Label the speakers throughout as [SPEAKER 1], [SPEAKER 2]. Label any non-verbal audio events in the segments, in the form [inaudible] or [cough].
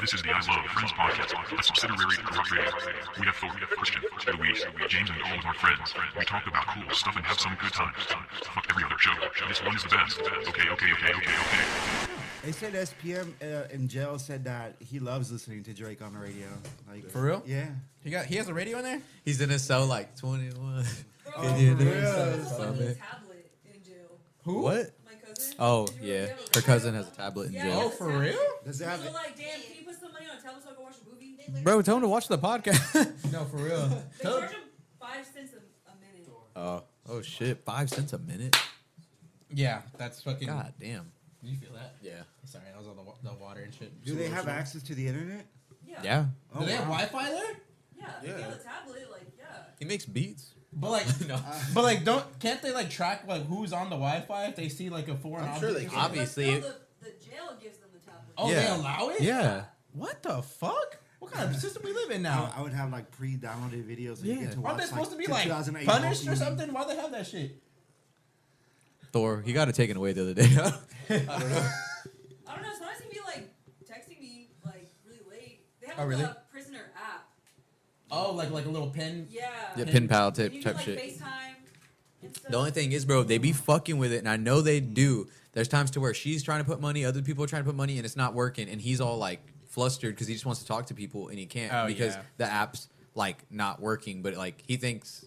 [SPEAKER 1] This is the Unload Friends podcast, a subsidiary of Corrupt Radio. We have Thor, Christian, Louise, James, and all of our friends. We talk about cool stuff and have some good times. Fuck every other show. This one is the best. Okay, okay, okay, okay, okay.
[SPEAKER 2] They said SPM uh, in jail said that he loves listening to Drake on the radio. Like
[SPEAKER 3] For real?
[SPEAKER 2] Yeah.
[SPEAKER 3] He got he has a radio in there?
[SPEAKER 4] He's in his cell like 21. [laughs]
[SPEAKER 5] tablet in jail.
[SPEAKER 3] Who?
[SPEAKER 4] What?
[SPEAKER 5] My cousin.
[SPEAKER 4] Oh,
[SPEAKER 5] Did you
[SPEAKER 4] yeah.
[SPEAKER 5] ever get
[SPEAKER 4] Her
[SPEAKER 5] a-
[SPEAKER 4] cousin has a tablet in
[SPEAKER 5] Yeah,
[SPEAKER 4] jail.
[SPEAKER 3] Oh,
[SPEAKER 5] yeah,
[SPEAKER 3] for
[SPEAKER 5] tablet.
[SPEAKER 3] real?
[SPEAKER 2] Does it have
[SPEAKER 5] So like, damn, can you put some money on tablet so I can watch a movie?
[SPEAKER 4] [laughs]
[SPEAKER 5] They
[SPEAKER 4] Bro, tell him to watch the podcast. [laughs]
[SPEAKER 3] No, for real. Tell
[SPEAKER 5] charge him five cents a, a minute.
[SPEAKER 4] oh. Oh shit, 5 cents a minute.
[SPEAKER 3] [laughs] yeah, that's fucking.
[SPEAKER 4] God damn.
[SPEAKER 3] You feel that?
[SPEAKER 4] Yeah.
[SPEAKER 3] Sorry, that was all the, wa- the water and shit.
[SPEAKER 2] Do they have access to the internet?
[SPEAKER 5] Yeah.
[SPEAKER 4] Yeah.
[SPEAKER 2] Oh,
[SPEAKER 3] Do they have
[SPEAKER 2] wow.
[SPEAKER 3] Wi-Fi there?
[SPEAKER 5] Yeah. If you have a tablet, like, yeah.
[SPEAKER 4] He makes beats. [laughs]
[SPEAKER 3] But like, [laughs] but like, don't can't they like track like who's on the Wi-Fi if they see like a foreign
[SPEAKER 6] I'm
[SPEAKER 3] object?
[SPEAKER 6] sure they
[SPEAKER 3] or
[SPEAKER 6] can.
[SPEAKER 3] something?
[SPEAKER 4] Obviously,
[SPEAKER 5] But no, the, the jail gives them the tablet.
[SPEAKER 3] Oh,
[SPEAKER 4] Yeah.
[SPEAKER 3] they allow it?
[SPEAKER 4] Yeah.
[SPEAKER 3] What the fuck? What kind of system we live in
[SPEAKER 2] I,
[SPEAKER 3] now?
[SPEAKER 2] I would have like pre-downloaded videos. that you
[SPEAKER 4] Yeah.
[SPEAKER 2] get to watch,
[SPEAKER 3] Aren't they supposed to be
[SPEAKER 2] the
[SPEAKER 3] like
[SPEAKER 2] 2008
[SPEAKER 3] punished or
[SPEAKER 2] movies.
[SPEAKER 3] something? Why they have that shit?
[SPEAKER 4] Thor, he got it taken away the other day. [laughs] I don't know.
[SPEAKER 5] I don't know. Sometimes he'd be like texting me like really late. They have like,
[SPEAKER 3] Oh, really?
[SPEAKER 5] a prisoner app.
[SPEAKER 3] Oh, like like a little pen.
[SPEAKER 5] Yeah.
[SPEAKER 4] Yeah,
[SPEAKER 5] And
[SPEAKER 4] pin pal
[SPEAKER 5] you
[SPEAKER 4] tip
[SPEAKER 5] can,
[SPEAKER 4] type
[SPEAKER 5] like,
[SPEAKER 4] shit.
[SPEAKER 5] FaceTime and stuff.
[SPEAKER 4] The only thing is, bro, they be fucking with it, and I know they do. There's times to where she's trying to put money, other people are trying to put money, and it's not working, and he's all like flustered because he just wants to talk to people and he can't
[SPEAKER 3] Oh,
[SPEAKER 4] because
[SPEAKER 3] yeah.
[SPEAKER 4] the app's like not working. But like he thinks,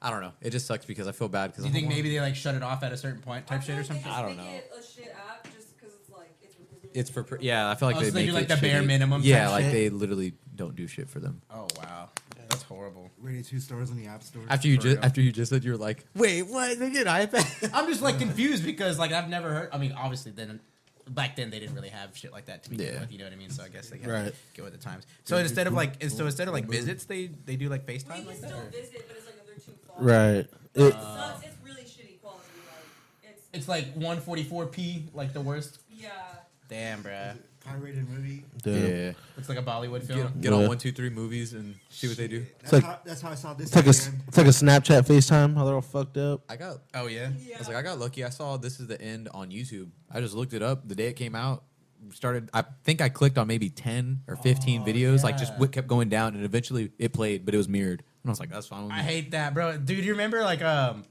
[SPEAKER 4] I don't know. It just sucks because I feel bad because
[SPEAKER 3] Do you think maybe they like shut it off at a certain point,
[SPEAKER 5] I
[SPEAKER 3] type
[SPEAKER 5] feel
[SPEAKER 3] shit or
[SPEAKER 5] like they
[SPEAKER 3] something?
[SPEAKER 5] just
[SPEAKER 4] I don't
[SPEAKER 5] make
[SPEAKER 4] know.
[SPEAKER 5] It a shit app just because it's like it's. ridiculous.
[SPEAKER 4] it's for pr- yeah. I feel like
[SPEAKER 3] Oh,
[SPEAKER 4] they,
[SPEAKER 3] so they
[SPEAKER 4] make
[SPEAKER 3] do, like,
[SPEAKER 4] it
[SPEAKER 3] the bare
[SPEAKER 4] shitty.
[SPEAKER 3] minimum type
[SPEAKER 4] Yeah, like
[SPEAKER 3] shit?
[SPEAKER 4] they literally don't do shit for them.
[SPEAKER 3] Oh wow, that's horrible.
[SPEAKER 2] Rated two stars on the app store.
[SPEAKER 4] After you
[SPEAKER 3] For
[SPEAKER 4] just
[SPEAKER 3] real.
[SPEAKER 4] after you just said you were like, wait, what? They get iPad?
[SPEAKER 3] [laughs] I'm just like confused because like I've never heard. I mean, obviously then back then they didn't really have shit like that to begin
[SPEAKER 4] Yeah.
[SPEAKER 3] with. You know what I mean? So I guess they had
[SPEAKER 4] Right.
[SPEAKER 3] to go with the times. So instead of like, so instead of like visits, they they do like
[SPEAKER 5] We
[SPEAKER 3] FaceTime
[SPEAKER 5] can
[SPEAKER 3] like that.
[SPEAKER 5] still
[SPEAKER 3] or-
[SPEAKER 5] visit, but it's like if they're too far.
[SPEAKER 6] Right.
[SPEAKER 5] It sucks. It's really shitty quality. Like it's
[SPEAKER 3] It's like 144p, like the worst.
[SPEAKER 5] yeah.
[SPEAKER 3] Damn, bruh.
[SPEAKER 2] Pirated movie.
[SPEAKER 4] [laughs] Yeah.
[SPEAKER 3] It's like a Bollywood
[SPEAKER 4] Get,
[SPEAKER 3] film.
[SPEAKER 4] get on
[SPEAKER 6] Yeah.
[SPEAKER 4] one, two, three movies and see what they do.
[SPEAKER 2] That's,
[SPEAKER 6] like-
[SPEAKER 2] how, that's how I saw this.
[SPEAKER 6] It's like a s-
[SPEAKER 2] again.
[SPEAKER 6] it's like a Snapchat FaceTime. How they're all fucked up.
[SPEAKER 4] I got
[SPEAKER 3] Oh yeah.
[SPEAKER 5] Yeah.
[SPEAKER 4] I was like, I got lucky. I saw this is the end on YouTube. I just looked it up the day it came out. Started. I think I clicked on maybe ten or fifteen
[SPEAKER 3] Oh,
[SPEAKER 4] videos. Like just
[SPEAKER 3] yeah.
[SPEAKER 4] w- kept going down, and eventually it played, but it was mirrored. And I was like, that's fine. With me.
[SPEAKER 3] I hate that, bro. Dude, you remember like um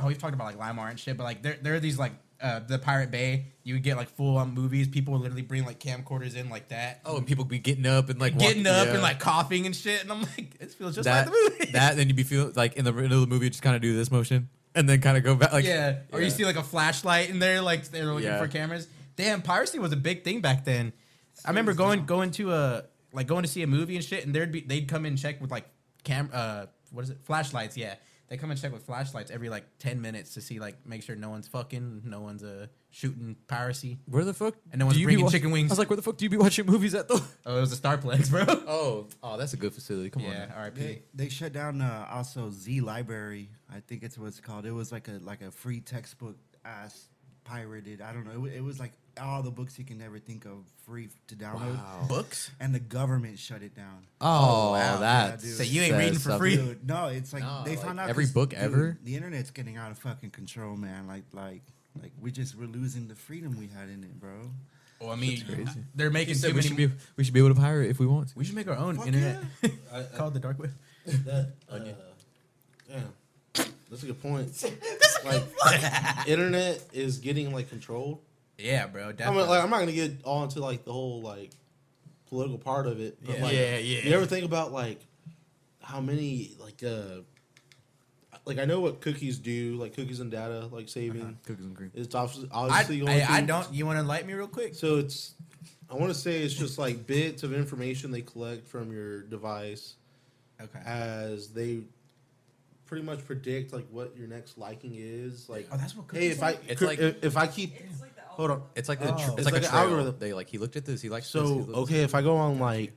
[SPEAKER 3] oh we've talked about like Limar and shit, but like there there are these like uh the Pirate Bay, you would get like full on movies, people would literally bring like camcorders in like that.
[SPEAKER 4] oh, and people be getting up and like
[SPEAKER 3] Getting
[SPEAKER 4] walking-
[SPEAKER 3] up
[SPEAKER 4] yeah.
[SPEAKER 3] and like coughing and shit, and I'm like, it feels just
[SPEAKER 4] that.
[SPEAKER 3] like the movie.
[SPEAKER 4] that then you'd be feeling like in the middle of the movie, just kind of do this motion and then kind of go back. Like
[SPEAKER 3] [laughs] yeah. Or you
[SPEAKER 4] Yeah.
[SPEAKER 3] see like a flashlight in there, like they're looking
[SPEAKER 4] Yeah.
[SPEAKER 3] for cameras. Damn, piracy was a big thing back then. I remember going going to a like going to see a movie and shit, and there'd be they'd come and check with like cam uh what is it flashlights? Yeah, they come and check with flashlights every like ten minutes to see like make sure no one's fucking, no one's uh shooting piracy.
[SPEAKER 4] Where the fuck?
[SPEAKER 3] And no one's
[SPEAKER 4] do you be
[SPEAKER 3] bringing
[SPEAKER 4] wa-
[SPEAKER 3] chicken wings.
[SPEAKER 4] I was like, where the fuck do you be watching movies at though?
[SPEAKER 3] Oh, it was a Starplex, [laughs] bro.
[SPEAKER 4] Oh, oh, that's a good facility. Come
[SPEAKER 3] Yeah,
[SPEAKER 4] on.
[SPEAKER 3] R.I.P.
[SPEAKER 2] They, they shut down uh, also Z Library. I think it's what it's called. It was like a like a free textbook ass pirated. I don't know. It, wa- it was like all the books you can never think of free to download.
[SPEAKER 3] Books.
[SPEAKER 2] And the government shut it down.
[SPEAKER 4] Oh,
[SPEAKER 3] wow.
[SPEAKER 4] that's
[SPEAKER 2] Yeah, dude.
[SPEAKER 3] So you ain't
[SPEAKER 4] says
[SPEAKER 3] reading for free.
[SPEAKER 2] Dude, no, it's like
[SPEAKER 4] No,
[SPEAKER 2] they
[SPEAKER 4] like,
[SPEAKER 2] found out
[SPEAKER 4] every
[SPEAKER 2] 'cause,
[SPEAKER 4] book
[SPEAKER 2] dude,
[SPEAKER 4] ever?
[SPEAKER 2] The internet's getting out of fucking control, man. Like, like, like we just we're losing the freedom we had in it, bro.
[SPEAKER 3] Oh, I mean,
[SPEAKER 4] crazy.
[SPEAKER 3] they're
[SPEAKER 4] He
[SPEAKER 3] making
[SPEAKER 4] said
[SPEAKER 3] too
[SPEAKER 4] we
[SPEAKER 3] many.
[SPEAKER 4] should be we should be able to pirate if we want. to.
[SPEAKER 3] we should make our own
[SPEAKER 2] Fuck
[SPEAKER 3] internet
[SPEAKER 6] I,
[SPEAKER 3] called the dark web.
[SPEAKER 6] that, uh, yeah, [laughs] that's a good point. like, [laughs] internet is getting like controlled.
[SPEAKER 3] Yeah, bro.
[SPEAKER 6] I mean,
[SPEAKER 3] Definitely.
[SPEAKER 6] like, I'm not gonna get all into like the whole like political part of it. But,
[SPEAKER 3] Yeah.
[SPEAKER 6] like,
[SPEAKER 3] Yeah, yeah.
[SPEAKER 6] You ever think about like how many like uh like I know what cookies do, like cookies and data, like saving.
[SPEAKER 4] Cookies and cream.
[SPEAKER 6] It's obviously
[SPEAKER 3] Uh-huh. I,
[SPEAKER 6] obviously going
[SPEAKER 3] I, I
[SPEAKER 6] to-
[SPEAKER 3] don't. You want to light me real quick?
[SPEAKER 6] So it's, I want to say it's just like bits of information they collect from your device
[SPEAKER 3] Okay.
[SPEAKER 6] as they pretty much predict like what your next liking is. Like,
[SPEAKER 3] Oh, that's what
[SPEAKER 6] hey,
[SPEAKER 3] cookies
[SPEAKER 6] if
[SPEAKER 3] are?
[SPEAKER 6] I
[SPEAKER 4] It's
[SPEAKER 6] cr-
[SPEAKER 4] like-
[SPEAKER 6] if, if I keep
[SPEAKER 5] It's like the
[SPEAKER 6] hold on.
[SPEAKER 4] It's like the
[SPEAKER 3] Oh.
[SPEAKER 4] tr- it's,
[SPEAKER 6] It's
[SPEAKER 4] like,
[SPEAKER 6] like
[SPEAKER 4] a
[SPEAKER 6] an
[SPEAKER 4] trail.
[SPEAKER 6] algorithm.
[SPEAKER 4] They like he looked at this. He likes this. he
[SPEAKER 6] So
[SPEAKER 4] looked-
[SPEAKER 6] [laughs] okay, if I go on like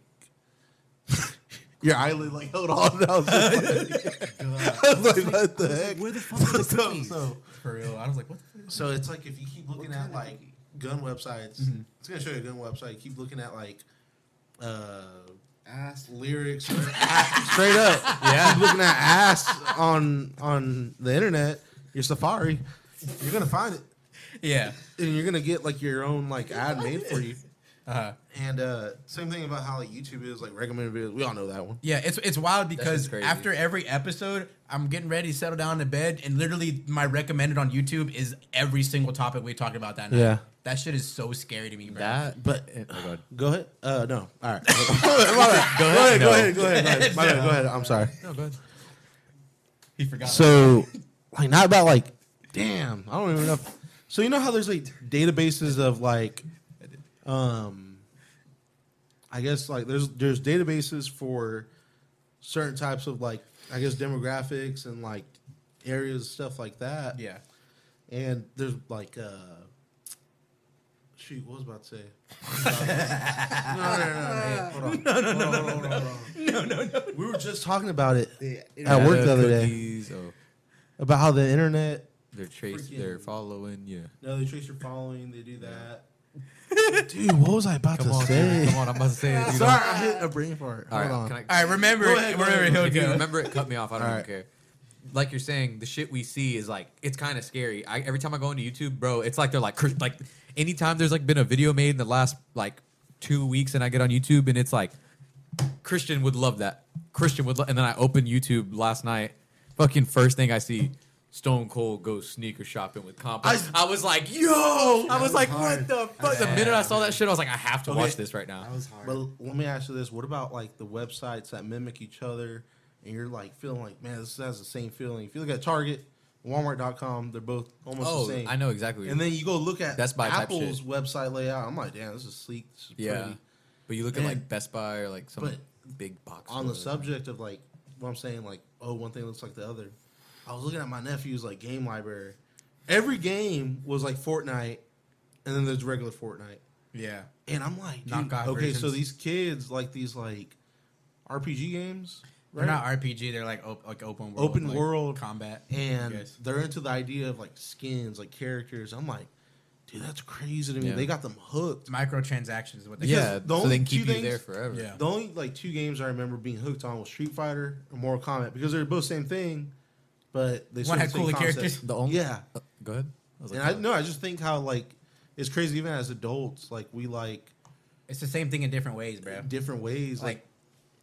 [SPEAKER 6] your eyelid, like hold on, I was just like, I was like, [laughs] what the heck?
[SPEAKER 2] Where the
[SPEAKER 4] [laughs]
[SPEAKER 2] fuck are the
[SPEAKER 6] So,
[SPEAKER 2] cookies?
[SPEAKER 6] so,
[SPEAKER 3] For real, I was like, what the fuck?
[SPEAKER 6] so it's like if you keep looking
[SPEAKER 2] kind
[SPEAKER 6] at
[SPEAKER 2] of
[SPEAKER 6] like gun websites, it's gonna show you a gun website. Keep looking at like. uh
[SPEAKER 2] Ass. [laughs]
[SPEAKER 6] lyrics or ass, straight up. Yeah, Keep looking at ass on on the internet, your Safari, you're gonna find it,
[SPEAKER 3] [laughs] Yeah,
[SPEAKER 6] and you're gonna get like your own like ad made for you.
[SPEAKER 3] Uh,
[SPEAKER 6] And uh, same thing about how like YouTube is like recommended videos. We all know that one.
[SPEAKER 3] yeah, it's it's wild because
[SPEAKER 4] crazy.
[SPEAKER 3] after every episode, I'm getting ready to settle down in bed, and literally my recommended on YouTube is every single topic we talked about that night.
[SPEAKER 6] Yeah.
[SPEAKER 3] that shit is so scary to me, bro.
[SPEAKER 4] That
[SPEAKER 6] But
[SPEAKER 4] oh god.
[SPEAKER 6] go ahead. Uh, no. All right. [laughs] go, ahead, go ahead. Go ahead. Go ahead. My bad, Go ahead. I'm sorry.
[SPEAKER 4] No, go ahead.
[SPEAKER 3] he forgot.
[SPEAKER 6] So, like, not about like, damn, I don't even know. So you know how there's like databases of like, um, I guess like there's there's databases for certain types of like I guess demographics and like areas stuff like that.
[SPEAKER 3] yeah,
[SPEAKER 6] And there's like uh shoot, what was I about to say? [laughs] no, no, no, no, no, hold on. No, no, no, no, no, no, We were just talking about it at work the other day
[SPEAKER 4] Cookies, oh,
[SPEAKER 6] about how the internet
[SPEAKER 4] they're tracing.
[SPEAKER 6] Freaking-
[SPEAKER 4] They're following. Yeah.
[SPEAKER 6] No, they trace your following. They do that. Dude, what was I about
[SPEAKER 4] Come
[SPEAKER 6] to
[SPEAKER 4] on,
[SPEAKER 6] say?
[SPEAKER 4] dude, come on. I'm about to say it. dude.
[SPEAKER 6] [laughs] Sorry, I hit a brain fart.
[SPEAKER 4] All right.
[SPEAKER 6] Hold on.
[SPEAKER 4] Can I,
[SPEAKER 3] all right, remember,
[SPEAKER 6] Go
[SPEAKER 3] it,
[SPEAKER 6] ahead, go
[SPEAKER 3] remember,
[SPEAKER 6] ahead.
[SPEAKER 3] he'll
[SPEAKER 4] if you [laughs]
[SPEAKER 3] go.
[SPEAKER 4] remember it, cut me off. I don't
[SPEAKER 6] All
[SPEAKER 4] even
[SPEAKER 6] right.
[SPEAKER 4] care. Like you're saying, the shit we see is like it's kind of scary. I, every time I go into YouTube, bro, it's like they're like cr- like anytime there's like been a video made in the last like two weeks, and I get on YouTube and it's like Christian would love that. Christian would, lo-. and then I open YouTube last night. Fucking first thing I see. Stone Cold goes sneaker shopping with comp. I, was like, yo! I was like, what the fuck? The minute I saw that shit, I was like, I have to
[SPEAKER 6] Okay.
[SPEAKER 4] watch this right now.
[SPEAKER 2] That was hard.
[SPEAKER 6] But let me ask you this: What about like the websites that mimic each other, and you're like feeling like, man, this has the same feeling? If you look at Target, Walmart.com, they're both almost
[SPEAKER 4] Oh,
[SPEAKER 6] the same.
[SPEAKER 4] I know exactly.
[SPEAKER 6] And then you go look at
[SPEAKER 4] Best Buy type
[SPEAKER 6] Apple's
[SPEAKER 4] shit.
[SPEAKER 6] website layout. I'm like, damn, this is sleek. This is
[SPEAKER 4] Yeah.
[SPEAKER 6] pretty.
[SPEAKER 4] But you look at
[SPEAKER 6] Man.
[SPEAKER 4] like Best Buy or like some
[SPEAKER 6] But
[SPEAKER 4] big box.
[SPEAKER 6] on the
[SPEAKER 4] store.
[SPEAKER 6] subject of like what I'm saying, like oh, one thing looks like the other. I was looking at my nephew's like game library. Every game was like Fortnite, and then there's regular Fortnite,
[SPEAKER 3] yeah,
[SPEAKER 6] and I'm like, dude,
[SPEAKER 3] Knockoff
[SPEAKER 6] okay, so
[SPEAKER 3] versions.
[SPEAKER 6] these kids like these like RPG games,
[SPEAKER 3] they're not RPG. They're like op- like open world,
[SPEAKER 6] Open
[SPEAKER 3] like
[SPEAKER 6] world.
[SPEAKER 3] combat,
[SPEAKER 6] and
[SPEAKER 3] Yes.
[SPEAKER 6] they're into the idea of like skins, like characters. I'm like, dude, that's crazy to me.
[SPEAKER 4] Yeah.
[SPEAKER 6] They got them hooked.
[SPEAKER 3] microtransactions. Is what they
[SPEAKER 4] Yeah,
[SPEAKER 6] the
[SPEAKER 4] so
[SPEAKER 6] only
[SPEAKER 4] they can
[SPEAKER 6] two
[SPEAKER 4] keep you
[SPEAKER 6] things-
[SPEAKER 4] there forever.
[SPEAKER 3] Yeah.
[SPEAKER 6] The only like two games I remember being hooked on was Street Fighter and Mortal Kombat because they're both same thing, but they
[SPEAKER 3] One
[SPEAKER 6] serve
[SPEAKER 3] had
[SPEAKER 6] the same
[SPEAKER 3] cooler
[SPEAKER 6] concept.
[SPEAKER 3] characters.
[SPEAKER 4] The only
[SPEAKER 6] Yeah.
[SPEAKER 4] Uh, go ahead. I was
[SPEAKER 6] And
[SPEAKER 4] like,
[SPEAKER 6] I
[SPEAKER 4] oh.
[SPEAKER 6] no, I just think how like it's crazy even as adults, like we like
[SPEAKER 3] It's the same thing in different ways, bro.
[SPEAKER 6] different ways. Like,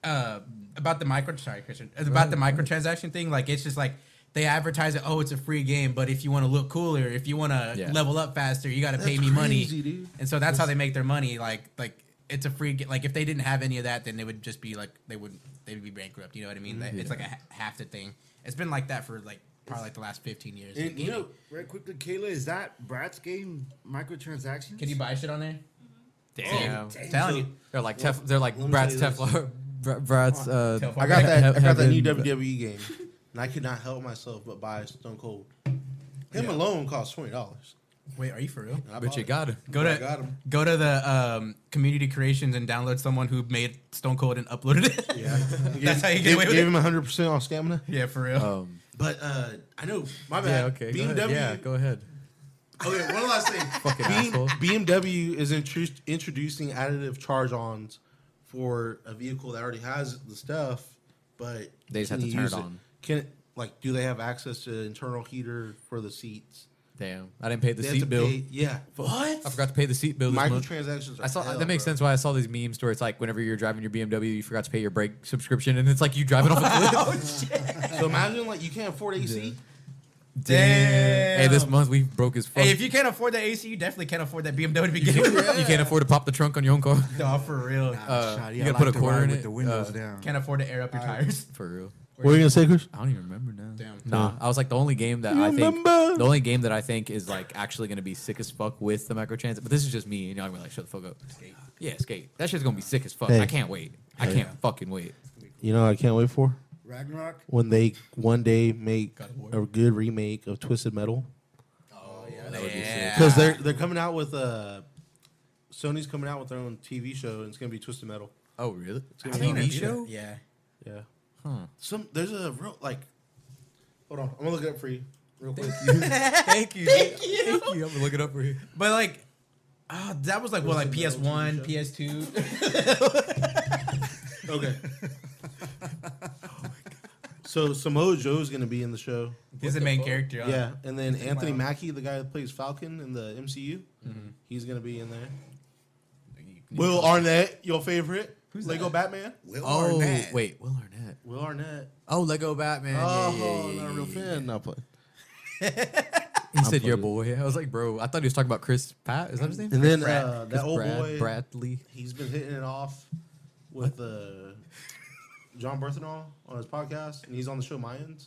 [SPEAKER 3] Like uh, about the micro sorry, Christian. About the microtransaction thing, like it's just like they advertise it. Oh, it's a free game, but if you want to look cooler, if you want to
[SPEAKER 4] Yeah.
[SPEAKER 3] level up faster, you got to
[SPEAKER 6] That's
[SPEAKER 3] pay me money.
[SPEAKER 6] crazy, dude.
[SPEAKER 3] And so that's how they make their money. Like like it's a free. ga- Like if they didn't have any of that, then they would just be like they would they'd be bankrupt. You know what I mean? That- It's like a ha- half the thing. It's been like that for like probably like the last fifteen years.
[SPEAKER 2] And, you
[SPEAKER 3] Gaming.
[SPEAKER 2] know, right quickly, Kayla, is that Brat's game microtransactions?
[SPEAKER 3] Can you buy shit on there?
[SPEAKER 4] damn.
[SPEAKER 2] Dang.
[SPEAKER 3] I'm telling you.
[SPEAKER 4] They're like tef- they're like
[SPEAKER 6] let me
[SPEAKER 4] Bratz
[SPEAKER 6] tell
[SPEAKER 4] [laughs]
[SPEAKER 6] you this.
[SPEAKER 4] Teflon. Br- Bratz. Uh,
[SPEAKER 3] Teflon.
[SPEAKER 6] I got that I got that
[SPEAKER 4] Heaven-
[SPEAKER 6] new
[SPEAKER 3] E
[SPEAKER 6] WWE game and I could not help myself but buy Stone Cold. Him
[SPEAKER 3] Yeah.
[SPEAKER 6] alone cost twenty dollars.
[SPEAKER 3] Wait, are you for real?
[SPEAKER 4] But you got him.
[SPEAKER 3] Go
[SPEAKER 6] I
[SPEAKER 3] to
[SPEAKER 6] got 'em.
[SPEAKER 3] go to the um, community creations and download someone who made Stone Cold and uploaded it.
[SPEAKER 6] Yeah.
[SPEAKER 3] That's how you get
[SPEAKER 6] gave,
[SPEAKER 3] away with
[SPEAKER 6] gave
[SPEAKER 3] it.
[SPEAKER 6] him hundred percent on stamina.
[SPEAKER 3] [laughs] Yeah, for real.
[SPEAKER 4] Um,
[SPEAKER 6] But uh I know my bad.
[SPEAKER 4] [laughs] yeah. Okay. Go ahead.
[SPEAKER 6] BMW
[SPEAKER 4] Yeah. Go ahead.
[SPEAKER 6] Okay, one last thing.
[SPEAKER 4] [laughs] Fucking asshole.
[SPEAKER 6] BMW is intru- introducing additive charge-ons for a vehicle that already has the stuff, but
[SPEAKER 4] They just have
[SPEAKER 6] can
[SPEAKER 4] to
[SPEAKER 6] you
[SPEAKER 4] turn
[SPEAKER 6] use
[SPEAKER 4] it on.
[SPEAKER 6] Can it, like do they have access to internal heater for the seats?
[SPEAKER 4] Damn. I didn't pay the
[SPEAKER 6] They have to
[SPEAKER 4] seat bill.
[SPEAKER 6] pay- yeah. What?
[SPEAKER 4] I forgot to pay the seat bill. This month.
[SPEAKER 6] Microtransactions. Are
[SPEAKER 4] I saw
[SPEAKER 6] hell,
[SPEAKER 4] that makes
[SPEAKER 6] bro.
[SPEAKER 4] sense why I saw these memes where it's like whenever you're driving your BMW, you forgot to pay your brake subscription, and it's like you drive it off a
[SPEAKER 6] [laughs]
[SPEAKER 4] cliff.
[SPEAKER 6] So imagine like you can't afford AC.
[SPEAKER 3] Damn.
[SPEAKER 4] Hey, this month we broke as fuck.
[SPEAKER 3] Hey, if you can't afford that AC, you definitely can't afford that BMW to begin
[SPEAKER 4] [laughs] you,
[SPEAKER 3] with. [laughs]
[SPEAKER 6] [laughs]
[SPEAKER 4] can't afford to pop the trunk on your own car. [laughs]
[SPEAKER 3] no, for real.
[SPEAKER 4] uh,
[SPEAKER 2] Shoddy,
[SPEAKER 4] you
[SPEAKER 2] I
[SPEAKER 4] gotta put
[SPEAKER 2] like
[SPEAKER 4] a
[SPEAKER 2] to
[SPEAKER 4] quarter
[SPEAKER 2] ride
[SPEAKER 4] in
[SPEAKER 2] with
[SPEAKER 4] it,
[SPEAKER 2] the windows
[SPEAKER 4] uh,
[SPEAKER 2] down.
[SPEAKER 3] [laughs] can't afford to air up your tires.
[SPEAKER 4] For real.
[SPEAKER 6] What are you gonna say, Chris?
[SPEAKER 4] I don't even remember now.
[SPEAKER 3] Damn.
[SPEAKER 4] Nah, I was like the only game that I think
[SPEAKER 6] remember?
[SPEAKER 4] the only game that I think is like actually gonna be sick as fuck with the microtransit. But this is just me, and y'all gonna be like, shut the fuck up. Yeah, skate. That shit's gonna be sick as fuck.
[SPEAKER 6] Hey.
[SPEAKER 4] I can't wait. I can't fucking wait.
[SPEAKER 6] You know what I can't wait for
[SPEAKER 2] Ragnarok?
[SPEAKER 6] when they one day make
[SPEAKER 3] God of War.
[SPEAKER 6] a good remake of Twisted Metal.
[SPEAKER 4] That would be sick.
[SPEAKER 6] because they're they're coming out with uh Sony's coming out with their own TV show and it's gonna be Twisted Metal.
[SPEAKER 4] Oh really?
[SPEAKER 6] gonna be
[SPEAKER 4] TV
[SPEAKER 6] on
[SPEAKER 4] show? [laughs]
[SPEAKER 3] Yeah. [laughs]
[SPEAKER 6] Yeah.
[SPEAKER 4] Huh.
[SPEAKER 6] Some there's a real like. Hold on, I'm gonna look it up for you real
[SPEAKER 4] [laughs]
[SPEAKER 6] quick.
[SPEAKER 4] Thank you. Thank you. Thank you. I'm gonna look it up for you.
[SPEAKER 3] But like, ah, that was like what, like
[SPEAKER 6] Where's the metal
[SPEAKER 3] PS1,
[SPEAKER 6] TV
[SPEAKER 3] [laughs] PS2.
[SPEAKER 6] [laughs] okay. So Samoa Joe's gonna be in the show.
[SPEAKER 3] He's the main character. huh?
[SPEAKER 6] Yeah, and then Anthony
[SPEAKER 3] Wow.
[SPEAKER 6] Mackie, the guy that Mm-hmm. plays Falcon in the MCU, he's gonna be in there.
[SPEAKER 3] You
[SPEAKER 6] Will Arnett, your favorite?
[SPEAKER 3] Who's
[SPEAKER 6] Lego
[SPEAKER 3] that?
[SPEAKER 6] Batman?
[SPEAKER 7] Will
[SPEAKER 4] [laughs] Oh
[SPEAKER 7] Arnett.
[SPEAKER 4] wait, Will Arnett.
[SPEAKER 6] Will Arnett.
[SPEAKER 4] Oh, Lego Batman.
[SPEAKER 6] Oh,
[SPEAKER 4] yeah, yeah, yeah, yeah,
[SPEAKER 6] not a real
[SPEAKER 4] yeah,
[SPEAKER 6] fan. Not play.
[SPEAKER 4] yeah. He said your boy. I was like, bro. I thought he was talking about Chris Pat. Is that his name?
[SPEAKER 6] And then
[SPEAKER 4] Brad-
[SPEAKER 6] uh, that
[SPEAKER 4] Chris
[SPEAKER 6] old
[SPEAKER 4] Brad-
[SPEAKER 6] boy,
[SPEAKER 4] Bradley.
[SPEAKER 6] he's been hitting it off with uh, John Berthenol on his podcast, and he's on the show Mayans.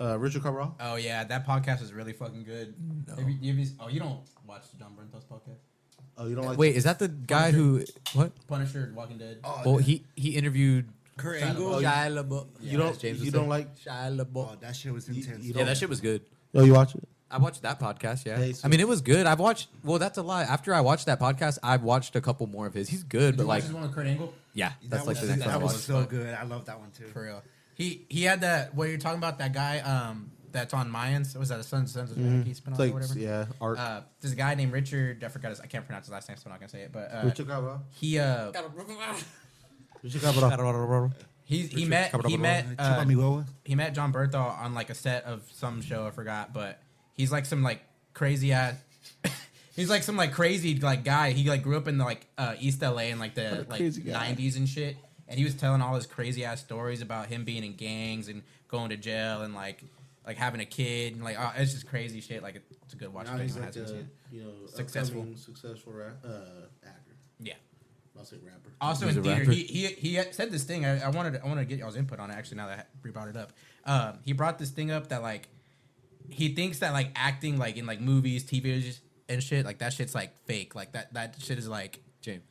[SPEAKER 6] Uh, Richard Cabral.
[SPEAKER 3] Oh yeah, that podcast is really fucking good. Have you- have you- oh, you don't watch John Brento's podcast?
[SPEAKER 6] Oh, you don't like?
[SPEAKER 4] Wait, is that the guy who? What?
[SPEAKER 3] Punisher, Walking Dead.
[SPEAKER 7] Oh,
[SPEAKER 4] Well,
[SPEAKER 7] dude.
[SPEAKER 4] he he interviewed
[SPEAKER 7] Kurt
[SPEAKER 3] Shia
[SPEAKER 7] Angle.
[SPEAKER 3] LaBeouf.
[SPEAKER 4] Shia LaBeouf.
[SPEAKER 6] you don't. you don't like?
[SPEAKER 4] Shia
[SPEAKER 2] Oh,
[SPEAKER 4] LaBeouf.
[SPEAKER 2] that shit was
[SPEAKER 6] You-
[SPEAKER 2] intense.
[SPEAKER 6] you
[SPEAKER 4] Yeah, that shit was good.
[SPEAKER 6] Oh, you watch it?
[SPEAKER 4] I watched that podcast. Yeah,
[SPEAKER 6] Hey, so-
[SPEAKER 4] I mean it was good. I've watched. Well, that's a lie. After I watched that podcast, I've watched a couple more of his. He's good,
[SPEAKER 3] Did
[SPEAKER 4] but
[SPEAKER 3] you watch
[SPEAKER 4] like,
[SPEAKER 3] his one with Kurt Angle.
[SPEAKER 4] yeah, that's
[SPEAKER 2] that
[SPEAKER 4] like
[SPEAKER 2] was,
[SPEAKER 4] the next
[SPEAKER 2] that
[SPEAKER 4] one. I
[SPEAKER 2] was
[SPEAKER 4] watched.
[SPEAKER 2] so good. I love that one too.
[SPEAKER 3] For real. He he had that what you're talking about, that guy um that's on Mayans. Was that a Sons Sons of Anarchy
[SPEAKER 6] Mm-hmm. It's
[SPEAKER 3] spinoff
[SPEAKER 6] like,
[SPEAKER 3] or whatever?
[SPEAKER 6] yeah, art.
[SPEAKER 3] Uh this guy named Richard, I forgot his I can't pronounce his last name, so I'm not gonna say it, but uh,
[SPEAKER 6] Richard Cabral.
[SPEAKER 3] he uh
[SPEAKER 6] Richard Cabral.
[SPEAKER 3] he he met he met
[SPEAKER 2] Uh,
[SPEAKER 3] uh,
[SPEAKER 2] Chupa mi huevo.
[SPEAKER 3] he met John Berthal on like a set of some show I forgot, but he's like some like crazy ass. [laughs] he's like some like crazy like guy. He like grew up in the like uh, East LA in like the like
[SPEAKER 6] crazy guy.
[SPEAKER 3] nineties and shit. And he was telling all his crazy ass stories about him being in gangs and going to jail and like like having a kid and like oh, it's just crazy shit. Like it's a good watch.
[SPEAKER 6] Now
[SPEAKER 3] if
[SPEAKER 6] he's
[SPEAKER 3] anyone
[SPEAKER 6] like
[SPEAKER 3] hasn't
[SPEAKER 6] a
[SPEAKER 3] seen
[SPEAKER 6] you know
[SPEAKER 3] Successful.
[SPEAKER 6] upcoming successful ra- uh, actor.
[SPEAKER 3] it. Yeah.
[SPEAKER 6] I'll say rapper.
[SPEAKER 3] Also
[SPEAKER 4] He's
[SPEAKER 3] in
[SPEAKER 4] a
[SPEAKER 3] theater,
[SPEAKER 4] rapper.
[SPEAKER 3] he, he he said this thing. I, I wanted to- I wanted to get y'all's input on it. Actually, now that we brought it up, um, he brought this thing up that like he thinks that like acting like in like movies, TV and shit like that shit's like fake. Like that that shit is like
[SPEAKER 4] James.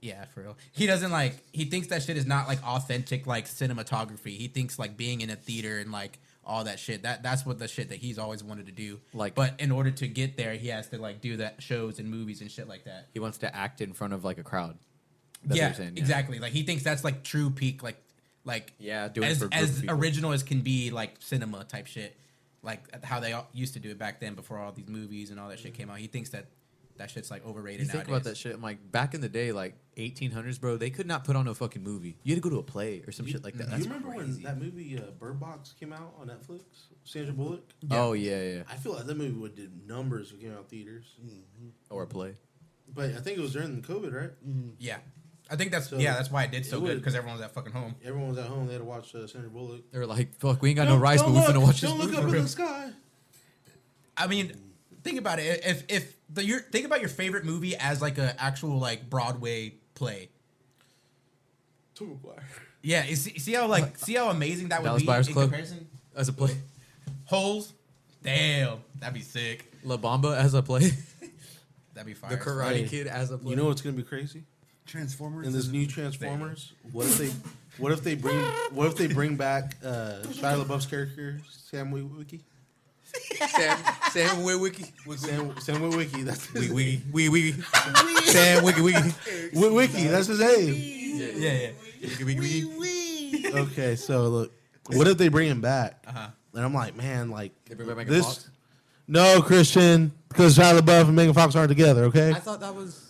[SPEAKER 3] yeah for real. He doesn't like he thinks that shit is not like authentic like cinematography. He thinks like being in a theater and like all that shit that that's what the shit that he's always wanted to do.
[SPEAKER 4] Like-
[SPEAKER 3] but in order to get there, he has to like do that shows and movies and shit like that.
[SPEAKER 4] He wants to act in front of like a crowd. That's what
[SPEAKER 3] yeah,
[SPEAKER 4] you're saying,
[SPEAKER 3] exactly. Like he thinks that's like true peak, like like
[SPEAKER 4] Yeah, do it
[SPEAKER 3] as
[SPEAKER 4] for a group of
[SPEAKER 3] as
[SPEAKER 4] people.
[SPEAKER 3] original as can be, like cinema type shit, like how they all used to do it back then before all these movies and all that shit came out. He thinks that that shit's like overrated.
[SPEAKER 4] Mm-hmm. You
[SPEAKER 3] nowadays.
[SPEAKER 4] think about that shit. I'm like, back in the day, like 1800s, bro, they could not put on a fucking movie. You had to go to a play or some shit like that.
[SPEAKER 6] Do
[SPEAKER 4] That's
[SPEAKER 6] you remember
[SPEAKER 4] crazy.
[SPEAKER 6] when that movie uh, Bird Box came out on Netflix? Sandra Bullock.
[SPEAKER 4] Oh yeah, yeah,
[SPEAKER 6] I feel like that movie would did numbers when it came out in theaters.
[SPEAKER 4] Mm. or a play.
[SPEAKER 6] But I think it was during the COVID, right?
[SPEAKER 4] Mm-hmm.
[SPEAKER 3] Yeah, I think that's
[SPEAKER 6] So,
[SPEAKER 3] yeah, that's why it did so
[SPEAKER 6] it
[SPEAKER 3] good
[SPEAKER 6] would-
[SPEAKER 3] because everyone was at fucking home.
[SPEAKER 6] Everyone was at home. They had to watch uh, Sandra Bullock.
[SPEAKER 4] They were like, fuck, we ain't got no rice, but we're
[SPEAKER 6] look,
[SPEAKER 4] gonna watch this
[SPEAKER 6] Don't look
[SPEAKER 4] movie.
[SPEAKER 6] up
[SPEAKER 4] for
[SPEAKER 6] in
[SPEAKER 4] real.
[SPEAKER 6] the sky.
[SPEAKER 3] I mean, Mm-hmm. think about it. If if the your think about your favorite movie as like a actual like Broadway play.
[SPEAKER 6] Tom McGuire.
[SPEAKER 3] Yeah, you see, see how like see how amazing that would
[SPEAKER 4] Dallas
[SPEAKER 3] be
[SPEAKER 4] Buyers
[SPEAKER 3] in
[SPEAKER 4] Club.
[SPEAKER 3] comparison.
[SPEAKER 4] As a play.
[SPEAKER 3] Holes, damn, that'd be sick.
[SPEAKER 4] La Bamba as a
[SPEAKER 3] [laughs]
[SPEAKER 4] play.
[SPEAKER 3] That'd be fire.
[SPEAKER 4] the
[SPEAKER 3] as fuck.
[SPEAKER 4] Karate
[SPEAKER 6] Hey,
[SPEAKER 4] Kid as a play.
[SPEAKER 6] You know what's gonna be crazy
[SPEAKER 2] Transformers.
[SPEAKER 6] in this
[SPEAKER 2] is-
[SPEAKER 6] new Transformers? What if they, what if they bring, what if they bring back uh, Shia LaBeouf's character Sam Witwicky? [laughs]
[SPEAKER 4] Sam, Sam Witwicky.
[SPEAKER 6] Sam, Sam Witwicky. That's his
[SPEAKER 4] Wee
[SPEAKER 6] name.
[SPEAKER 4] wee wee wee.
[SPEAKER 3] [laughs]
[SPEAKER 4] Sam Wiggy Wiggy.
[SPEAKER 6] Witwicky. That's his name.
[SPEAKER 4] Yeah,
[SPEAKER 3] Yeah, yeah.
[SPEAKER 4] Wiggy Wiggy Wiggy.
[SPEAKER 6] Okay, so look, what if they bring him back?
[SPEAKER 3] Uh-huh.
[SPEAKER 6] And I'm like, man, like
[SPEAKER 4] They bring back Megan
[SPEAKER 6] this.
[SPEAKER 4] Fox?
[SPEAKER 6] No, Christian, because Shia LaBeouf and Megan Fox aren't together. Okay,
[SPEAKER 4] I thought that was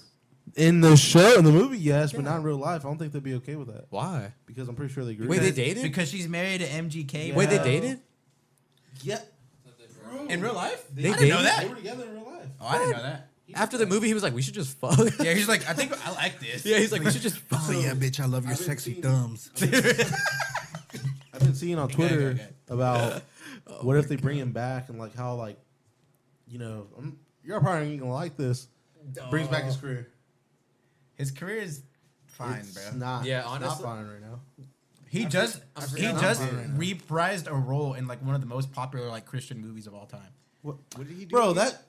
[SPEAKER 6] in the show, in the movie, yes, but not in real life. I don't think they'd be okay with that
[SPEAKER 4] why.
[SPEAKER 6] because I'm pretty sure they agree.
[SPEAKER 4] Wait, they dated?
[SPEAKER 3] Because she's married to MGK.
[SPEAKER 4] Wait, they
[SPEAKER 3] bro.
[SPEAKER 4] dated?
[SPEAKER 6] yeah,
[SPEAKER 3] in real life?
[SPEAKER 6] They
[SPEAKER 3] I didn't
[SPEAKER 4] dated?
[SPEAKER 3] know
[SPEAKER 6] They were
[SPEAKER 3] that.
[SPEAKER 6] together in real life.
[SPEAKER 3] Oh, I didn't know that.
[SPEAKER 4] After the movie, he was like, "We should just fuck."
[SPEAKER 3] [laughs] Yeah, he's like, I think I like
[SPEAKER 4] [laughs]
[SPEAKER 3] this.
[SPEAKER 4] yeah, he's
[SPEAKER 3] [laughs]
[SPEAKER 4] like, "We should just fuck."
[SPEAKER 2] Oh yeah, bitch! I love your
[SPEAKER 6] I've been
[SPEAKER 2] sexy
[SPEAKER 4] [laughs]
[SPEAKER 6] seeing-
[SPEAKER 2] thumbs.
[SPEAKER 6] I've been seeing on
[SPEAKER 3] okay,
[SPEAKER 6] Twitter
[SPEAKER 3] okay. [laughs] Oh
[SPEAKER 6] about what if they bring him back and like how like, you know, i you're probably ain't gonna like this.
[SPEAKER 4] [laughs]
[SPEAKER 3] Oh.
[SPEAKER 6] Brings back his career.
[SPEAKER 3] His career is fine,
[SPEAKER 6] It's
[SPEAKER 3] bro.
[SPEAKER 6] Not,
[SPEAKER 4] Yeah,
[SPEAKER 6] it's not
[SPEAKER 4] honestly-
[SPEAKER 6] fine right now.
[SPEAKER 3] He just
[SPEAKER 4] I'm
[SPEAKER 3] he
[SPEAKER 4] forgetting
[SPEAKER 3] just
[SPEAKER 6] about it right now.
[SPEAKER 3] reprised a role in like one of the most popular like Christian movies of all time.
[SPEAKER 2] What did he do?
[SPEAKER 6] Bro, that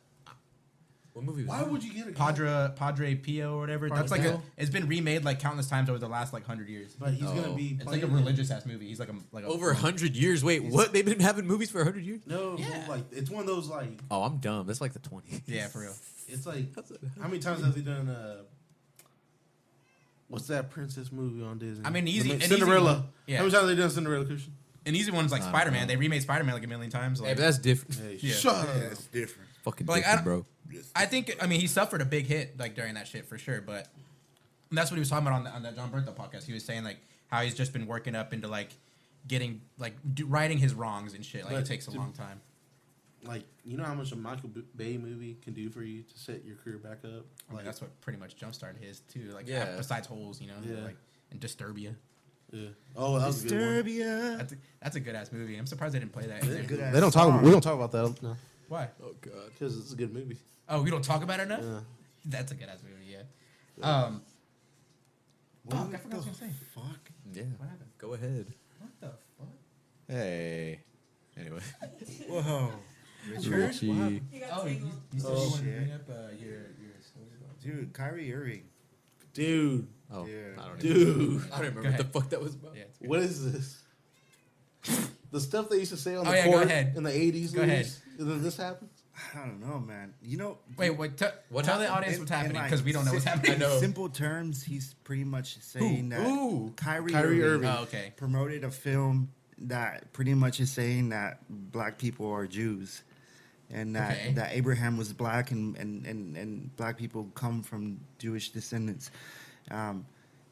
[SPEAKER 4] What movie? Was
[SPEAKER 6] why
[SPEAKER 4] that?
[SPEAKER 6] would you get a guy-
[SPEAKER 3] Padre Padre Pio or whatever. That's like a,
[SPEAKER 4] Pio?
[SPEAKER 3] it's been remade like countless times over the last like hundred years.
[SPEAKER 6] But he's gonna
[SPEAKER 4] No.
[SPEAKER 6] be
[SPEAKER 3] It's like a
[SPEAKER 6] playing-
[SPEAKER 3] religious ass movie. He's like a like a,
[SPEAKER 4] over a hundred years? Wait, what? They've been having movies for a hundred years?
[SPEAKER 6] No,
[SPEAKER 3] Yeah.
[SPEAKER 6] like it's one of those like
[SPEAKER 4] Oh, I'm dumb. That's like the 20s.
[SPEAKER 3] [laughs] Yeah, for real.
[SPEAKER 6] it's like
[SPEAKER 4] That's a-
[SPEAKER 6] how many times have they done uh what's that princess movie on Disney?
[SPEAKER 3] I mean,
[SPEAKER 6] The
[SPEAKER 3] easy-
[SPEAKER 6] mi-
[SPEAKER 3] an easy
[SPEAKER 6] Cinderella.
[SPEAKER 3] one. Yeah.
[SPEAKER 6] How many times have they done Cinderella Christian?
[SPEAKER 3] An easy one's like
[SPEAKER 4] I don't
[SPEAKER 3] Spider Man.
[SPEAKER 4] know.
[SPEAKER 3] They remade Spider Man like a million
[SPEAKER 4] [laughs]
[SPEAKER 3] times.
[SPEAKER 4] Hey,
[SPEAKER 3] Like,
[SPEAKER 4] but that's different.
[SPEAKER 6] Hey,
[SPEAKER 3] Yeah.
[SPEAKER 6] shut
[SPEAKER 2] Yeah,
[SPEAKER 6] up.
[SPEAKER 2] it's different.
[SPEAKER 4] Fucking
[SPEAKER 3] But, like, I
[SPEAKER 4] different,
[SPEAKER 3] don't-
[SPEAKER 4] bro.
[SPEAKER 2] It's
[SPEAKER 3] I think I mean he suffered a big hit like during that shit for sure, but that's what he was talking about on the, on that John Bertha podcast. He was saying like how he's just been working up into like getting like do, righting his wrongs and shit. Like
[SPEAKER 6] But
[SPEAKER 3] it takes a
[SPEAKER 6] to-
[SPEAKER 3] long time.
[SPEAKER 6] like you know how much a Michael B- Bay movie can do for you to set your career back up.
[SPEAKER 3] I mean,
[SPEAKER 6] Like
[SPEAKER 3] that's what pretty much jump started his too. Like
[SPEAKER 4] Yeah.
[SPEAKER 3] af- besides holes, you know,
[SPEAKER 6] Yeah.
[SPEAKER 3] like and Disturbia.
[SPEAKER 6] yeah. Oh, that was a good
[SPEAKER 2] Disturbia.
[SPEAKER 3] That's a, that's a good ass movie. I'm surprised they didn't play that. in there.
[SPEAKER 2] Good
[SPEAKER 6] one.
[SPEAKER 2] ass
[SPEAKER 6] They don't talk. We
[SPEAKER 2] song.
[SPEAKER 6] don't talk about that no,
[SPEAKER 3] Why?
[SPEAKER 4] Oh god.
[SPEAKER 6] because it's a good movie.
[SPEAKER 3] Oh, we don't talk about it enough.
[SPEAKER 6] Yeah.
[SPEAKER 3] That's a good ass movie. Yeah. Um, Fuck, I forgot what I was gonna say.
[SPEAKER 2] Fuck.
[SPEAKER 4] Yeah.
[SPEAKER 3] what happened?
[SPEAKER 4] Go ahead.
[SPEAKER 3] What the fuck?
[SPEAKER 4] Hey. Anyway.
[SPEAKER 2] Whoa. Richard? What?
[SPEAKER 5] He got
[SPEAKER 3] Oh, you,
[SPEAKER 5] tangled.
[SPEAKER 3] you said
[SPEAKER 2] Oh,
[SPEAKER 3] you wanted to
[SPEAKER 2] shit.
[SPEAKER 3] bring up uh, your your story. about-
[SPEAKER 2] Dude, Kyrie Irving.
[SPEAKER 6] Dude,
[SPEAKER 4] Oh,
[SPEAKER 2] Yeah.
[SPEAKER 4] I don't even,
[SPEAKER 6] dude,
[SPEAKER 3] [laughs]
[SPEAKER 4] I don't remember
[SPEAKER 3] Go
[SPEAKER 4] what the
[SPEAKER 3] ahead.
[SPEAKER 4] fuck that was about.
[SPEAKER 3] Yeah, it's good.
[SPEAKER 6] what is this? The stuff they used to say on
[SPEAKER 3] Oh,
[SPEAKER 6] the
[SPEAKER 3] yeah, go
[SPEAKER 6] court
[SPEAKER 3] ahead.
[SPEAKER 6] in the eighties.
[SPEAKER 3] Go ahead.
[SPEAKER 6] And then this happens.
[SPEAKER 2] I don't know, man. You know,
[SPEAKER 3] Wait, what? T-
[SPEAKER 4] What
[SPEAKER 3] tell the
[SPEAKER 4] happened?
[SPEAKER 3] audience
[SPEAKER 2] In-
[SPEAKER 3] what's
[SPEAKER 2] in
[SPEAKER 3] happening
[SPEAKER 2] like
[SPEAKER 3] because we don't know what's
[SPEAKER 2] six-
[SPEAKER 3] happening. [laughs]
[SPEAKER 4] I know.
[SPEAKER 2] in simple terms, he's pretty much saying that
[SPEAKER 4] Ooh.
[SPEAKER 2] Kyrie,
[SPEAKER 6] Kyrie
[SPEAKER 2] Irving
[SPEAKER 6] Irving.
[SPEAKER 3] Oh, okay.
[SPEAKER 2] promoted a film that pretty much is saying that black people are Jews. And that,
[SPEAKER 3] Okay.
[SPEAKER 2] that Abraham was black and, and, and, and black people come from Jewish descendants. Um,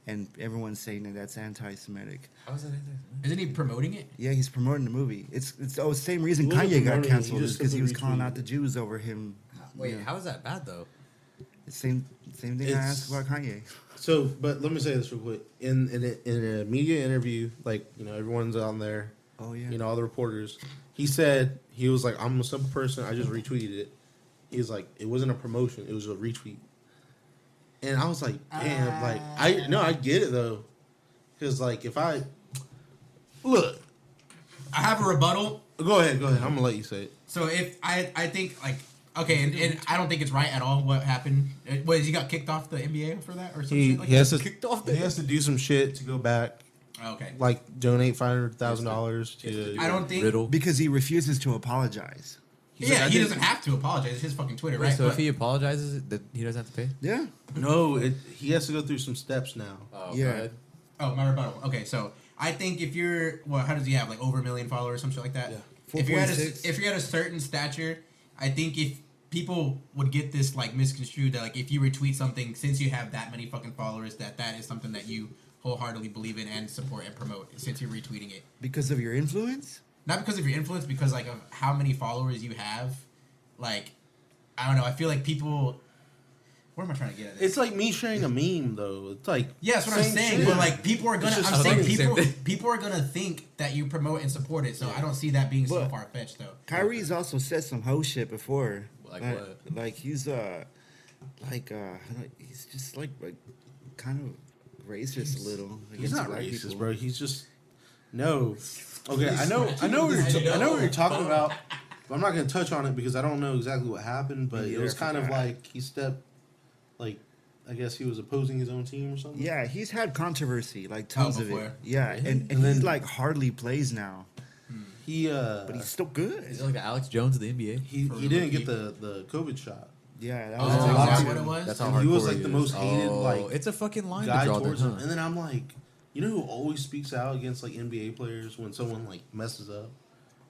[SPEAKER 2] and everyone's saying that that's anti Semitic.
[SPEAKER 4] How was that in there?
[SPEAKER 3] Isn't he promoting it?
[SPEAKER 2] Yeah, he's promoting the movie. It's it's oh same reason
[SPEAKER 6] He wasn't
[SPEAKER 2] Kanye got
[SPEAKER 6] promoting it, he
[SPEAKER 2] canceled is
[SPEAKER 6] just
[SPEAKER 2] because he was
[SPEAKER 6] simply
[SPEAKER 2] calling
[SPEAKER 6] retweeted
[SPEAKER 2] out the
[SPEAKER 6] it.
[SPEAKER 2] Jews over him.
[SPEAKER 4] Wait,
[SPEAKER 2] Yeah.
[SPEAKER 4] how is that bad though?
[SPEAKER 2] same same thing I asked
[SPEAKER 6] It's-
[SPEAKER 2] about Kanye.
[SPEAKER 6] So, but let me say this real quick. In in a, in a media interview, like you know, everyone's on there.
[SPEAKER 2] Oh, yeah.
[SPEAKER 6] You know, all the reporters. He said he was like, "I'm a simple person. I just retweeted it." He was like, "It wasn't a promotion. It was a retweet." And I was like, "Damn!" like I no, I get it though, because like if I look,
[SPEAKER 3] I have a rebuttal.
[SPEAKER 6] go ahead, go ahead. I'm gonna let you say it.
[SPEAKER 3] So if I I think like okay, and, and I don't think it's right at all what happened. Uh, What he got kicked off the NBA for that or some
[SPEAKER 6] He,
[SPEAKER 3] shit like
[SPEAKER 6] he has
[SPEAKER 3] that?
[SPEAKER 6] to
[SPEAKER 4] Kicked off the-
[SPEAKER 6] he has to do some shit to go back,
[SPEAKER 3] Oh, okay.
[SPEAKER 6] like donate five hundred thousand dollars to.
[SPEAKER 3] I don't think
[SPEAKER 4] Riddle.
[SPEAKER 2] Because he refuses to apologize.
[SPEAKER 3] Yeah,
[SPEAKER 6] like, I
[SPEAKER 3] he
[SPEAKER 6] didn't-
[SPEAKER 3] doesn't have to apologize. It's his fucking Twitter,
[SPEAKER 4] Wait,
[SPEAKER 3] right?
[SPEAKER 4] so
[SPEAKER 3] But-
[SPEAKER 4] if he apologizes, that he doesn't have to pay.
[SPEAKER 2] Yeah.
[SPEAKER 6] No, it, he has to go through some steps now.
[SPEAKER 4] Oh
[SPEAKER 2] Yeah.
[SPEAKER 4] God.
[SPEAKER 3] oh, my rebuttal. Okay, so I think if you're well, how does he have like over a million followers, some shit like that?
[SPEAKER 6] Yeah.
[SPEAKER 3] If you're at a,
[SPEAKER 2] 4.6.
[SPEAKER 3] if you're at a certain stature, I think if people would get this like misconstrued that like if you retweet something since you have that many fucking followers that that is something that you wholeheartedly believe in and support and promote since you're retweeting it
[SPEAKER 2] Because of your influence?
[SPEAKER 3] not because of your influence, because like of how many followers you have. Like, I don't know. I feel like people. Where am I trying to get at? This?
[SPEAKER 6] It's like me sharing a meme though. It's like
[SPEAKER 3] yeah, that's what I'm
[SPEAKER 6] same
[SPEAKER 3] saying.
[SPEAKER 6] shit.
[SPEAKER 3] But like, people are gonna.
[SPEAKER 6] just
[SPEAKER 3] I'm saying
[SPEAKER 4] fucking the same
[SPEAKER 3] people.
[SPEAKER 4] thing.
[SPEAKER 3] People are gonna think that you promote and support it. So I don't see that being so
[SPEAKER 2] But-
[SPEAKER 3] far fetched though.
[SPEAKER 2] Kyrie's also said some hoe shit before.
[SPEAKER 4] Like
[SPEAKER 2] what? Like he's uh like uh I don't- he's just like like kind of racist a little.
[SPEAKER 6] he's
[SPEAKER 2] against
[SPEAKER 6] not
[SPEAKER 2] black
[SPEAKER 6] racist,
[SPEAKER 2] people.
[SPEAKER 6] bro. He's just no. Okay, I know, I know, what you're
[SPEAKER 3] I
[SPEAKER 6] ta- I
[SPEAKER 3] know.
[SPEAKER 6] know what you're talking about. But I'm not gonna touch on it because I don't know exactly what happened. But
[SPEAKER 2] Me
[SPEAKER 6] it was
[SPEAKER 2] neither, I
[SPEAKER 6] kind of
[SPEAKER 2] forgot.
[SPEAKER 6] like he stepped, like I guess he was opposing his own team or something.
[SPEAKER 2] Yeah, he's had controversy, like tons of it.
[SPEAKER 3] before.
[SPEAKER 2] Yeah, and, and,
[SPEAKER 6] And
[SPEAKER 2] he
[SPEAKER 6] then-
[SPEAKER 2] like hardly plays now,
[SPEAKER 6] he uh,
[SPEAKER 2] but he's still good.
[SPEAKER 4] Is it like the Alex Jones of the NBA?
[SPEAKER 6] he,
[SPEAKER 3] For
[SPEAKER 6] he didn't
[SPEAKER 3] rookie.
[SPEAKER 6] get the the COVID shot.
[SPEAKER 2] yeah, that
[SPEAKER 3] Oh,
[SPEAKER 2] was
[SPEAKER 3] is
[SPEAKER 2] a
[SPEAKER 6] that
[SPEAKER 2] lot.
[SPEAKER 3] what
[SPEAKER 2] too.
[SPEAKER 3] it was?
[SPEAKER 4] That's how hardcore
[SPEAKER 6] And he was, like,
[SPEAKER 4] it
[SPEAKER 6] the
[SPEAKER 4] is.
[SPEAKER 6] most hated,
[SPEAKER 4] Oh,
[SPEAKER 6] like,
[SPEAKER 4] it's a fucking line to
[SPEAKER 6] Guy
[SPEAKER 4] draw there,
[SPEAKER 6] towards him,
[SPEAKER 4] huh?
[SPEAKER 6] and then I'm like, you know who always speaks out against like NBA players when someone like messes up.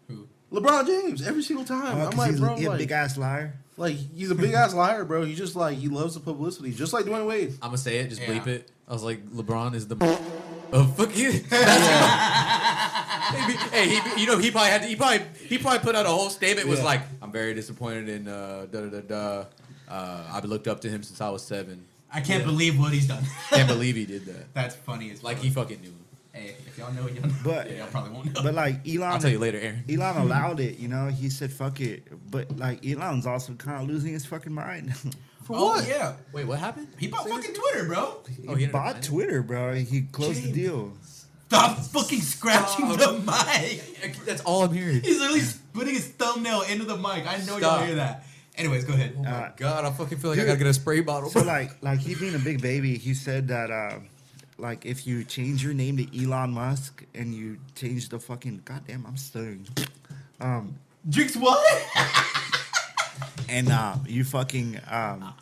[SPEAKER 3] Who?
[SPEAKER 6] LeBron James every single time.
[SPEAKER 2] Oh,
[SPEAKER 6] I'm
[SPEAKER 2] 'cause
[SPEAKER 6] like,
[SPEAKER 2] he's
[SPEAKER 6] bro,
[SPEAKER 2] he a
[SPEAKER 6] like,
[SPEAKER 2] big ass liar.
[SPEAKER 6] Like he's a big ass liar, bro. He just like he loves the publicity, just like Dwayne Wade.
[SPEAKER 4] I'm gonna say it. Just
[SPEAKER 3] Yeah.
[SPEAKER 4] bleep it. I was like, LeBron
[SPEAKER 6] [laughs]
[SPEAKER 4] is the. Oh fuck you! That's- hey, he, you know he probably had to, he probably he probably put out a whole statement was
[SPEAKER 6] Yeah.
[SPEAKER 4] like, I'm very disappointed in uh, da da da da. Uh, I've looked up to him since I was seven.
[SPEAKER 3] I can't believe what he's done. [laughs]
[SPEAKER 6] [laughs]
[SPEAKER 4] Can't believe he did that.
[SPEAKER 3] That's funny as
[SPEAKER 4] Like
[SPEAKER 3] like
[SPEAKER 4] he fucking knew. Him.
[SPEAKER 3] Hey, if y'all know, y'all know.
[SPEAKER 2] But-
[SPEAKER 3] Yeah, y'all probably won't know.
[SPEAKER 2] But like Elon,
[SPEAKER 4] I'll tell you later, Aaron.
[SPEAKER 2] Elon allowed it, you know. He said, "Fuck it," but like Elon's also kind of losing his fucking mind. [laughs]
[SPEAKER 6] For
[SPEAKER 3] oh yeah,
[SPEAKER 4] Wait, what happened?
[SPEAKER 3] he bought fucking Twitter, bro.
[SPEAKER 2] he
[SPEAKER 4] Oh, he ended up buying
[SPEAKER 2] bought
[SPEAKER 4] it?
[SPEAKER 2] Twitter, bro. He closed the
[SPEAKER 4] James.
[SPEAKER 2] deal.
[SPEAKER 3] Stop fucking scratching the mic.
[SPEAKER 4] [laughs] That's all I'm hearing.
[SPEAKER 3] He's literally putting his thumbnail into the mic. I know
[SPEAKER 4] Stop.
[SPEAKER 3] y'all hear that. Anyways, go ahead.
[SPEAKER 4] Oh my
[SPEAKER 2] Uh,
[SPEAKER 4] god, I fucking feel like I
[SPEAKER 2] dude.
[SPEAKER 4] gotta get a spray bottle.
[SPEAKER 2] So
[SPEAKER 4] [laughs]
[SPEAKER 2] like, like he being a big baby, he said that, uh, like, if you change your name to Elon Musk and you change the fucking goddamn, I'm stirring, um,
[SPEAKER 3] Jinx, what?
[SPEAKER 2] and uh, you fucking um,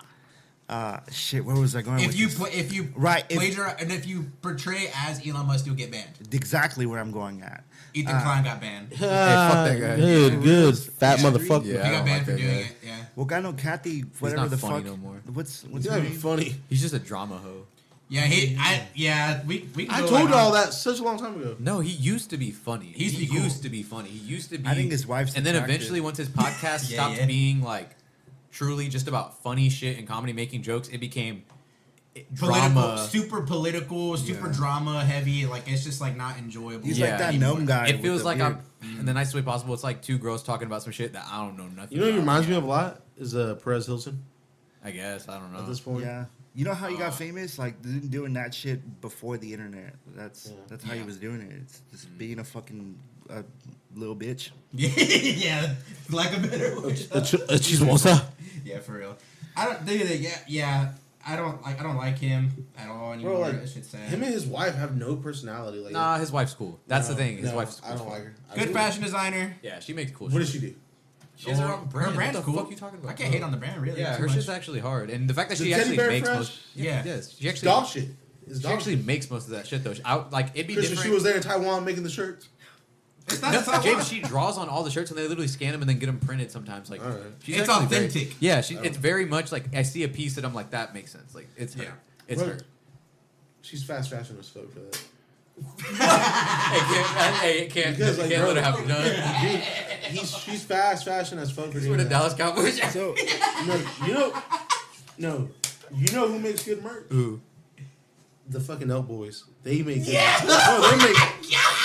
[SPEAKER 2] uh, shit. Where was I going?
[SPEAKER 3] if
[SPEAKER 2] with
[SPEAKER 3] you
[SPEAKER 2] this?
[SPEAKER 3] pla- if you
[SPEAKER 2] Right, if-
[SPEAKER 3] plagiarize and if you portray as Elon Musk, you'll get banned.
[SPEAKER 2] exactly where I'm going at.
[SPEAKER 3] Ethan
[SPEAKER 2] Uh,
[SPEAKER 3] Klein got banned. He
[SPEAKER 4] fuck that guy.
[SPEAKER 6] Uh, Good, good, fat motherfucker.
[SPEAKER 4] Yeah. I
[SPEAKER 3] got
[SPEAKER 4] don't
[SPEAKER 3] banned
[SPEAKER 4] like
[SPEAKER 3] for
[SPEAKER 4] that
[SPEAKER 3] doing
[SPEAKER 4] guy.
[SPEAKER 3] it. Yeah.
[SPEAKER 2] Well, I know Kathy, whatever
[SPEAKER 4] not
[SPEAKER 2] the
[SPEAKER 4] funny
[SPEAKER 2] fuck.
[SPEAKER 4] no more.
[SPEAKER 2] What's what's
[SPEAKER 6] It's
[SPEAKER 2] her
[SPEAKER 6] not even
[SPEAKER 2] name?
[SPEAKER 6] [laughs] funny.
[SPEAKER 4] He's just a drama hoe.
[SPEAKER 3] Yeah, he. I yeah. We we. Can
[SPEAKER 6] I
[SPEAKER 3] go
[SPEAKER 6] told
[SPEAKER 3] like-
[SPEAKER 6] you all that such a long time ago.
[SPEAKER 4] No, he used to be funny.
[SPEAKER 3] He used
[SPEAKER 4] he
[SPEAKER 3] to be cool.
[SPEAKER 4] used to be funny. He used to be.
[SPEAKER 2] I think his wife's
[SPEAKER 4] And then
[SPEAKER 2] attractive.
[SPEAKER 4] eventually, once his podcast
[SPEAKER 3] Yeah,
[SPEAKER 4] stopped
[SPEAKER 3] yeah.
[SPEAKER 4] being like truly just about funny shit and comedy making jokes, it became it-
[SPEAKER 3] um, Political,
[SPEAKER 4] drama.
[SPEAKER 3] super political, super
[SPEAKER 2] Yeah.
[SPEAKER 3] drama heavy. Like it's just like not enjoyable. [laughs]
[SPEAKER 2] He's
[SPEAKER 4] Yeah.
[SPEAKER 2] like that gnome guy.
[SPEAKER 4] It
[SPEAKER 2] with
[SPEAKER 4] feels
[SPEAKER 2] the
[SPEAKER 4] like
[SPEAKER 2] beard.
[SPEAKER 4] I'm in the nicest way possible. It's like two girls talking about some shit that I don't know nothing.
[SPEAKER 6] You know, who he
[SPEAKER 4] about.
[SPEAKER 6] reminds me of a lot is uh, Perez Hilton
[SPEAKER 4] I guess I don't know.
[SPEAKER 6] at this point.
[SPEAKER 2] Yeah. You know how he
[SPEAKER 4] Uh,
[SPEAKER 2] got famous? Like d- doing that shit before the internet. That's
[SPEAKER 6] Yeah.
[SPEAKER 2] that's how
[SPEAKER 4] Yeah.
[SPEAKER 2] he was doing it. It's just being a fucking uh, little bitch.
[SPEAKER 3] yeah, yeah, like a better word.
[SPEAKER 6] A ch- uh, a chismosa.
[SPEAKER 3] [laughs] yeah, for real. I don't. They, they, yeah, yeah. I don't like. I don't like him at all anymore.
[SPEAKER 6] Bro, like
[SPEAKER 3] that shit's sad.
[SPEAKER 6] him and his wife have no personality. Like,
[SPEAKER 4] Nah, his wife's cool. That's
[SPEAKER 6] no,
[SPEAKER 4] the thing. His
[SPEAKER 6] no,
[SPEAKER 4] wife's cool.
[SPEAKER 6] I don't like her. I
[SPEAKER 3] Good
[SPEAKER 6] really-
[SPEAKER 3] fashion designer.
[SPEAKER 4] Yeah, she makes cool.
[SPEAKER 6] What
[SPEAKER 4] shit.
[SPEAKER 6] does she do?
[SPEAKER 4] She has her own brand.
[SPEAKER 3] Her brand's
[SPEAKER 4] what the
[SPEAKER 3] cool.
[SPEAKER 4] fuck you talking about?
[SPEAKER 3] I can't hate on the brand really.
[SPEAKER 4] Yeah,
[SPEAKER 3] too
[SPEAKER 4] her
[SPEAKER 3] much.
[SPEAKER 4] shit's actually hard, and the fact that
[SPEAKER 6] The
[SPEAKER 4] she
[SPEAKER 6] teddy
[SPEAKER 4] actually
[SPEAKER 6] bear
[SPEAKER 4] makes
[SPEAKER 6] fresh?
[SPEAKER 4] most.
[SPEAKER 3] Yeah.
[SPEAKER 4] yes, she actually
[SPEAKER 6] Dog shit. It's
[SPEAKER 4] She
[SPEAKER 6] dog
[SPEAKER 4] actually
[SPEAKER 6] shit.
[SPEAKER 4] makes most of that shit though. I, like it'd be
[SPEAKER 6] Christian,
[SPEAKER 4] different.
[SPEAKER 6] she was there in Taiwan making the shirts.
[SPEAKER 3] It's not
[SPEAKER 4] No,
[SPEAKER 3] that's [laughs] what I
[SPEAKER 4] James,
[SPEAKER 3] want.
[SPEAKER 4] she draws on all the shirts and they literally scan them and then get them printed sometimes. Like
[SPEAKER 6] Alright.
[SPEAKER 4] she's
[SPEAKER 3] It's
[SPEAKER 4] actually very-
[SPEAKER 3] authentic.
[SPEAKER 4] yeah, she, it's very much like I see a piece that I'm like that makes sense. Like it's her.
[SPEAKER 3] Yeah.
[SPEAKER 4] It's [laughs]
[SPEAKER 6] Bro.
[SPEAKER 4] her.
[SPEAKER 6] She's fast fashion as fuck for that.
[SPEAKER 4] Hey, can't, I- hey, it can't,
[SPEAKER 6] Because, like,
[SPEAKER 4] can't
[SPEAKER 6] bro-
[SPEAKER 4] let it happen. No,
[SPEAKER 6] Dude, he's, she's fast fashion as fuck for
[SPEAKER 4] we're
[SPEAKER 6] doing
[SPEAKER 4] the
[SPEAKER 6] that.
[SPEAKER 4] Dallas Cowboys.
[SPEAKER 2] So
[SPEAKER 6] No, you know, no, you know who makes good merch?
[SPEAKER 4] Ooh.
[SPEAKER 6] The fucking Elk Boys. They make good. Yeah. Bro, they make.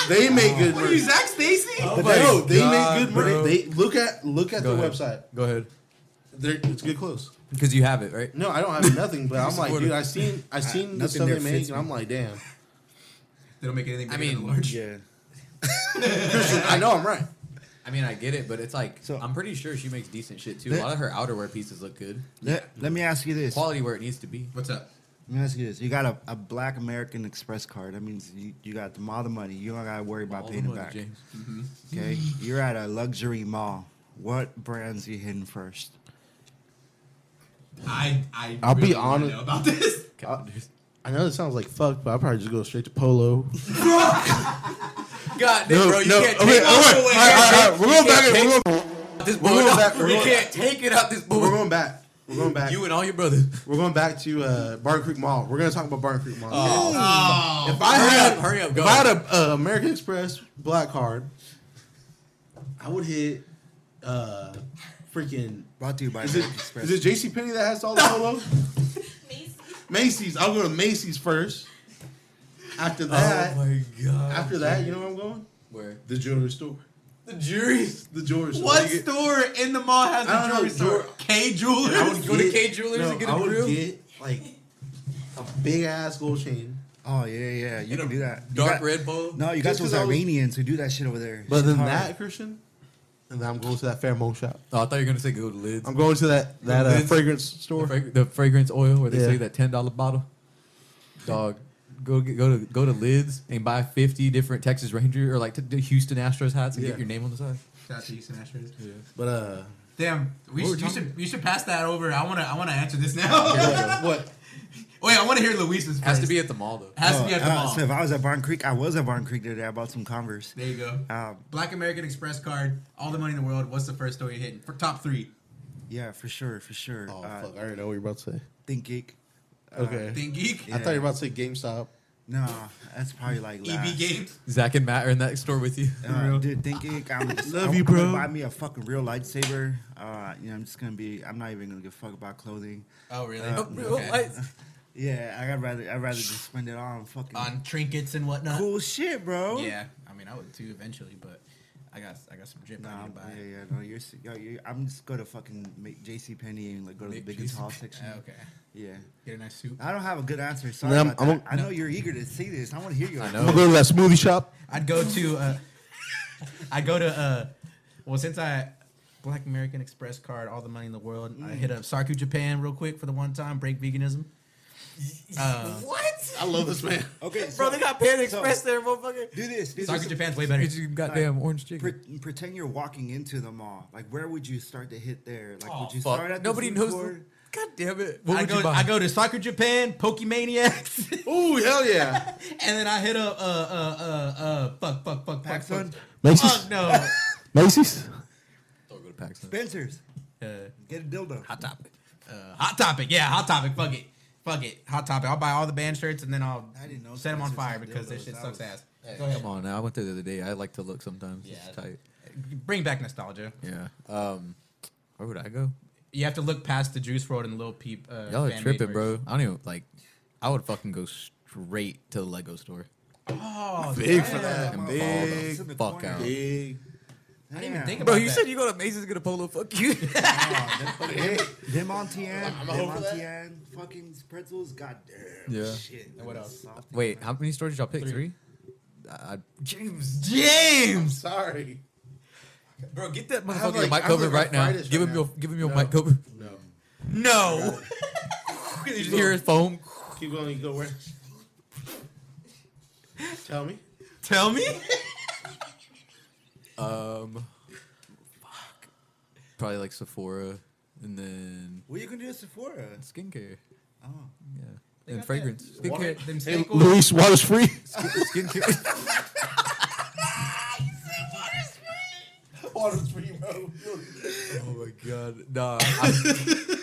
[SPEAKER 6] They make good
[SPEAKER 3] What are you,
[SPEAKER 6] merch.
[SPEAKER 3] Zach Stacy?
[SPEAKER 6] But they, no, they
[SPEAKER 4] Oh, God,
[SPEAKER 6] make good merch.
[SPEAKER 4] bro.
[SPEAKER 6] They look at look at
[SPEAKER 4] Go
[SPEAKER 6] their
[SPEAKER 4] ahead.
[SPEAKER 6] website.
[SPEAKER 4] Go ahead,
[SPEAKER 6] They're, it's good clothes.
[SPEAKER 4] because you have it right.
[SPEAKER 6] No, I don't
[SPEAKER 4] [laughs]
[SPEAKER 6] have nothing, but I'm like,
[SPEAKER 4] supporter.
[SPEAKER 6] dude, I seen I seen the
[SPEAKER 2] nothing
[SPEAKER 6] stuff they
[SPEAKER 2] there
[SPEAKER 6] make,
[SPEAKER 2] fits
[SPEAKER 6] and
[SPEAKER 2] me.
[SPEAKER 6] I'm like, damn.
[SPEAKER 3] They don't make anything.
[SPEAKER 4] I
[SPEAKER 3] bigger than
[SPEAKER 4] mean,
[SPEAKER 3] large.
[SPEAKER 2] yeah.
[SPEAKER 6] I know I'm right.
[SPEAKER 4] I mean, I get it, but it's like
[SPEAKER 2] So-
[SPEAKER 4] I'm pretty sure she makes decent shit too. A
[SPEAKER 2] That-
[SPEAKER 4] lot of her outerwear pieces look good,
[SPEAKER 2] Let, let me ask you this. Let
[SPEAKER 4] quality where it needs to be.
[SPEAKER 3] What's up?
[SPEAKER 2] me ask you this. You got a, a Black American Express card. That means you, you got the, all the money. You don't got to worry about
[SPEAKER 4] All the
[SPEAKER 2] paying it
[SPEAKER 4] money,
[SPEAKER 2] back.
[SPEAKER 4] James.
[SPEAKER 2] Okay. You're at a luxury mall. What brands you hitting first?
[SPEAKER 3] I I
[SPEAKER 6] I'll be
[SPEAKER 3] really wanna
[SPEAKER 6] honest-
[SPEAKER 3] know about this.
[SPEAKER 6] Uh, I know it sounds like fuck, but I'll probably just go straight to Polo.
[SPEAKER 4] God, damn, bro, you can't
[SPEAKER 6] okay,
[SPEAKER 4] take
[SPEAKER 6] all right, all right, all right, We're going back.
[SPEAKER 4] can't
[SPEAKER 6] We're going,
[SPEAKER 4] this
[SPEAKER 6] We're going back- we're
[SPEAKER 4] You
[SPEAKER 6] going-
[SPEAKER 4] can't take it out this
[SPEAKER 6] we're
[SPEAKER 4] boy.
[SPEAKER 6] going back. We're going back.
[SPEAKER 4] You and all your brothers.
[SPEAKER 6] We're going back to uh, Barton Creek Mall. We're going to talk about Barton Creek Mall.
[SPEAKER 3] Oh,
[SPEAKER 6] if I
[SPEAKER 4] hurry
[SPEAKER 6] had,
[SPEAKER 4] up, hurry up, go.
[SPEAKER 6] If I had a uh, American Express black card, I would hit uh, freaking.
[SPEAKER 2] Brought to you by
[SPEAKER 6] Is it
[SPEAKER 2] American Express.
[SPEAKER 6] is it J.C. Penney that has all the
[SPEAKER 4] [laughs]
[SPEAKER 6] polo?
[SPEAKER 5] Macy.
[SPEAKER 6] Macy's. I'll go to Macy's first. After that,
[SPEAKER 4] Oh my god.
[SPEAKER 6] after that, you know where I'm going?
[SPEAKER 4] Where?
[SPEAKER 6] The jewelry store.
[SPEAKER 4] The juries.
[SPEAKER 6] The jewelry store.
[SPEAKER 3] what
[SPEAKER 6] You get-
[SPEAKER 3] store in the mall has
[SPEAKER 6] I
[SPEAKER 3] a
[SPEAKER 6] don't
[SPEAKER 3] jewelry
[SPEAKER 6] know,
[SPEAKER 3] store?
[SPEAKER 6] jewel-
[SPEAKER 3] K Jewelers.
[SPEAKER 6] [laughs] I would
[SPEAKER 4] Go to
[SPEAKER 6] get-
[SPEAKER 4] K Jewelers
[SPEAKER 6] no,
[SPEAKER 4] and get a
[SPEAKER 6] I would
[SPEAKER 4] grill?
[SPEAKER 6] get like a big ass gold chain.
[SPEAKER 2] Oh, yeah, yeah. You
[SPEAKER 4] And
[SPEAKER 2] can
[SPEAKER 4] a
[SPEAKER 2] do that. You
[SPEAKER 4] Dark
[SPEAKER 2] got-
[SPEAKER 4] red bowl.
[SPEAKER 2] No, you got
[SPEAKER 6] Just
[SPEAKER 2] those
[SPEAKER 6] 'cause I was-
[SPEAKER 2] Iranians who do that shit over there.
[SPEAKER 6] But
[SPEAKER 2] Shit's
[SPEAKER 6] then
[SPEAKER 2] hard.
[SPEAKER 6] that Christian, and then I'm going to that pheromone shop.
[SPEAKER 4] Oh, I thought you were gonna say go to lids.
[SPEAKER 6] I'm going to that that uh,
[SPEAKER 4] Vince-
[SPEAKER 6] fragrance
[SPEAKER 4] The,
[SPEAKER 6] store.
[SPEAKER 4] frag- the fragrance oil where they
[SPEAKER 6] Yeah.
[SPEAKER 4] say that ten dollar bottle. Dog. Go get, go to go to lids and buy fifty different Texas Ranger or like t- the Houston Astros hats and
[SPEAKER 6] Yeah.
[SPEAKER 4] get your name on the side.
[SPEAKER 3] Shout out to Houston Astros.
[SPEAKER 6] But uh,
[SPEAKER 3] Damn, we
[SPEAKER 4] What were we
[SPEAKER 3] should, you
[SPEAKER 4] talking
[SPEAKER 3] should you should pass that over. I wanna I wanna answer this now.
[SPEAKER 6] [laughs] what?
[SPEAKER 3] Wait, I wanna hear Luis's.
[SPEAKER 4] Has to
[SPEAKER 3] first.
[SPEAKER 4] be at the mall though.
[SPEAKER 3] has to
[SPEAKER 2] Oh,
[SPEAKER 3] be at the
[SPEAKER 2] uh,
[SPEAKER 3] mall.
[SPEAKER 2] So if I was at Barn Creek, I was at Barn Creek today. I bought some Converse.
[SPEAKER 3] there you go.
[SPEAKER 2] Um,
[SPEAKER 3] Black American Express card, all the money in the world. What's the first store you're hitting for top three?
[SPEAKER 2] yeah, for sure, for sure.
[SPEAKER 6] Oh
[SPEAKER 2] uh,
[SPEAKER 6] fuck! I already know what you're about to say.
[SPEAKER 2] Think Geek.
[SPEAKER 6] Okay.
[SPEAKER 3] Thing Geek,
[SPEAKER 6] I thought you were about to say GameStop.
[SPEAKER 2] No, that's probably like
[SPEAKER 3] EB
[SPEAKER 2] last.
[SPEAKER 3] E Games.
[SPEAKER 4] Zach and Matt are in that store with you.
[SPEAKER 2] Uh, dude, Think Geek. I'm just,
[SPEAKER 6] Love
[SPEAKER 2] I'm
[SPEAKER 6] you,
[SPEAKER 2] gonna
[SPEAKER 6] bro.
[SPEAKER 2] Buy me a fucking real lightsaber. Uh, you know, I'm just gonna be. I'm not even gonna give a fuck about clothing.
[SPEAKER 3] Oh really?
[SPEAKER 2] Uh,
[SPEAKER 4] Oh,
[SPEAKER 3] Okay.
[SPEAKER 4] I-
[SPEAKER 2] Yeah, I would rather. I'd rather just spend it on fucking
[SPEAKER 3] On trinkets and whatnot.
[SPEAKER 2] cool shit, bro.
[SPEAKER 3] Yeah, I mean I would too eventually, but I got I got some drip I
[SPEAKER 2] Nah,
[SPEAKER 3] need to buy.
[SPEAKER 2] Um, yeah, yeah, no, you're, s- yo, you I'm just go to fucking J.C. Penney and like go to the
[SPEAKER 3] Make
[SPEAKER 2] big and
[SPEAKER 3] juice.
[SPEAKER 2] tall section.
[SPEAKER 3] Ah, [laughs] okay.
[SPEAKER 2] Yeah.
[SPEAKER 3] Get a nice soup.
[SPEAKER 2] I don't have a good answer. Sorry
[SPEAKER 6] I'm-
[SPEAKER 2] about
[SPEAKER 6] I'm
[SPEAKER 2] that.
[SPEAKER 6] a-
[SPEAKER 2] I know you're eager to see this. I want to hear you.
[SPEAKER 4] I
[SPEAKER 6] I'm
[SPEAKER 4] know.
[SPEAKER 6] gonna go to that smoothie shop.
[SPEAKER 3] I'd go to uh I'd go to uh well since I Black American Express card, all the money in the world. I hit up Sarku Japan real quick for the one time, break veganism. Uh,
[SPEAKER 4] What?
[SPEAKER 6] I love this man.
[SPEAKER 2] Okay, so
[SPEAKER 4] Bro, they got Pan
[SPEAKER 2] so-
[SPEAKER 4] Express there, motherfucker.
[SPEAKER 2] do this. Do
[SPEAKER 3] Sarku
[SPEAKER 2] this.
[SPEAKER 3] Japan's way better.
[SPEAKER 4] goddamn orange chicken.
[SPEAKER 2] Pre- pretend you're walking into the mall. Like, where would you start to hit there? Like,
[SPEAKER 4] Oh,
[SPEAKER 2] would you
[SPEAKER 4] fuck.
[SPEAKER 2] start at
[SPEAKER 4] Nobody
[SPEAKER 2] the food
[SPEAKER 4] knows.
[SPEAKER 2] court?
[SPEAKER 4] God damn it.
[SPEAKER 3] I go, I go to Soccer Japan, Pokemaniacs, [laughs] and
[SPEAKER 6] [laughs] Ooh hell yeah!
[SPEAKER 3] then I hit up uh uh uh uh fuck fuck fuck fuck fuck.
[SPEAKER 2] Paxson?
[SPEAKER 6] [laughs] Macy's.
[SPEAKER 3] Fuck
[SPEAKER 2] [laughs]
[SPEAKER 3] no.
[SPEAKER 6] Macy's.
[SPEAKER 4] Don't go to Paxton.
[SPEAKER 2] Spencer's.
[SPEAKER 3] Uh,
[SPEAKER 2] Get a dildo.
[SPEAKER 3] hot topic. Uh, hot topic. Yeah, hot topic. Fuck it. Fuck it, hot topic. I'll buy all the band shirts and then I'll
[SPEAKER 2] I didn't know
[SPEAKER 3] set them on
[SPEAKER 2] Spencer
[SPEAKER 3] fire
[SPEAKER 2] sold
[SPEAKER 3] because this
[SPEAKER 2] dildos.
[SPEAKER 3] shit
[SPEAKER 2] That
[SPEAKER 3] sucks
[SPEAKER 2] was-
[SPEAKER 3] ass.
[SPEAKER 4] Go ahead. Come on, now. I went there the other day. I like to look sometimes.
[SPEAKER 3] Yeah.
[SPEAKER 4] It's tight.
[SPEAKER 3] Bring back nostalgia.
[SPEAKER 4] Yeah. Um, where would I go?
[SPEAKER 3] You have to look past the Juice World and Lil Peep. Uh,
[SPEAKER 4] Y'all are
[SPEAKER 3] fan-made
[SPEAKER 4] tripping, bro.
[SPEAKER 3] version.
[SPEAKER 4] I don't even like. I would fucking go straight to the Lego store.
[SPEAKER 3] Oh,
[SPEAKER 6] Big
[SPEAKER 3] damn.
[SPEAKER 6] for that.
[SPEAKER 4] Fucking
[SPEAKER 6] Big.
[SPEAKER 2] It's in the
[SPEAKER 4] fuck
[SPEAKER 2] corner.
[SPEAKER 4] out.
[SPEAKER 6] Big.
[SPEAKER 2] I
[SPEAKER 3] didn't even think about
[SPEAKER 4] Bro,
[SPEAKER 3] Fuck
[SPEAKER 4] you
[SPEAKER 3] that.
[SPEAKER 4] said you go to Macy's gonna polo. Fuck you.
[SPEAKER 2] [laughs] Hey, them on TN,
[SPEAKER 7] I'm
[SPEAKER 2] them
[SPEAKER 7] over
[SPEAKER 2] on
[SPEAKER 7] that.
[SPEAKER 2] TN, fucking pretzels, goddamn
[SPEAKER 4] Yeah.
[SPEAKER 2] shit.
[SPEAKER 3] And what else?
[SPEAKER 2] Soft
[SPEAKER 4] [laughs] Wait,
[SPEAKER 2] and
[SPEAKER 4] how many stores did y'all pick?
[SPEAKER 3] Three.
[SPEAKER 4] Three. Uh, James, James,
[SPEAKER 7] Sorry.
[SPEAKER 4] bro, get
[SPEAKER 7] have,
[SPEAKER 4] that motherfucker
[SPEAKER 7] like-
[SPEAKER 4] mic
[SPEAKER 7] I have,
[SPEAKER 4] over
[SPEAKER 7] like,
[SPEAKER 4] right now.
[SPEAKER 7] arthritis
[SPEAKER 4] Give
[SPEAKER 7] right
[SPEAKER 4] him
[SPEAKER 7] now.
[SPEAKER 4] your, give him your mic over.
[SPEAKER 6] No.
[SPEAKER 4] No, you just hear his foam.
[SPEAKER 6] Keep going. You go where? Tell me.
[SPEAKER 4] Tell me. um, fuck. Probably like Sephora, and then
[SPEAKER 2] What you gonna do at Sephora?
[SPEAKER 4] skincare.
[SPEAKER 2] Oh.
[SPEAKER 4] Yeah.
[SPEAKER 3] They
[SPEAKER 4] and
[SPEAKER 3] got
[SPEAKER 4] fragrance.
[SPEAKER 3] that- Water, them
[SPEAKER 6] Hey,
[SPEAKER 3] staples.
[SPEAKER 6] Luis, water's free.
[SPEAKER 4] Skincare.
[SPEAKER 7] Water's free, bro.
[SPEAKER 4] oh my god. Nah. I- [laughs]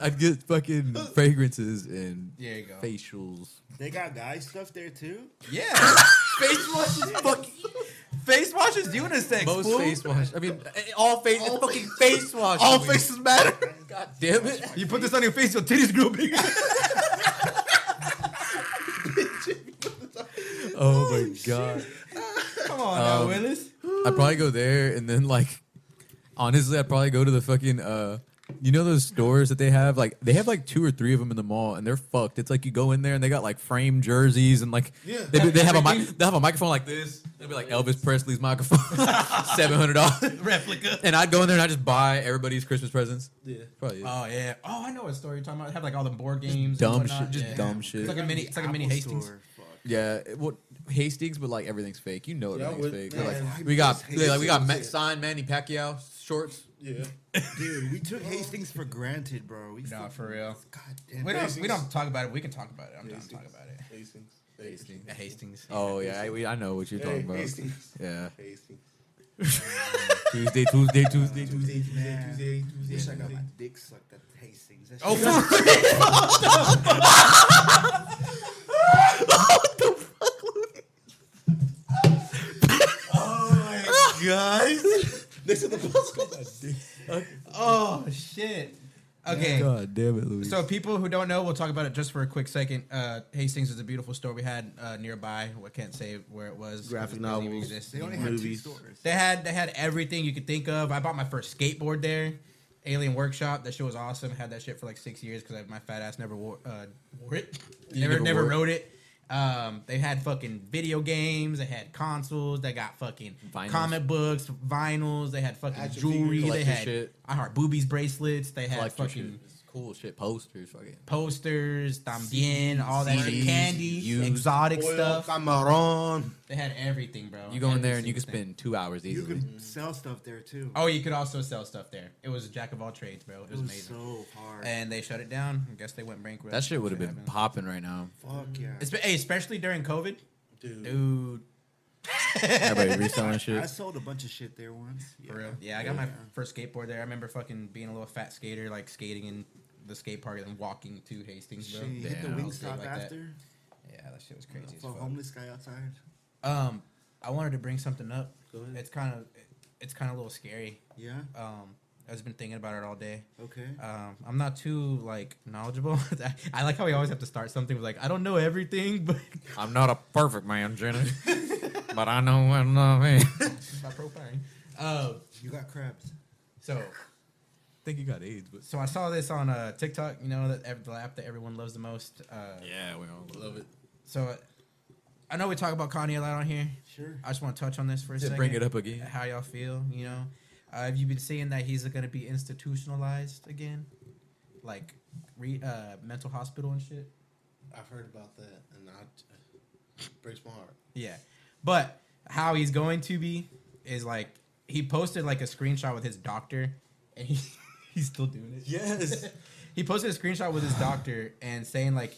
[SPEAKER 4] I'd get fucking fragrances and
[SPEAKER 3] There you go.
[SPEAKER 4] facials.
[SPEAKER 2] They got guy stuff there too.
[SPEAKER 3] Yeah,
[SPEAKER 4] [laughs] Face washes, fucking
[SPEAKER 3] face wash is unisex.
[SPEAKER 4] most
[SPEAKER 3] fool.
[SPEAKER 4] face wash. I mean, eh, all face,
[SPEAKER 7] All
[SPEAKER 4] fucking face wash.
[SPEAKER 3] [laughs] All
[SPEAKER 4] I mean.
[SPEAKER 3] faces matter.
[SPEAKER 4] God damn it!
[SPEAKER 3] You put this on your face, your titties
[SPEAKER 4] [laughs]
[SPEAKER 3] grow bigger.
[SPEAKER 4] Oh my god!
[SPEAKER 3] Come on now,
[SPEAKER 4] Um,
[SPEAKER 3] Willis.
[SPEAKER 4] I'd probably go there, and then like, honestly, I'd probably go to the fucking uh, you know those stores that they have like they have like two or three of them in the mall, and they're fucked. It's like you go in there and they got like frame jerseys and like
[SPEAKER 6] Yeah.
[SPEAKER 4] they, they have a mic, they have a microphone like this. They'll be like Elvis Presley's microphone, [laughs] seven hundred dollars.
[SPEAKER 3] Replica.
[SPEAKER 4] And I'd go in there and I just buy everybody's Christmas presents.
[SPEAKER 6] Yeah.
[SPEAKER 4] Probably it.
[SPEAKER 3] Oh yeah. Oh, I know what story you're talking about. They have like all the board games.
[SPEAKER 4] dumb
[SPEAKER 3] and whatnot.
[SPEAKER 4] shit, just
[SPEAKER 3] Yeah.
[SPEAKER 4] dumb
[SPEAKER 3] It's
[SPEAKER 4] shit.
[SPEAKER 3] like a mini. It's like a mini
[SPEAKER 2] Apple
[SPEAKER 3] Hastings.
[SPEAKER 2] Store, fuck.
[SPEAKER 4] Yeah, it- well, Hastings, but like everything's fake. You know
[SPEAKER 6] Yeah, I
[SPEAKER 4] everything's
[SPEAKER 6] would-
[SPEAKER 4] fake. They're
[SPEAKER 6] man,
[SPEAKER 4] like,
[SPEAKER 2] I
[SPEAKER 4] we got,
[SPEAKER 2] miss
[SPEAKER 4] they're like we got Ma-
[SPEAKER 6] Hastings.
[SPEAKER 4] signed Manny Pacquiao shorts.
[SPEAKER 6] Yeah.
[SPEAKER 2] Dude, we took Hastings for granted, bro. We
[SPEAKER 3] Nah,
[SPEAKER 2] fucking-
[SPEAKER 3] for real.
[SPEAKER 2] God damn
[SPEAKER 3] We
[SPEAKER 2] it.
[SPEAKER 3] don't. We don't talk about it. We can talk about it. I'm down to talk
[SPEAKER 6] Hastings.
[SPEAKER 3] about it.
[SPEAKER 6] Hastings.
[SPEAKER 3] The Hastings.
[SPEAKER 4] Oh yeah, I, we, I know what you're
[SPEAKER 6] Hey,
[SPEAKER 4] talking about.
[SPEAKER 6] Hastings.
[SPEAKER 4] Yeah,
[SPEAKER 6] Hastings.
[SPEAKER 4] Tuesday, Tuesday, Tuesday, Tuesday.
[SPEAKER 6] [laughs] Tuesday, Tuesday,
[SPEAKER 2] Man.
[SPEAKER 6] Tuesday,
[SPEAKER 2] Wish I
[SPEAKER 6] Tuesday.
[SPEAKER 2] got my dick sucked at Hastings. That
[SPEAKER 3] Oh,
[SPEAKER 2] shit-
[SPEAKER 3] for real?
[SPEAKER 6] Next to the bus, got my dick.
[SPEAKER 3] Oh shit. Okay.
[SPEAKER 4] God damn it, Louis.
[SPEAKER 3] So people who don't know, we'll talk about it just for a quick second. Uh, Hastings is a beautiful store we had uh, nearby. I can't say where it was.
[SPEAKER 6] Graphic
[SPEAKER 3] It doesn't even
[SPEAKER 6] novels.
[SPEAKER 3] exist
[SPEAKER 2] They only
[SPEAKER 3] anymore.
[SPEAKER 2] had two
[SPEAKER 6] Movies.
[SPEAKER 2] stores.
[SPEAKER 3] They had they had everything you could think of. I bought my first skateboard there, Alien Workshop. That shit was awesome. Had that shit for like six years because my fat ass never wore, uh, wore it. never
[SPEAKER 4] never
[SPEAKER 3] never
[SPEAKER 4] wore it.
[SPEAKER 3] rode it. Um, they had fucking video games. They had consoles. They got fucking
[SPEAKER 4] Vinyls.
[SPEAKER 3] comic books, vinyls. They had fucking
[SPEAKER 6] Action
[SPEAKER 3] jewelry.
[SPEAKER 6] figures.
[SPEAKER 3] They
[SPEAKER 4] Collector
[SPEAKER 3] had
[SPEAKER 4] shit.
[SPEAKER 3] I heart boobies bracelets. They had
[SPEAKER 4] Collector
[SPEAKER 3] fucking
[SPEAKER 4] shit. cool shit, posters, fucking.
[SPEAKER 3] posters, tambien, all that shit,
[SPEAKER 4] CDs,
[SPEAKER 3] candy,
[SPEAKER 4] used
[SPEAKER 3] exotic
[SPEAKER 6] Oil,
[SPEAKER 3] stuff.
[SPEAKER 6] Cameron.
[SPEAKER 3] They had everything, bro.
[SPEAKER 4] You go in
[SPEAKER 3] Every
[SPEAKER 4] there and you can
[SPEAKER 3] single thing.
[SPEAKER 4] spend two hours
[SPEAKER 2] You
[SPEAKER 4] easily.
[SPEAKER 2] could sell stuff there too.
[SPEAKER 3] Oh, you could also sell stuff there. It was a jack of all trades, bro. It
[SPEAKER 2] it
[SPEAKER 3] was,
[SPEAKER 2] was
[SPEAKER 3] amazing.
[SPEAKER 2] so hard.
[SPEAKER 3] and they shut it down. I guess they went bankrupt.
[SPEAKER 4] that shit would have been
[SPEAKER 3] happened.
[SPEAKER 4] popping right
[SPEAKER 6] [laughs]
[SPEAKER 4] now.
[SPEAKER 2] Fuck yeah.
[SPEAKER 3] Espe- hey, especially during COVID,
[SPEAKER 6] Dude.
[SPEAKER 3] dude.
[SPEAKER 4] Everybody reselling
[SPEAKER 2] I
[SPEAKER 4] shit.
[SPEAKER 2] sold a bunch of shit there once.
[SPEAKER 3] For real. Yeah, I got my first skateboard there. I remember fucking being a little fat skater, like skating in the skate park and then walking to Hastings,
[SPEAKER 2] Shit,
[SPEAKER 3] bro.
[SPEAKER 2] you hit the
[SPEAKER 4] Damn.
[SPEAKER 2] wing
[SPEAKER 3] Something
[SPEAKER 2] stop
[SPEAKER 3] like that.
[SPEAKER 2] after.
[SPEAKER 3] Yeah, that shit was crazy. as
[SPEAKER 2] For a
[SPEAKER 3] fuck.
[SPEAKER 2] homeless guy outside.
[SPEAKER 3] Um, I wanted to bring something up.
[SPEAKER 6] Go ahead.
[SPEAKER 3] It's kind of, it's kind of a little scary.
[SPEAKER 2] Yeah.
[SPEAKER 3] Um, I've just been thinking about it all day.
[SPEAKER 2] Okay.
[SPEAKER 3] Um, I'm not too like knowledgeable. [laughs] I like how we always have to start something with like I don't know everything, [laughs] but
[SPEAKER 4] I'm not a perfect man, Jenny, but I know what I
[SPEAKER 6] [laughs]
[SPEAKER 4] mean. I
[SPEAKER 3] stop profiling. Uh,
[SPEAKER 2] You got crabs.
[SPEAKER 3] so
[SPEAKER 4] think you got AIDS, but
[SPEAKER 3] so I saw this on uh, TikTok. You know that ev- the app that everyone loves the most. Uh,
[SPEAKER 4] yeah, we all love it.
[SPEAKER 3] So uh, I know we talk about Kanye a lot on here.
[SPEAKER 2] Sure.
[SPEAKER 3] I just want to touch on this for a
[SPEAKER 4] Just
[SPEAKER 3] second.
[SPEAKER 4] bring it up again.
[SPEAKER 3] How y'all feel? You know, uh, have you been seeing that he's going to be institutionalized again, like re, uh, mental hospital and shit?
[SPEAKER 6] I've heard about that, and I breaks my heart.
[SPEAKER 3] Yeah. But how he's going to be is like he posted like a screenshot with his doctor and he, [laughs] he's still doing it. Yes. he posted a screenshot with his doctor and saying like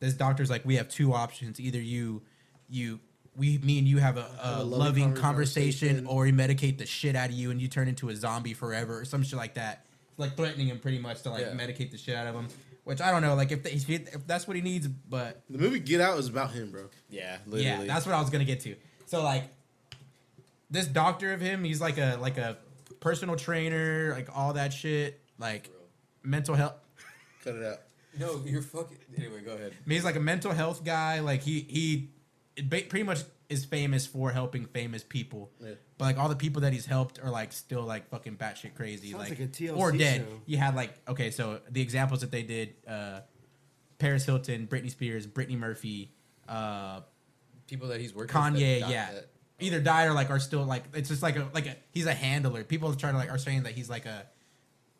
[SPEAKER 3] this doctor's like we have two options either you you we me and you have a, a,
[SPEAKER 6] Have a loving
[SPEAKER 3] loving,
[SPEAKER 6] conver-
[SPEAKER 3] conversation,
[SPEAKER 6] conversation.
[SPEAKER 3] or we medicate the shit out of you and you turn into a zombie forever or some shit like that. Like threatening him pretty much to like
[SPEAKER 4] Yeah.
[SPEAKER 3] medicate the shit out of him Which I don't know, like if, they, if, he- if that's what he needs, but
[SPEAKER 6] The movie Get Out is about him, bro.
[SPEAKER 3] yeah, yeah, that's what I was gonna get to. So like, this doctor of him, he's like a like a personal trainer, like all that shit, like mental health.
[SPEAKER 6] Cut it out.
[SPEAKER 4] No, you're fucking. Anyway, go ahead.
[SPEAKER 3] I mean, he's like a mental health guy. Like he he, it ba- pretty much is famous for helping famous people.
[SPEAKER 6] Yeah.
[SPEAKER 3] But like all the people that he's helped are like still like fucking batshit crazy,
[SPEAKER 2] Sounds
[SPEAKER 3] like,
[SPEAKER 2] like a TLC
[SPEAKER 3] or dead.
[SPEAKER 2] show.
[SPEAKER 3] You had like okay, so the examples that they did: uh Paris Hilton, Britney Spears, Brittany Murphy, uh
[SPEAKER 4] People that he's working.
[SPEAKER 3] Kanye. Yeah, either die or like are still like it's just like a like a he's a handler. People are trying to like are saying that he's like a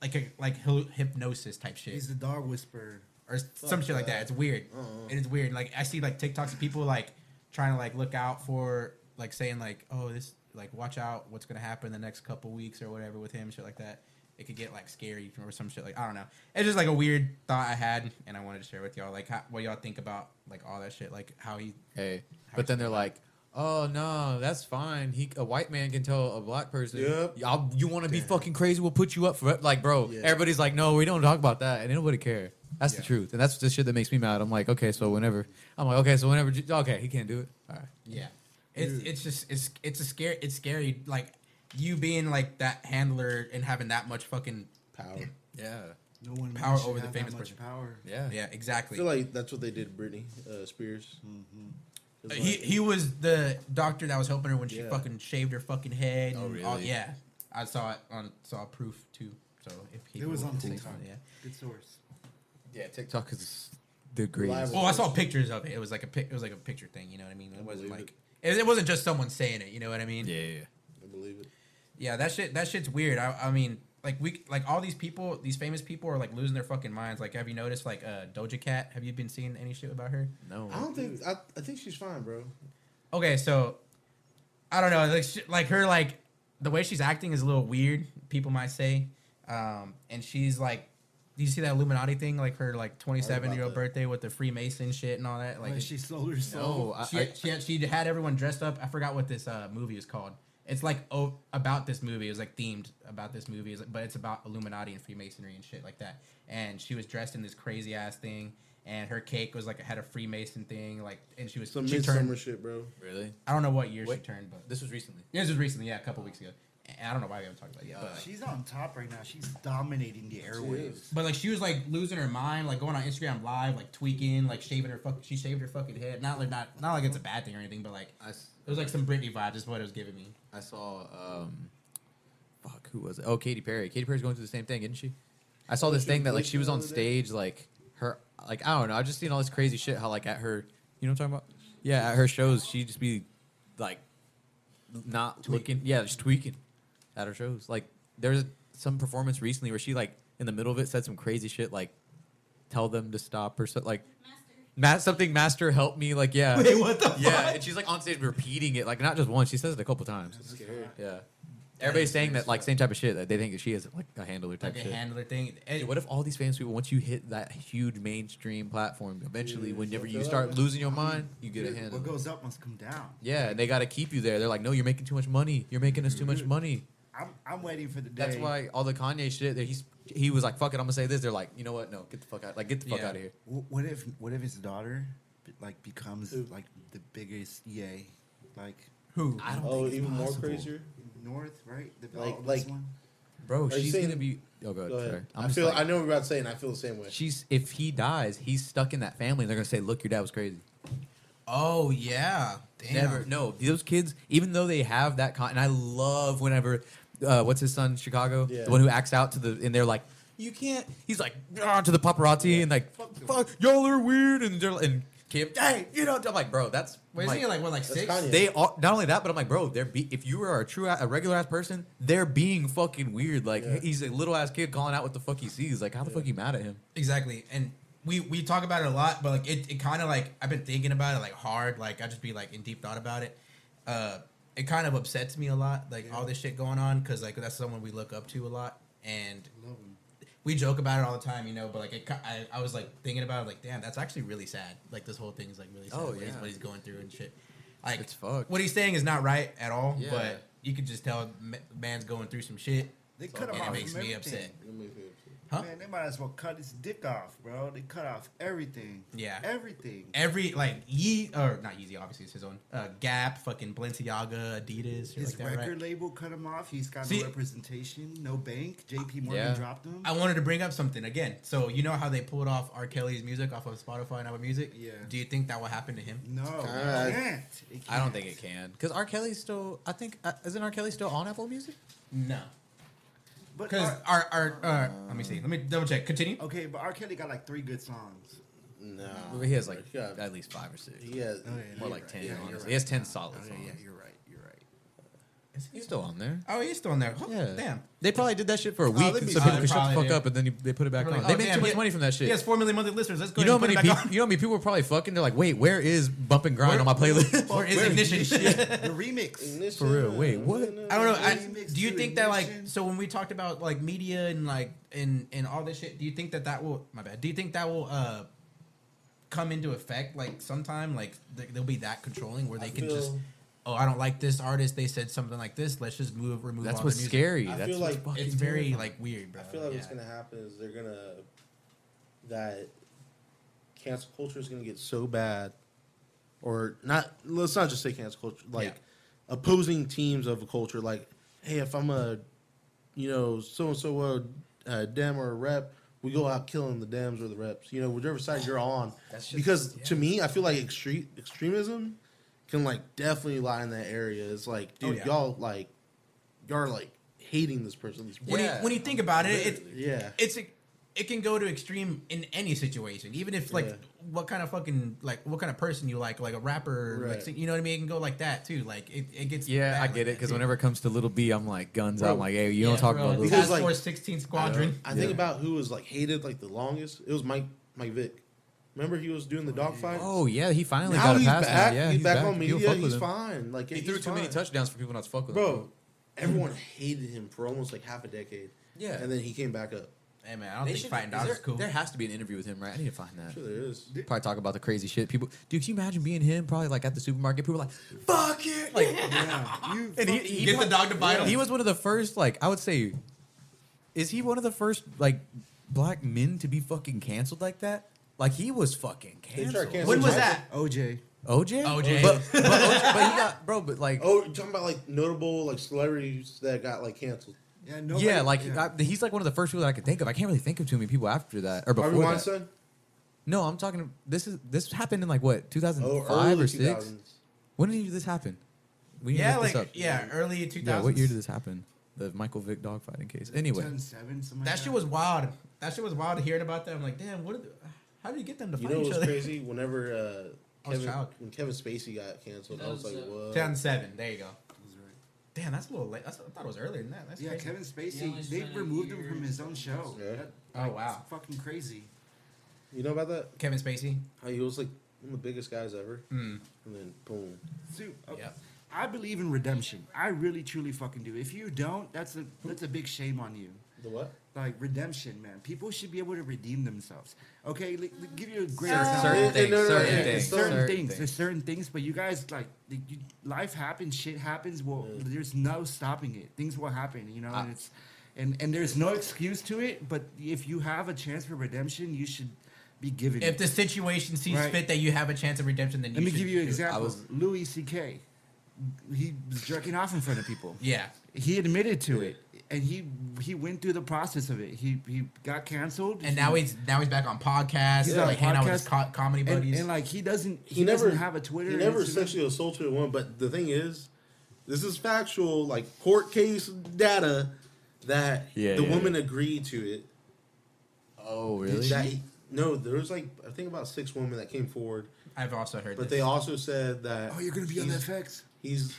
[SPEAKER 3] like a like hy- hypnosis type
[SPEAKER 2] [laughs]
[SPEAKER 3] shit
[SPEAKER 2] He's the dog whisperer.
[SPEAKER 3] or s- some shit like that. It's weird. It is weird. Like I see like TikToks of people like trying to like look out for like saying like oh this like watch out what's gonna happen the next couple weeks or whatever with him shit like that. It could get like scary or some shit like I don't know. It's just like a weird thought I had and I wanted to share with y'all like how, what y'all think about like all that shit like how he
[SPEAKER 4] Hey, but then they're like, "Oh no, that's fine. He a white man can tell a black person.
[SPEAKER 6] Yep.
[SPEAKER 4] "Y'all- you want to be fucking crazy? We'll put you up for it." Like, bro,
[SPEAKER 6] Yeah.
[SPEAKER 4] everybody's like, "No, we don't talk about that," and nobody care. That's the
[SPEAKER 3] Yeah.
[SPEAKER 4] truth, and that's the shit that makes me mad. I'm like, okay, so whenever I'm like, okay, so whenever, okay, he can't do it. All right.
[SPEAKER 3] Yeah. It's it's just it's it's a scary it's scary like you being like that handler and having that much fucking
[SPEAKER 6] Power.
[SPEAKER 4] Yeah.
[SPEAKER 2] No one
[SPEAKER 3] Power
[SPEAKER 2] should
[SPEAKER 3] over the
[SPEAKER 2] have that
[SPEAKER 3] famous
[SPEAKER 2] much
[SPEAKER 3] person.
[SPEAKER 2] Power.
[SPEAKER 4] Yeah.
[SPEAKER 3] yeah
[SPEAKER 6] I
[SPEAKER 3] exactly.
[SPEAKER 6] feel like that's what they did, Britney uh, Spears.
[SPEAKER 4] Mm-hmm.
[SPEAKER 6] It's
[SPEAKER 3] he
[SPEAKER 6] like-
[SPEAKER 3] he was the doctor that was helping her when she
[SPEAKER 6] Yeah.
[SPEAKER 3] fucking shaved her fucking head.
[SPEAKER 4] Oh,
[SPEAKER 3] and all-
[SPEAKER 4] really?
[SPEAKER 3] yeah, I saw it on saw proof too. So if he
[SPEAKER 2] It was
[SPEAKER 3] could
[SPEAKER 2] on
[SPEAKER 3] say
[SPEAKER 2] TikTok.
[SPEAKER 3] something, yeah.
[SPEAKER 2] Good source.
[SPEAKER 4] Yeah. TikTok is the greatest.
[SPEAKER 6] Reliable.
[SPEAKER 3] Well, Oh, I saw pictures of it. It was like a pic. It was like a picture thing. You know what I mean? It wasn't
[SPEAKER 6] believe
[SPEAKER 3] like it, it wasn't just someone saying it. You know what I mean?
[SPEAKER 4] Yeah.
[SPEAKER 6] I believe it.
[SPEAKER 3] Yeah, that shit. That shit's weird. I, I mean, like we, like all these people, these famous people are like losing their fucking minds. Like, have you noticed, like uh, Doja Cat? Have you been seeing any shit about her?
[SPEAKER 4] No.
[SPEAKER 6] I don't think I, I think she's fine, bro.
[SPEAKER 3] Okay, so I don't know, like sh like her like the way she's acting is a little weird. People might say, um, and she's like, do you see that Illuminati thing? Like her like twenty seven year old
[SPEAKER 6] that.
[SPEAKER 3] birthday with the Freemason shit and all that. Like,
[SPEAKER 2] Like,
[SPEAKER 3] it-
[SPEAKER 2] she sold her soul.
[SPEAKER 4] No. I,
[SPEAKER 3] she,
[SPEAKER 4] I-
[SPEAKER 3] she, had, she had everyone dressed up. I forgot what this uh, movie is called. It's like oh, about this movie. It was like themed about this movie, It's- but it's about Illuminati and Freemasonry and shit like that. And she was dressed in this crazy ass thing, and her cake was like had a Freemason thing, like, and she was
[SPEAKER 6] Some
[SPEAKER 3] she
[SPEAKER 6] midsummer
[SPEAKER 3] turned.
[SPEAKER 6] shit, bro.
[SPEAKER 4] really.
[SPEAKER 3] I don't know what year she
[SPEAKER 4] Wait.
[SPEAKER 3] turned, but
[SPEAKER 4] This was recently.
[SPEAKER 3] yeah, this was recently, yeah, a couple weeks ago. And I don't know why we haven't talked about it yet, but,
[SPEAKER 2] She's on top right now. She's dominating the airwaves.
[SPEAKER 6] is.
[SPEAKER 3] but like she was like losing her mind, like going on Instagram live, like tweaking, like shaving her fuck. She shaved her fucking head. Not like not not like it's a bad thing or anything, but like
[SPEAKER 4] I s-
[SPEAKER 3] it was like some Britney vibes is what it was giving me.
[SPEAKER 4] I saw um fuck, who was it? Oh, Katy Perry. Katy Perry's going through the same thing, isn't she? I saw this
[SPEAKER 6] she
[SPEAKER 4] thing
[SPEAKER 6] was
[SPEAKER 4] that like
[SPEAKER 6] leaking
[SPEAKER 4] she was
[SPEAKER 6] the
[SPEAKER 4] on
[SPEAKER 6] other day?
[SPEAKER 4] stage like her like I don't know, I've just seen all this crazy shit how like at her you know what I'm talking about? Yeah, at her shows she'd just be like not looking yeah, just tweaking at her shows. Like there was some performance recently where she like in the middle of it said some crazy shit like tell them to stop or so like Ma- something master help me like yeah
[SPEAKER 3] what the
[SPEAKER 4] yeah and she's like on stage repeating it like not just once she says it a couple times yeah. Everybody's saying that like same type of shit that they think that she is like a handler type
[SPEAKER 3] Like a
[SPEAKER 4] shit.
[SPEAKER 3] handler thing. Eh, It-
[SPEAKER 4] Dude, what if all these famous people, once you hit that huge mainstream platform, eventually,
[SPEAKER 6] Yeah,
[SPEAKER 4] whenever
[SPEAKER 6] fuck
[SPEAKER 4] you
[SPEAKER 6] it up,
[SPEAKER 4] start
[SPEAKER 6] man.
[SPEAKER 4] losing your mind, you get a
[SPEAKER 2] Dude,
[SPEAKER 4] handler.
[SPEAKER 2] what goes up must come down.
[SPEAKER 4] yeah, and they got to keep you there. They're like, no, you're making too much money. You're making us too much money.
[SPEAKER 2] I'm, I'm waiting for the day.
[SPEAKER 4] That's why all the Kanye shit that he's he was like, fuck it, I'm gonna say this. They're like, you know what? No, get the fuck out. Like, get the fuck
[SPEAKER 3] Yeah.
[SPEAKER 4] out of here.
[SPEAKER 2] Wh- What if what if his daughter like becomes
[SPEAKER 6] Who?
[SPEAKER 2] like the biggest EA like
[SPEAKER 3] who?
[SPEAKER 4] I don't
[SPEAKER 6] Oh,
[SPEAKER 4] think it's
[SPEAKER 6] even more
[SPEAKER 4] possible.
[SPEAKER 6] crazier.
[SPEAKER 2] North right the,
[SPEAKER 6] Like-
[SPEAKER 2] oh, this
[SPEAKER 6] like-
[SPEAKER 2] one?
[SPEAKER 4] bro.
[SPEAKER 6] Are you
[SPEAKER 4] she's
[SPEAKER 6] saying-
[SPEAKER 4] gonna be. Oh god,
[SPEAKER 6] Go
[SPEAKER 4] sorry.
[SPEAKER 6] ahead.
[SPEAKER 4] I'm
[SPEAKER 6] I
[SPEAKER 4] just
[SPEAKER 6] feel.
[SPEAKER 4] like,
[SPEAKER 6] I know what you're about to say, and I feel the same way.
[SPEAKER 4] she's if he dies, he's stuck in that family. and They're gonna say, look, your dad was crazy.
[SPEAKER 3] oh yeah. Damn.
[SPEAKER 4] Never. No, those kids, even though they have that, con- and I love whenever, uh, what's his son, Chicago,
[SPEAKER 6] Yeah.
[SPEAKER 4] the one who acts out to the, and they're like, you can't. He's like "Ah," to the paparazzi and like, fuck, y'all are weird, and they're and Kim, hey, you know, I'm like, bro, that's
[SPEAKER 3] Wait, isn't
[SPEAKER 4] like,
[SPEAKER 3] he like what like six?
[SPEAKER 6] Kanye.
[SPEAKER 4] they are not only that, but I'm like, bro, they're be- if you are a true a regular ass person, they're being fucking weird. Like
[SPEAKER 6] Yeah.
[SPEAKER 4] he's a little ass kid calling out what the fuck he sees. Like how the fuck you mad at him?
[SPEAKER 3] Exactly. And we we talk about it a lot, but like it, it kind of like I've been thinking about it like hard. Like I just be like in deep thought about it. Uh, it kind of upsets me a lot. Like all this shit going on because like that's someone we look up to a lot, and
[SPEAKER 2] Love him.
[SPEAKER 3] we joke about it all the time, you know. But like it, ki- I I was like thinking about it, like damn, that's actually really sad. Like this whole thing is like really sad.
[SPEAKER 4] Oh,
[SPEAKER 3] what, he's,
[SPEAKER 4] yeah.
[SPEAKER 3] what he's going through and shit. Like
[SPEAKER 4] It's fucked.
[SPEAKER 3] What he's saying is not right at all.
[SPEAKER 4] Yeah.
[SPEAKER 3] But you could just tell ma- man's going through some shit.
[SPEAKER 2] They cut him
[SPEAKER 3] and
[SPEAKER 2] off
[SPEAKER 3] it makes
[SPEAKER 2] from
[SPEAKER 3] me
[SPEAKER 2] everything.
[SPEAKER 3] upset.
[SPEAKER 6] Let me feel it.
[SPEAKER 3] Huh?
[SPEAKER 2] Man, they might as well cut his dick off, bro. They cut off everything.
[SPEAKER 3] Yeah.
[SPEAKER 2] Everything.
[SPEAKER 3] Every like Ye or not Yeezy, obviously it's his own. Uh, Gap, fucking Balenciaga, Adidas, shit
[SPEAKER 2] His
[SPEAKER 3] like that,
[SPEAKER 2] record
[SPEAKER 3] right?
[SPEAKER 2] label cut him off. He's got
[SPEAKER 3] See-
[SPEAKER 2] no representation, no bank. JP Morgan
[SPEAKER 4] Yeah.
[SPEAKER 2] dropped him.
[SPEAKER 3] I wanted to bring up something again. So you know how they pulled off R. Kelly's music off of Spotify and Apple Music?
[SPEAKER 2] Yeah.
[SPEAKER 3] Do you think that will happen to him?
[SPEAKER 2] no, it
[SPEAKER 6] Uh,
[SPEAKER 2] can't. It
[SPEAKER 4] I don't
[SPEAKER 2] can't.
[SPEAKER 4] think it can because R. Kelly's still. I think uh, isn't R. Kelly still on Apple Music?
[SPEAKER 3] No.
[SPEAKER 2] But
[SPEAKER 3] Because
[SPEAKER 2] R-
[SPEAKER 3] our, our, our let me see. Let me double check. Continue.
[SPEAKER 2] okay, but R. Kelly got like three good songs.
[SPEAKER 6] No,
[SPEAKER 4] He has like
[SPEAKER 6] Uh, Yeah.
[SPEAKER 4] at least five or six,
[SPEAKER 6] He has
[SPEAKER 2] Oh, yeah,
[SPEAKER 4] more
[SPEAKER 2] you're
[SPEAKER 4] like
[SPEAKER 2] right.
[SPEAKER 4] ten.
[SPEAKER 2] Yeah, you're
[SPEAKER 4] honestly,
[SPEAKER 2] right.
[SPEAKER 4] he has ten solid
[SPEAKER 2] Okay,
[SPEAKER 4] songs.
[SPEAKER 2] yeah, you're right. You're right.
[SPEAKER 4] He's still on there.
[SPEAKER 3] Oh, he's still in there. Oh,
[SPEAKER 4] Yeah,
[SPEAKER 3] Damn.
[SPEAKER 4] They probably did that shit for a week,
[SPEAKER 6] that'd be
[SPEAKER 4] so
[SPEAKER 6] sick.
[SPEAKER 4] people
[SPEAKER 3] They
[SPEAKER 4] could shut the
[SPEAKER 3] probably
[SPEAKER 4] fuck
[SPEAKER 3] did.
[SPEAKER 4] up, and then you, they put it back
[SPEAKER 3] Probably-
[SPEAKER 4] on.
[SPEAKER 3] oh,
[SPEAKER 4] They made
[SPEAKER 3] damn,
[SPEAKER 4] too much
[SPEAKER 3] he-
[SPEAKER 4] money from that shit.
[SPEAKER 3] He has four million monthly listeners. Let's go.
[SPEAKER 4] you know how
[SPEAKER 3] ahead
[SPEAKER 4] many
[SPEAKER 3] and put
[SPEAKER 4] people?
[SPEAKER 3] it back on.
[SPEAKER 4] You know how many people were probably fucking? They're like, wait, where is bumping grind on my playlist?
[SPEAKER 3] Where is ignition?
[SPEAKER 2] [laughs] The
[SPEAKER 6] [laughs]
[SPEAKER 2] remix.
[SPEAKER 6] Ignition,
[SPEAKER 4] For real, wait, what?
[SPEAKER 3] I don't know. I,
[SPEAKER 2] Remix
[SPEAKER 3] do you
[SPEAKER 2] to
[SPEAKER 3] think that like
[SPEAKER 2] Ignition.
[SPEAKER 3] so when we talked about like media and like and and all this shit, do you think that that will my bad? Do you think that will uh come into effect like sometime like th- they'll be that controlling where they
[SPEAKER 6] I
[SPEAKER 3] can just
[SPEAKER 6] feel-
[SPEAKER 3] oh I don't like this artist they said something like this let's just move remove
[SPEAKER 4] That's
[SPEAKER 3] all
[SPEAKER 4] what's
[SPEAKER 3] the music.
[SPEAKER 4] scary.
[SPEAKER 6] I
[SPEAKER 4] That's
[SPEAKER 6] feel
[SPEAKER 4] what's
[SPEAKER 6] like
[SPEAKER 4] fucking
[SPEAKER 3] It's very
[SPEAKER 4] terrifying.
[SPEAKER 3] like weird, bro.
[SPEAKER 6] I feel like what's
[SPEAKER 3] Uh, Yeah.
[SPEAKER 6] gonna happen is they're gonna that cancel culture is gonna get so bad, or not. Let's not just say cancel culture. Like opposing teams of a culture. Like, hey, if I'm a, you know, so and so a dem or a rep, we go out killing the dems or the reps. You know, whichever side
[SPEAKER 3] [sighs]
[SPEAKER 6] you're on.
[SPEAKER 3] That's just-
[SPEAKER 6] because to me, I feel like extreme extremism can like definitely lie in that area. It's like, dude,
[SPEAKER 3] Oh, yeah.
[SPEAKER 6] y'all like, y'all are like hating this person. These
[SPEAKER 3] when
[SPEAKER 4] Yeah.
[SPEAKER 3] you when you think about it, it's
[SPEAKER 6] Yeah.
[SPEAKER 3] it's a, it can go to extreme in any situation, even if like
[SPEAKER 6] Yeah.
[SPEAKER 3] what kind of fucking like what kind of person you like, like a rapper, like,
[SPEAKER 6] Right.
[SPEAKER 3] sing- you know what I mean? It can go like that too. Like it, it gets
[SPEAKER 4] Yeah,
[SPEAKER 3] bad
[SPEAKER 4] I
[SPEAKER 3] like
[SPEAKER 4] get it
[SPEAKER 3] that,
[SPEAKER 4] because
[SPEAKER 3] too.
[SPEAKER 4] whenever it comes to Little B, I'm like guns
[SPEAKER 6] Bro,
[SPEAKER 4] out. I'm like, hey, you
[SPEAKER 3] Yeah,
[SPEAKER 4] don't talk
[SPEAKER 3] bro,
[SPEAKER 4] about Little
[SPEAKER 6] Because,
[SPEAKER 4] B.
[SPEAKER 3] Task
[SPEAKER 6] like-
[SPEAKER 3] Force 16 Squadron.
[SPEAKER 6] I think
[SPEAKER 4] Yeah.
[SPEAKER 6] about who was like hated like the longest. It was Mike Mike Vick. Remember he was doing the dog fights.
[SPEAKER 4] Oh yeah, he finally
[SPEAKER 6] now
[SPEAKER 4] got a
[SPEAKER 6] he's
[SPEAKER 4] pass.
[SPEAKER 6] back.
[SPEAKER 4] now. Yeah,
[SPEAKER 6] he's, back, on
[SPEAKER 4] People
[SPEAKER 6] media.
[SPEAKER 4] fuck with
[SPEAKER 6] He's
[SPEAKER 4] him.
[SPEAKER 6] fine. Like
[SPEAKER 4] He
[SPEAKER 6] he's
[SPEAKER 4] threw too many
[SPEAKER 6] fine.
[SPEAKER 4] touchdowns for people not to fuck with him.
[SPEAKER 6] Bro, everyone hated him for almost like half a decade.
[SPEAKER 4] Yeah.
[SPEAKER 6] and then he came back up.
[SPEAKER 3] Hey man, I don't think fighting dogs
[SPEAKER 4] there,
[SPEAKER 3] is cool.
[SPEAKER 4] there has to be an interview with him, right? I need to find that.
[SPEAKER 6] Sure, there is.
[SPEAKER 4] Probably talk about the crazy shit people. Dude, can you imagine being him? Probably like at the supermarket, people like, "Fuck it!" Like,
[SPEAKER 6] [laughs]
[SPEAKER 2] Yeah. You
[SPEAKER 4] and he,
[SPEAKER 2] fucking-
[SPEAKER 4] he
[SPEAKER 3] Get the dog to bite him.
[SPEAKER 4] He was one of the first, like I would say, is he one of the first like black men to be fucking canceled like that? Like he was fucking
[SPEAKER 6] They tried
[SPEAKER 4] canceled.
[SPEAKER 6] canceling
[SPEAKER 3] When was
[SPEAKER 6] Michael-
[SPEAKER 3] that?
[SPEAKER 2] OJ.
[SPEAKER 4] OJ?
[SPEAKER 3] OJ.
[SPEAKER 4] But, but, OJ, but he got bro. But like,
[SPEAKER 6] Oh, you're talking about like notable like celebrities that got like canceled.
[SPEAKER 2] Yeah. Nobody,
[SPEAKER 4] yeah, like I, he's like one of the first people that I can think of. I can't really think of too many people after that or before
[SPEAKER 6] Harvey
[SPEAKER 4] that.
[SPEAKER 6] Weinstein.
[SPEAKER 4] No, I'm talking. This is this happened in like what 2005
[SPEAKER 6] Oh, early
[SPEAKER 4] or
[SPEAKER 6] two
[SPEAKER 4] six.
[SPEAKER 6] thousands.
[SPEAKER 4] When did this happen? We need to
[SPEAKER 3] yeah,
[SPEAKER 4] look this
[SPEAKER 3] like
[SPEAKER 4] up.
[SPEAKER 3] yeah, early 2000s.
[SPEAKER 4] Yeah, what year did this happen? The Michael Vick dogfighting case. Anyway,
[SPEAKER 2] 10-7, something like
[SPEAKER 3] That shit was wild. That shit was wild hearing about that. I'm like, damn, what? Are the, how did you get them to
[SPEAKER 6] You
[SPEAKER 3] fight
[SPEAKER 6] know
[SPEAKER 3] each
[SPEAKER 6] what's
[SPEAKER 3] other? [laughs]
[SPEAKER 6] crazy? Whenever uh,
[SPEAKER 3] I was
[SPEAKER 6] Kevin,
[SPEAKER 3] child.
[SPEAKER 6] when Kevin Spacey got canceled, I was like,
[SPEAKER 4] uh,
[SPEAKER 6] what?
[SPEAKER 3] 2007. There you go.
[SPEAKER 2] That's right.
[SPEAKER 3] Damn, that's a little late. That's, I thought it was earlier than that. That's
[SPEAKER 2] Yeah,
[SPEAKER 3] crazy.
[SPEAKER 2] Kevin
[SPEAKER 7] Yeah,
[SPEAKER 2] Spacey.
[SPEAKER 7] he's
[SPEAKER 2] They
[SPEAKER 7] trying to
[SPEAKER 2] removed him
[SPEAKER 7] year.
[SPEAKER 2] from his own show.
[SPEAKER 6] Yeah.
[SPEAKER 2] That-
[SPEAKER 3] Oh wow,
[SPEAKER 2] It's fucking crazy.
[SPEAKER 6] You know about that?
[SPEAKER 3] Kevin Spacey.
[SPEAKER 6] How he was like one of the biggest guys ever,
[SPEAKER 2] Hmm.
[SPEAKER 3] Mm.
[SPEAKER 6] and then boom.
[SPEAKER 2] Dude, okay.
[SPEAKER 3] Yep.
[SPEAKER 2] I believe in redemption. I really, truly fucking do. If you don't, that's a that's a big shame on you.
[SPEAKER 6] The what?
[SPEAKER 2] Like redemption, man. People should be able to redeem themselves. Okay, l- l- give you a great
[SPEAKER 4] Certain-
[SPEAKER 2] example.
[SPEAKER 4] certain
[SPEAKER 6] Yeah,
[SPEAKER 4] things,
[SPEAKER 6] no, no,
[SPEAKER 4] certain
[SPEAKER 6] yeah,
[SPEAKER 2] There's
[SPEAKER 4] things,
[SPEAKER 2] certain,
[SPEAKER 4] certain
[SPEAKER 2] things. There's
[SPEAKER 4] things.
[SPEAKER 2] certain things, but you guys like the, you, life happens, shit happens. Well, there's no stopping it. Things will happen, you know.
[SPEAKER 4] Ah.
[SPEAKER 2] and it's and and there's no excuse to it. But if you have a chance for redemption, you should be given.
[SPEAKER 3] If
[SPEAKER 2] it.
[SPEAKER 3] the situation sees
[SPEAKER 2] Right.
[SPEAKER 3] fit that you have a chance of redemption, then you
[SPEAKER 2] Let me
[SPEAKER 3] should
[SPEAKER 2] give you an
[SPEAKER 3] do it.
[SPEAKER 2] example.
[SPEAKER 4] was-
[SPEAKER 2] Louis C.K. He was jerking off in front of people.
[SPEAKER 3] Yeah,
[SPEAKER 2] He admitted to it, and he he went through the process of it. He he got canceled,
[SPEAKER 3] and now he's now he's back on podcasts,
[SPEAKER 2] He's
[SPEAKER 3] like,
[SPEAKER 2] on
[SPEAKER 3] hanging out with his
[SPEAKER 2] podcasts,
[SPEAKER 3] co- comedy
[SPEAKER 2] and,
[SPEAKER 3] buddies.
[SPEAKER 2] and like he doesn't he,
[SPEAKER 6] He, never
[SPEAKER 2] doesn't have a Twitter.
[SPEAKER 6] He never
[SPEAKER 2] Instagram.
[SPEAKER 6] sexually assaulted one. But the thing is, this is factual, like court case data that
[SPEAKER 4] Yeah,
[SPEAKER 6] the
[SPEAKER 4] yeah,
[SPEAKER 6] woman agreed to it.
[SPEAKER 4] Oh really?
[SPEAKER 6] That he- no, there was like I think about six women that came forward,
[SPEAKER 3] I've also heard,
[SPEAKER 6] but
[SPEAKER 3] this.
[SPEAKER 6] they also said that
[SPEAKER 2] Oh, you're gonna be on
[SPEAKER 6] he's-
[SPEAKER 2] FX.
[SPEAKER 4] [laughs]
[SPEAKER 6] He's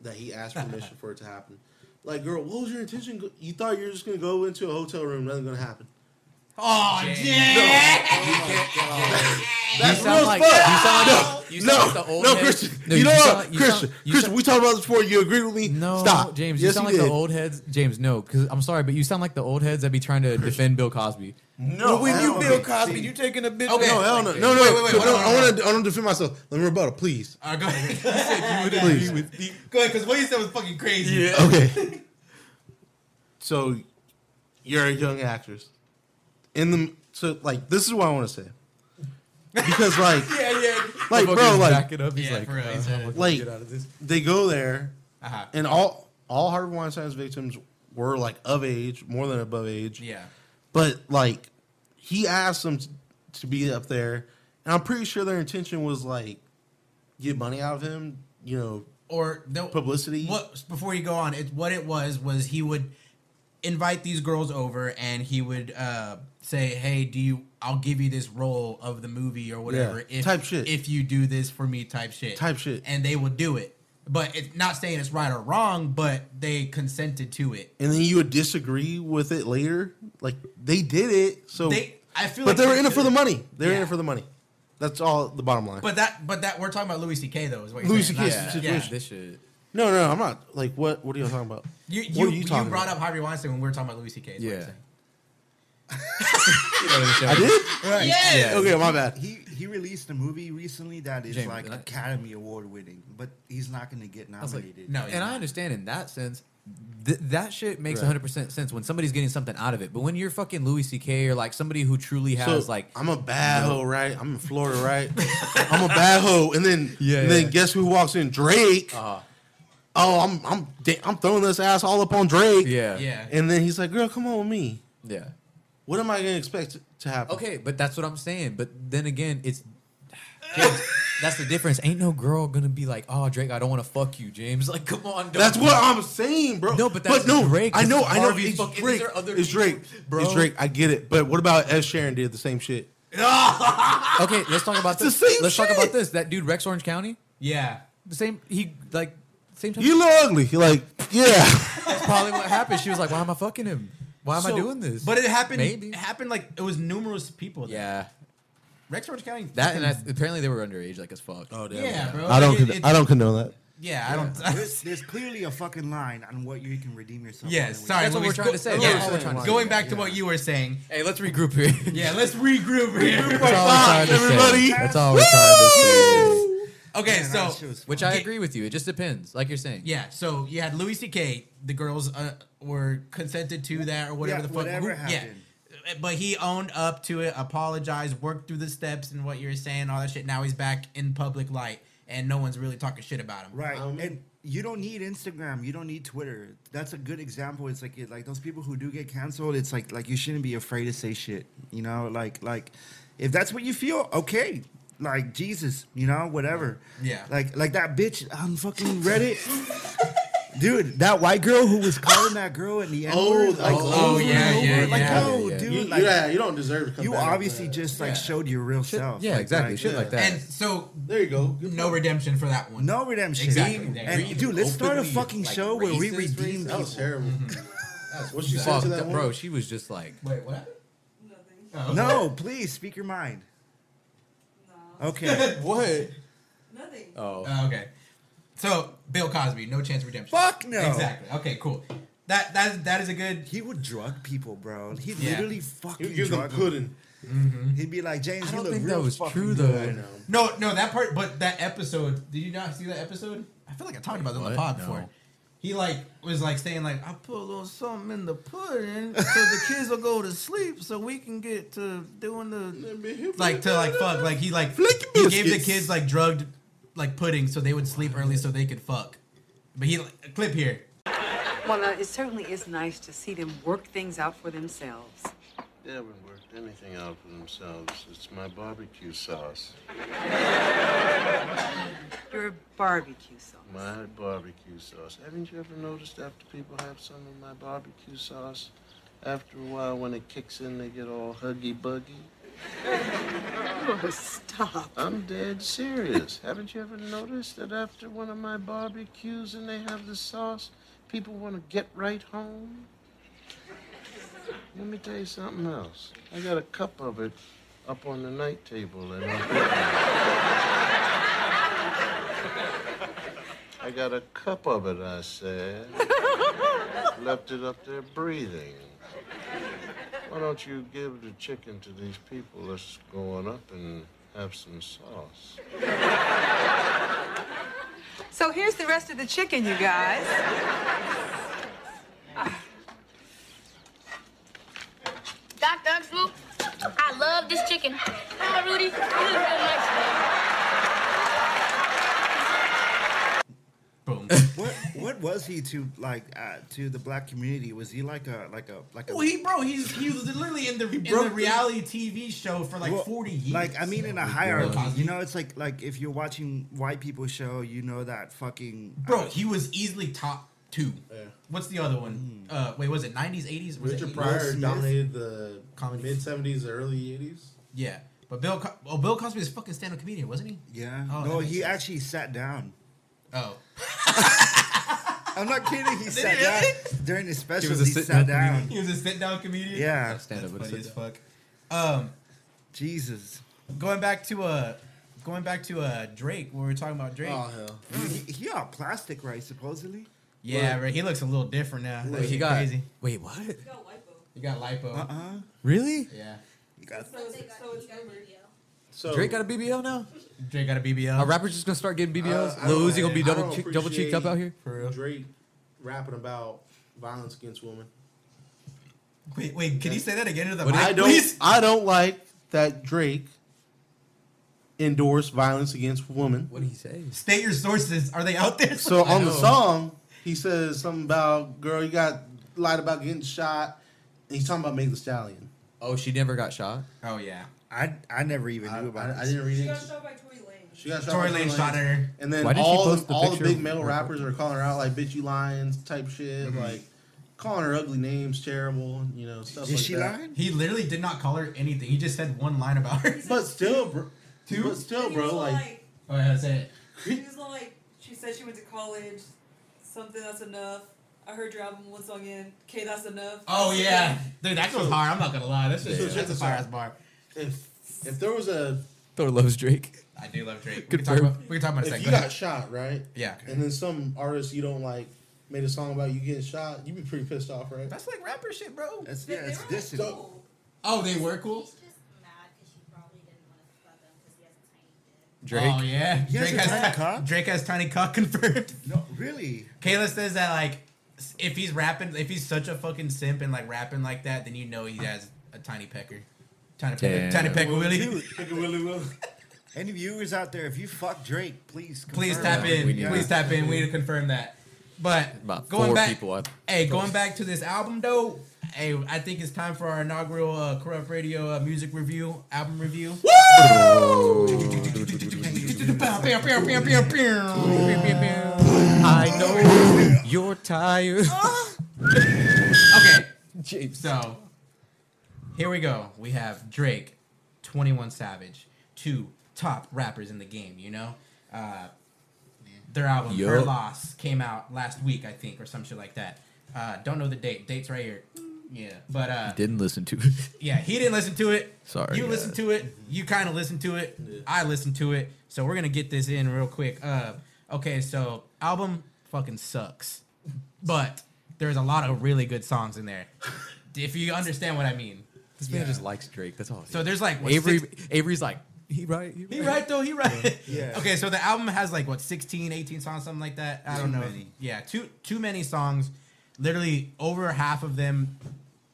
[SPEAKER 6] that he asked permission for it to happen. Like, girl, what was your intention? Go- You thought you were just gonna go into a hotel room, nothing gonna happen.
[SPEAKER 3] Oh, damn.
[SPEAKER 4] you sound like you sound like, you sound like the old
[SPEAKER 6] no,
[SPEAKER 4] heads.
[SPEAKER 6] Christian.
[SPEAKER 4] No,
[SPEAKER 6] you, know
[SPEAKER 4] sound
[SPEAKER 6] what,
[SPEAKER 4] like- you
[SPEAKER 6] Christian?
[SPEAKER 4] sound- you
[SPEAKER 6] Christian,
[SPEAKER 4] sound-
[SPEAKER 6] we talked about this before. You agree with me?
[SPEAKER 4] No,
[SPEAKER 6] stop,
[SPEAKER 4] James. you
[SPEAKER 6] Yes,
[SPEAKER 4] sound
[SPEAKER 6] you
[SPEAKER 4] like
[SPEAKER 6] did.
[SPEAKER 4] the old heads. James, no, because I'm sorry, but you sound like the old heads that be trying to defend Bill Cosby.
[SPEAKER 6] No,
[SPEAKER 4] when you
[SPEAKER 6] hell
[SPEAKER 4] Bill
[SPEAKER 6] no.
[SPEAKER 4] Cosby, you taking a bitch.
[SPEAKER 3] Okay.
[SPEAKER 6] No, hell no, no, no,
[SPEAKER 3] Wait, wait, wait,
[SPEAKER 6] no,
[SPEAKER 3] hold on,
[SPEAKER 6] I
[SPEAKER 3] hold
[SPEAKER 6] want to, I want to defend myself. Let me rebuttal, please.
[SPEAKER 3] Uh,
[SPEAKER 2] [laughs]
[SPEAKER 3] go ahead. [laughs]
[SPEAKER 6] Please.
[SPEAKER 3] go ahead, because what you said was
[SPEAKER 4] [laughs]
[SPEAKER 3] fucking [laughs] crazy.
[SPEAKER 6] Okay. so, you're a young actress. in the so like this is what I want to say because like
[SPEAKER 4] [laughs] Yeah, yeah.
[SPEAKER 6] Like, bro, like-
[SPEAKER 4] it up. He's
[SPEAKER 3] Yeah,
[SPEAKER 4] like,
[SPEAKER 3] for real,
[SPEAKER 4] uh,
[SPEAKER 3] he's
[SPEAKER 4] how am I
[SPEAKER 3] a-
[SPEAKER 4] gonna
[SPEAKER 6] Like-
[SPEAKER 4] get out of this?
[SPEAKER 6] they go there
[SPEAKER 3] Uh-huh.
[SPEAKER 6] and all all Harvey Weinstein's victims were like of age, more than above age.
[SPEAKER 3] Yeah.
[SPEAKER 6] But like he asked them t- to be up there, and I'm pretty sure their intention was like get money out of him, you know,
[SPEAKER 3] Or no,
[SPEAKER 6] publicity.
[SPEAKER 3] What before you go on, it what it was was he would invite these girls over and he would uh, say, "Hey, do you? I'll give you this role of the movie or whatever.
[SPEAKER 6] Yeah, type shit.
[SPEAKER 3] If you do this for me, type shit.
[SPEAKER 6] Type shit.
[SPEAKER 3] And they would do it. But it's not saying it's right or wrong, but they consented to it.
[SPEAKER 6] And then you would disagree with it later. Like they did it, so
[SPEAKER 3] They, I feel,
[SPEAKER 6] but
[SPEAKER 3] like
[SPEAKER 6] they were in it for the money. They were in
[SPEAKER 3] Yeah.
[SPEAKER 6] it for the money. That's all the bottom line.
[SPEAKER 3] But that, but that we're talking about Louis C.K. though, is what you're
[SPEAKER 6] Louis
[SPEAKER 3] saying,
[SPEAKER 6] C.K.'s
[SPEAKER 3] not-
[SPEAKER 6] situation.
[SPEAKER 4] This shit.
[SPEAKER 6] no, no, I'm not. Like what? What are you talking about?
[SPEAKER 3] You,
[SPEAKER 6] What
[SPEAKER 3] you,
[SPEAKER 6] are
[SPEAKER 3] you,
[SPEAKER 6] talking
[SPEAKER 3] brought
[SPEAKER 6] about?
[SPEAKER 3] up Harvey Weinstein when we were talking about Louis C.K. is what you're
[SPEAKER 4] Yeah.
[SPEAKER 3] saying.
[SPEAKER 4] I
[SPEAKER 6] did?
[SPEAKER 4] Yes.
[SPEAKER 6] Okay, my bad.
[SPEAKER 2] Uh, He he released a movie recently that is
[SPEAKER 4] James,
[SPEAKER 2] like
[SPEAKER 4] uh,
[SPEAKER 2] Academy Award winning, but he's not going to get
[SPEAKER 4] was like,
[SPEAKER 2] nominated.
[SPEAKER 3] no,
[SPEAKER 4] And I understand in that sense, th- that shit makes 100% sense when somebody's getting something out of it. But when you're fucking Louis C.K. or like somebody who truly has
[SPEAKER 6] So
[SPEAKER 4] like.
[SPEAKER 6] I'm a bad hoe, right? I'm in Florida, [laughs] right? I'm a bad hoe, and then
[SPEAKER 4] Yeah,
[SPEAKER 6] and then
[SPEAKER 4] yeah.
[SPEAKER 6] guess who walks in? Drake.
[SPEAKER 4] Uh,
[SPEAKER 6] oh, I'm I'm da- I'm throwing this ass all up on Drake.
[SPEAKER 4] yeah.
[SPEAKER 3] yeah.
[SPEAKER 6] And then he's like, "Girl, come on with me.
[SPEAKER 4] Yeah.
[SPEAKER 6] What am I gonna expect to happen?"
[SPEAKER 4] Okay, but that's what I'm saying. But then again, it's. James, that's the difference. Ain't no girl gonna be like, oh, Drake, I don't wanna fuck you, James. [laughs] Like, come on, don't.
[SPEAKER 6] That's what I'm saying, bro.
[SPEAKER 4] No, but that's
[SPEAKER 6] no,
[SPEAKER 4] Drake.
[SPEAKER 6] I know,
[SPEAKER 4] This is
[SPEAKER 6] I know.
[SPEAKER 4] Harvey
[SPEAKER 6] It's
[SPEAKER 4] fucking- these
[SPEAKER 6] Drake.
[SPEAKER 4] are other
[SPEAKER 6] it's
[SPEAKER 4] people,
[SPEAKER 6] Drake,
[SPEAKER 4] bro.
[SPEAKER 6] It's Drake. I get it, but what about Ed Sharon did the same shit?
[SPEAKER 4] Okay, let's talk about
[SPEAKER 6] the
[SPEAKER 4] this.
[SPEAKER 6] same
[SPEAKER 4] let's talk
[SPEAKER 6] shit.
[SPEAKER 4] about this. That dude, Rex Orange County,
[SPEAKER 3] yeah.
[SPEAKER 4] the same, he, like, same time.
[SPEAKER 6] You look ugly. You're like, yeah.
[SPEAKER 4] That's probably what happened. She was like, "Why am I fucking him? Why am I
[SPEAKER 3] So-
[SPEAKER 4] doing this?"
[SPEAKER 3] But it happened.
[SPEAKER 4] Maybe.
[SPEAKER 3] It happened like it was numerous people. There.
[SPEAKER 4] yeah,
[SPEAKER 3] Rex Orange County.
[SPEAKER 4] that and I, apparently they were underage, like as fuck.
[SPEAKER 6] [laughs]
[SPEAKER 4] Oh
[SPEAKER 3] yeah, bro.
[SPEAKER 6] I don't.
[SPEAKER 3] Like,
[SPEAKER 6] Con-
[SPEAKER 3] it- it-
[SPEAKER 6] I don't condone that.
[SPEAKER 3] Yeah, I don't. [laughs]
[SPEAKER 2] There's, there's clearly a fucking line on what you can redeem yourself.
[SPEAKER 3] yeah,
[SPEAKER 2] on and
[SPEAKER 3] sorry.
[SPEAKER 4] That's what
[SPEAKER 3] Luis,
[SPEAKER 4] we're trying
[SPEAKER 3] go-
[SPEAKER 4] to say.
[SPEAKER 3] Yeah,
[SPEAKER 4] That's what we're trying to
[SPEAKER 3] going
[SPEAKER 4] say.
[SPEAKER 3] back to what you
[SPEAKER 4] [laughs]
[SPEAKER 3] were saying.
[SPEAKER 4] Hey, let's regroup here.
[SPEAKER 3] Yeah, let's regroup here.
[SPEAKER 4] [laughs] that's all we're trying to say.
[SPEAKER 6] everybody.
[SPEAKER 4] That's all we're trying to say.
[SPEAKER 3] okay,
[SPEAKER 2] Man, that
[SPEAKER 3] so
[SPEAKER 2] shit was
[SPEAKER 4] Which I agree with you. It just depends, like you're saying.
[SPEAKER 3] yeah, so you had Louis C.K. The girls uh, were consented to that or whatever
[SPEAKER 2] Yeah,
[SPEAKER 3] the fuck.
[SPEAKER 2] whatever
[SPEAKER 3] who-
[SPEAKER 2] happened.
[SPEAKER 3] Yeah. But he owned up to it, apologized, worked through the steps and what you're saying, all that shit. Now he's back in public light, and no one's really talking shit about him.
[SPEAKER 2] Right. and you don't need Instagram. You don't need Twitter. That's a good example. It's like it, like those people who do get canceled. It's like like you shouldn't be afraid to say shit. You know, like like if that's what you feel, okay. Like Jesus, you know, whatever.
[SPEAKER 3] Yeah.
[SPEAKER 2] Like like that bitch on fucking
[SPEAKER 3] [laughs]
[SPEAKER 2] Reddit. Dude, that white girl who
[SPEAKER 6] [laughs]
[SPEAKER 2] was calling that girl in the end.
[SPEAKER 6] Oh,
[SPEAKER 2] like,
[SPEAKER 6] oh,
[SPEAKER 2] over and
[SPEAKER 3] yeah,
[SPEAKER 2] over,
[SPEAKER 3] yeah,
[SPEAKER 2] like,
[SPEAKER 3] yeah,
[SPEAKER 2] yo,
[SPEAKER 4] yeah, yeah.
[SPEAKER 2] dude,
[SPEAKER 6] You,
[SPEAKER 2] like,
[SPEAKER 6] yeah, you don't deserve to come.
[SPEAKER 2] you
[SPEAKER 6] back like
[SPEAKER 2] obviously
[SPEAKER 6] that.
[SPEAKER 2] just like showed your real self.
[SPEAKER 4] yeah,
[SPEAKER 2] like,
[SPEAKER 4] exactly. Shit
[SPEAKER 2] yeah.
[SPEAKER 4] like that.
[SPEAKER 3] And so
[SPEAKER 6] There you go.
[SPEAKER 3] no redemption for that one.
[SPEAKER 2] No redemption.
[SPEAKER 3] Exactly.
[SPEAKER 2] And,
[SPEAKER 3] There. Being
[SPEAKER 2] dude, let's start a
[SPEAKER 4] openly,
[SPEAKER 2] fucking
[SPEAKER 4] like,
[SPEAKER 2] show where we
[SPEAKER 4] racist,
[SPEAKER 2] redeem
[SPEAKER 6] That was
[SPEAKER 2] people.
[SPEAKER 6] terrible. What she said
[SPEAKER 4] Fuck,
[SPEAKER 6] to that
[SPEAKER 4] that- bro.
[SPEAKER 6] woman?
[SPEAKER 4] She was just like,
[SPEAKER 3] Wait, what?
[SPEAKER 5] Nothing.
[SPEAKER 3] Oh.
[SPEAKER 2] No, please speak your mind.
[SPEAKER 4] [laughs]
[SPEAKER 5] No.
[SPEAKER 2] Okay.
[SPEAKER 4] what?
[SPEAKER 5] Nothing.
[SPEAKER 4] Oh,
[SPEAKER 3] Uh, okay. So Bill Cosby, no chance of redemption.
[SPEAKER 2] Fuck no.
[SPEAKER 3] Exactly. Okay, cool. That that that is a good.
[SPEAKER 2] He would drug people, bro. He
[SPEAKER 3] Yeah.
[SPEAKER 2] literally
[SPEAKER 6] You
[SPEAKER 2] fucking
[SPEAKER 6] give them
[SPEAKER 2] drug them.
[SPEAKER 6] pudding.
[SPEAKER 2] He'd be like, James,
[SPEAKER 4] I
[SPEAKER 2] you
[SPEAKER 4] don't
[SPEAKER 2] look
[SPEAKER 4] think
[SPEAKER 2] real
[SPEAKER 4] that was
[SPEAKER 2] fucking
[SPEAKER 4] true
[SPEAKER 2] good.
[SPEAKER 4] though.
[SPEAKER 3] No, no, that part. But that episode, did you not see that episode? I feel like I talked about it on the
[SPEAKER 4] What?
[SPEAKER 3] pod
[SPEAKER 4] No.
[SPEAKER 3] before. He like was like saying like I put a little something in the pudding so the kids will go to sleep so we can get to doing the like to like fuck like he like
[SPEAKER 6] Flicky
[SPEAKER 3] he gave the
[SPEAKER 6] biscuits.
[SPEAKER 3] kids like drugged like pudding so they would sleep early so they could fuck. But he clip here.
[SPEAKER 7] Well, uh, it certainly is nice to see them work things out for themselves.
[SPEAKER 8] They haven't worked anything out for themselves. It's my barbecue sauce.
[SPEAKER 7] You're a barbecue sauce.
[SPEAKER 8] My barbecue sauce. Haven't you ever noticed after people have some of my barbecue sauce, after a while when it kicks in, they get all huggy buggy?
[SPEAKER 7] Oh, stop.
[SPEAKER 8] I'm dead serious. haven't you ever noticed that after one of my barbecues and they have the sauce, people want to get right home? Let me tell you something else. I got a cup of it up on the night table in my bedroom. I got a cup of it, I said. Left it up there breathing. Why don't you give the chicken to these people? Let's go on up and have some sauce.
[SPEAKER 7] So here's the rest of the chicken, you guys.
[SPEAKER 9] Dr. Uxloop, love this chicken. Come on, Rudy. You look real nice today.
[SPEAKER 3] Boom.
[SPEAKER 2] What what was he to like uh, to the black community? Was he like a like a like a
[SPEAKER 3] well, he bro, he's he was literally in the in the
[SPEAKER 2] broke-
[SPEAKER 3] reality TV show for like
[SPEAKER 2] Well,
[SPEAKER 3] forty years.
[SPEAKER 2] Like I mean, in a hierarchy,
[SPEAKER 3] was.
[SPEAKER 2] you know, it's like like if you're watching white people show, you know that fucking
[SPEAKER 3] bro, he was easily top two. What's the other one? Uh, wait, was it nineties, eighties?
[SPEAKER 6] Richard
[SPEAKER 3] it
[SPEAKER 6] Pryor
[SPEAKER 2] Smith?
[SPEAKER 6] dominated the
[SPEAKER 3] Comedy.
[SPEAKER 6] mid '70s, early '80s.
[SPEAKER 3] Yeah, but Bill, Co- oh, Bill Cosby is a fucking stand-up comedian, wasn't he?
[SPEAKER 2] yeah.
[SPEAKER 3] Oh,
[SPEAKER 2] no,
[SPEAKER 3] that makes
[SPEAKER 2] he
[SPEAKER 3] sense.
[SPEAKER 2] actually sat
[SPEAKER 3] [laughs]
[SPEAKER 2] down.
[SPEAKER 3] Oh,
[SPEAKER 2] I'm not kidding. He sat
[SPEAKER 3] he
[SPEAKER 2] down
[SPEAKER 3] really?
[SPEAKER 2] during his special.
[SPEAKER 4] was
[SPEAKER 2] He
[SPEAKER 4] a
[SPEAKER 2] sat
[SPEAKER 4] sit-down
[SPEAKER 2] down.
[SPEAKER 3] he was a sit-down
[SPEAKER 2] [laughs]
[SPEAKER 3] comedian.
[SPEAKER 2] Yeah,
[SPEAKER 4] Stand up
[SPEAKER 3] That's
[SPEAKER 4] with
[SPEAKER 3] funny
[SPEAKER 4] a
[SPEAKER 3] as
[SPEAKER 4] sit down.
[SPEAKER 3] fuck. Um,
[SPEAKER 2] Jesus.
[SPEAKER 3] going back to uh, going back to uh Drake, when we were talking about Drake.
[SPEAKER 6] hell!
[SPEAKER 2] He, he all plastic, right? Supposedly.
[SPEAKER 3] yeah, right. He looks a little different now. That's
[SPEAKER 4] Wait, he got.
[SPEAKER 3] crazy.
[SPEAKER 4] Wait, what?
[SPEAKER 5] You got lipo.
[SPEAKER 3] He got lipo.
[SPEAKER 2] Uh uh
[SPEAKER 4] Really?
[SPEAKER 3] Yeah,
[SPEAKER 2] You got
[SPEAKER 5] So, it's- so it's rumored.
[SPEAKER 6] So
[SPEAKER 4] Drake got a BBL now?
[SPEAKER 3] Drake got a BBL.
[SPEAKER 4] Are rappers just gonna start getting BBLs?
[SPEAKER 6] I
[SPEAKER 4] Lil
[SPEAKER 6] don't-
[SPEAKER 4] Uzi gonna be
[SPEAKER 6] I
[SPEAKER 4] double
[SPEAKER 6] don't
[SPEAKER 4] cheek, double cheeked up out here?
[SPEAKER 6] appreciate Drake rapping about violence against women.
[SPEAKER 3] Wait, wait, can you say that again into the
[SPEAKER 4] What
[SPEAKER 3] mic,
[SPEAKER 4] did-
[SPEAKER 6] I don't.
[SPEAKER 3] please?
[SPEAKER 6] I don't like that Drake endorsed violence against women.
[SPEAKER 4] What did he say?
[SPEAKER 3] State your sources. Are they out there?
[SPEAKER 6] So
[SPEAKER 4] I
[SPEAKER 6] on the
[SPEAKER 4] know.
[SPEAKER 6] song, he says something about girl, you got lied about getting shot. And he's talking about Meg the Stallion.
[SPEAKER 4] Oh, she never got shot.
[SPEAKER 3] [laughs] oh yeah,
[SPEAKER 2] I I never even
[SPEAKER 6] I,
[SPEAKER 4] Uh,
[SPEAKER 2] knew about
[SPEAKER 6] I- I
[SPEAKER 2] this.
[SPEAKER 6] didn't read
[SPEAKER 5] She
[SPEAKER 6] it.
[SPEAKER 5] got shot by Tory Lane.
[SPEAKER 6] She got shot.
[SPEAKER 3] Tory
[SPEAKER 6] by
[SPEAKER 3] Lane shot at her.
[SPEAKER 6] And then
[SPEAKER 4] Why did she
[SPEAKER 6] all,
[SPEAKER 4] post
[SPEAKER 6] the,
[SPEAKER 4] the
[SPEAKER 6] all the
[SPEAKER 4] picture
[SPEAKER 6] big
[SPEAKER 4] of-
[SPEAKER 6] male rappers are calling her out, like, bitch, you lying, type shit. Like, calling her ugly names, terrible, you know, stuff
[SPEAKER 2] Is
[SPEAKER 6] like
[SPEAKER 2] she
[SPEAKER 6] that.
[SPEAKER 2] lying?
[SPEAKER 3] He literally did not call her anything. He just said one line about [laughs] her.
[SPEAKER 6] But still, bro.
[SPEAKER 3] Two?
[SPEAKER 6] But
[SPEAKER 5] And
[SPEAKER 6] still,
[SPEAKER 5] he
[SPEAKER 6] bro,
[SPEAKER 5] was
[SPEAKER 6] like,
[SPEAKER 3] Oh, yeah, that's it.
[SPEAKER 5] She was all like, she said she went to college, something that's enough. I heard your album one song in. Okay, that's enough.
[SPEAKER 3] Oh yeah, dude, that goes hard. I'm not gonna lie. That's just
[SPEAKER 6] So check
[SPEAKER 3] that's a
[SPEAKER 6] this
[SPEAKER 3] fire
[SPEAKER 6] out.
[SPEAKER 3] ass bar.
[SPEAKER 6] if if there was a
[SPEAKER 4] Thor loves Drake.
[SPEAKER 3] I do love Drake. We
[SPEAKER 4] Good
[SPEAKER 3] can talk
[SPEAKER 4] for
[SPEAKER 3] about we can talk about it in a
[SPEAKER 6] if
[SPEAKER 3] second.
[SPEAKER 6] you
[SPEAKER 3] Go
[SPEAKER 6] got
[SPEAKER 3] ahead.
[SPEAKER 6] shot, right?
[SPEAKER 3] Yeah,
[SPEAKER 6] And then some artist you don't like made a song about you getting shot, you'd be pretty pissed off, right?
[SPEAKER 3] that's like rapper shit, bro.
[SPEAKER 2] That's,
[SPEAKER 5] They,
[SPEAKER 2] yeah, it's
[SPEAKER 5] they were
[SPEAKER 2] this.
[SPEAKER 5] like, cool.
[SPEAKER 3] Oh, they were cool.
[SPEAKER 9] He's just mad because she probably didn't want to fuck him because he
[SPEAKER 4] Drake.
[SPEAKER 3] Oh
[SPEAKER 9] has a tiny dick.
[SPEAKER 3] yeah,
[SPEAKER 2] He has
[SPEAKER 3] Drake
[SPEAKER 2] a
[SPEAKER 3] has,
[SPEAKER 2] tiny
[SPEAKER 3] ti-
[SPEAKER 2] cock?
[SPEAKER 3] Drake has tiny cock [laughs] confirmed.
[SPEAKER 2] No, really.
[SPEAKER 3] Kayla says that like s- if he's rapping, if he's such a fucking simp and like rapping like that, then you know he has a tiny pecker, tiny pecker,
[SPEAKER 4] Damn.
[SPEAKER 3] tiny pecker Willie.
[SPEAKER 2] Dude, any viewers out there, if you fuck Drake, please
[SPEAKER 3] Please
[SPEAKER 2] confirm.
[SPEAKER 3] tap in.
[SPEAKER 4] We need
[SPEAKER 3] Please tap in. We need to confirm that. But
[SPEAKER 4] About
[SPEAKER 3] going
[SPEAKER 4] four
[SPEAKER 3] back,
[SPEAKER 4] people up.
[SPEAKER 3] Hey, going back to this album though, hey, I think it's time for our inaugural uh, Corrupt Radio uh, music review, album review. [laughs] okay,
[SPEAKER 4] I know you're
[SPEAKER 3] [laughs]
[SPEAKER 4] tired. [laughs] James.
[SPEAKER 3] so here we go. We have Drake, Twenty One Savage, two top rappers in the game. You know, uh, their album
[SPEAKER 4] Yup.
[SPEAKER 3] Her Loss came out last week, I think, or some shit like that. Uh, don't know the date. Date's right here. Yeah, but uh,
[SPEAKER 4] Didn't listen to it. [laughs]
[SPEAKER 3] Yeah, he didn't listen to it.
[SPEAKER 4] Sorry,
[SPEAKER 3] You
[SPEAKER 4] guys.
[SPEAKER 3] listened to it. You kind of listened to it. I listened to it. So we're gonna get this in real quick. Uh, okay, so album fucking sucks, but there's a lot of really good songs in there. If you understand what I mean.
[SPEAKER 4] This man just likes Drake. That's all.
[SPEAKER 3] So there's like what,
[SPEAKER 4] Avery.
[SPEAKER 3] six-
[SPEAKER 4] Avery's like he right. He right. [laughs]
[SPEAKER 3] he right though. He right.
[SPEAKER 2] [laughs] Yeah.
[SPEAKER 3] Okay, so the album has like what 16, 18 songs, something like that. I don't
[SPEAKER 2] Too
[SPEAKER 3] know.
[SPEAKER 2] many.
[SPEAKER 3] Yeah, too too many songs. Literally over half of them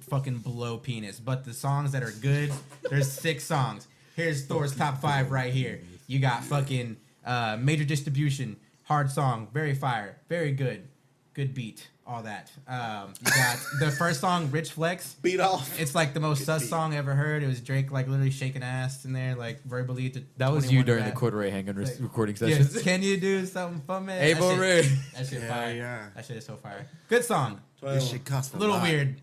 [SPEAKER 3] fucking blow penis. But the songs that are good, there's six songs. Here's Thor's top five right here. You got fucking uh, major distribution, hard song, very fire, very good, good beat, all that. Um,
[SPEAKER 2] [laughs]
[SPEAKER 3] you got the first song, Rich Flex.
[SPEAKER 6] Beat off.
[SPEAKER 3] It's like the most sus song ever heard. It was Drake like literally shaking ass in there, like verbally. To
[SPEAKER 4] That was you
[SPEAKER 3] 21
[SPEAKER 4] during the
[SPEAKER 3] rap.
[SPEAKER 4] corduroy hang on re-
[SPEAKER 3] Like-
[SPEAKER 4] recording
[SPEAKER 3] Yeah, [laughs]
[SPEAKER 4] sessions.
[SPEAKER 3] can you do something for me?
[SPEAKER 4] Hey,
[SPEAKER 3] That
[SPEAKER 4] Bo
[SPEAKER 3] shit-
[SPEAKER 4] Ray.
[SPEAKER 3] That shit
[SPEAKER 2] Yeah,
[SPEAKER 3] fire.
[SPEAKER 2] yeah.
[SPEAKER 3] That shit is so fire. Good song.
[SPEAKER 2] This shit cost a
[SPEAKER 3] A little
[SPEAKER 2] lot.
[SPEAKER 3] weird.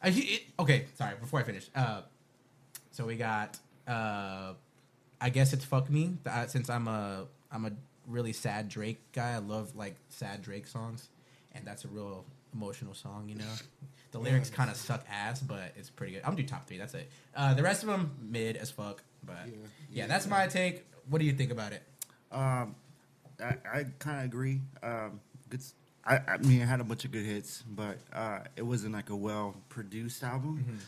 [SPEAKER 3] I, he- it- okay, sorry. Before I finish, uh, so we got. Uh, I guess it's fuck me. Uh, since I'm a I'm a really sad Drake guy. I love like sad Drake songs, and that's a real emotional song. You know, the lyrics kind of suck ass, but it's pretty good. I'm gonna do top three. That's it. Uh, the rest of them mid as fuck. But yeah, that's my take. What do you think about it?
[SPEAKER 2] Um, I, I kind of agree. Um, good. s- I, I mean, it had a bunch of good hits, but uh, it wasn't like a well produced
[SPEAKER 3] Mm-hmm.
[SPEAKER 2] album.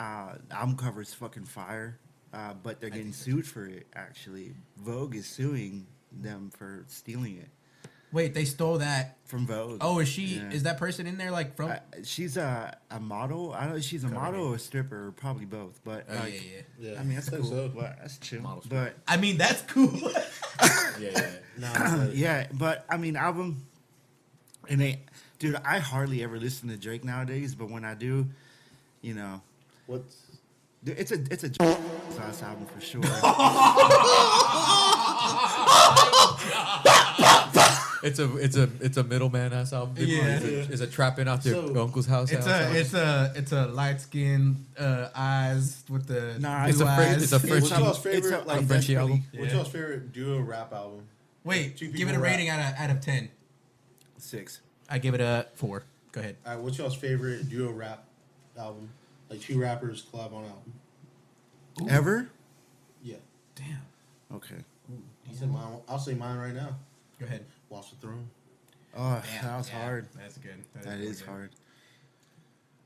[SPEAKER 2] Uh, album cover is fucking fire, uh, but they're getting sued for it. Actually, Vogue is suing them for stealing it.
[SPEAKER 3] Wait, they stole that.
[SPEAKER 2] from Vogue.
[SPEAKER 3] Oh, is she?
[SPEAKER 2] Yeah.
[SPEAKER 3] Is that person in there? Like from?
[SPEAKER 2] Uh, she's a, a model. I don't know. if She's a model or a stripper, probably both. But
[SPEAKER 3] oh yeah,
[SPEAKER 2] like,
[SPEAKER 3] yeah.
[SPEAKER 6] Yeah,
[SPEAKER 2] I mean, that's
[SPEAKER 6] I think
[SPEAKER 2] cool.
[SPEAKER 6] so.
[SPEAKER 2] But that's chill.
[SPEAKER 4] Model
[SPEAKER 2] but
[SPEAKER 3] I mean, that's cool. [laughs]
[SPEAKER 4] Yeah, yeah.
[SPEAKER 2] yeah, but I mean, album, and they, dude, I hardly ever listen to Drake nowadays. But when I do, you know,
[SPEAKER 6] What's
[SPEAKER 2] dude, it's a it's a [laughs] last album for sure. I
[SPEAKER 4] It's a it's a it's a middleman ass album.
[SPEAKER 3] Yeah.
[SPEAKER 4] It's a, it's a trapping out their
[SPEAKER 6] So-
[SPEAKER 4] uncle's house.
[SPEAKER 3] It's
[SPEAKER 4] ass
[SPEAKER 3] a
[SPEAKER 4] album.
[SPEAKER 3] it's a it's a light skin uh, eyes with the
[SPEAKER 2] Nah,
[SPEAKER 3] blue
[SPEAKER 2] it's a
[SPEAKER 4] French-
[SPEAKER 3] eyes.
[SPEAKER 4] it's a French-
[SPEAKER 6] what's
[SPEAKER 2] It's a-
[SPEAKER 6] y'all's
[SPEAKER 2] it's
[SPEAKER 6] favorite
[SPEAKER 2] a-
[SPEAKER 6] like
[SPEAKER 2] a
[SPEAKER 4] Frenchie album?
[SPEAKER 6] What's
[SPEAKER 3] Yeah.
[SPEAKER 6] y'all's favorite duo rap album?
[SPEAKER 3] Wait,
[SPEAKER 6] Two
[SPEAKER 3] give it a
[SPEAKER 6] people rap.
[SPEAKER 3] rating out of out of ten.
[SPEAKER 2] six.
[SPEAKER 3] I give it a four. Go ahead.
[SPEAKER 6] All right, Uh, what's y'all's favorite duo rap album? Like two rappers collab on album.
[SPEAKER 2] Ever?
[SPEAKER 6] Yeah,
[SPEAKER 3] Damn.
[SPEAKER 2] Okay.
[SPEAKER 6] I'll say mine. I'll say mine right now.
[SPEAKER 3] Go ahead.
[SPEAKER 6] Watch the Throne.
[SPEAKER 2] Oh,
[SPEAKER 3] Damn,
[SPEAKER 2] that was
[SPEAKER 3] yeah,
[SPEAKER 2] hard.
[SPEAKER 3] That's good.
[SPEAKER 2] That
[SPEAKER 3] pretty
[SPEAKER 2] is
[SPEAKER 3] good.
[SPEAKER 2] hard.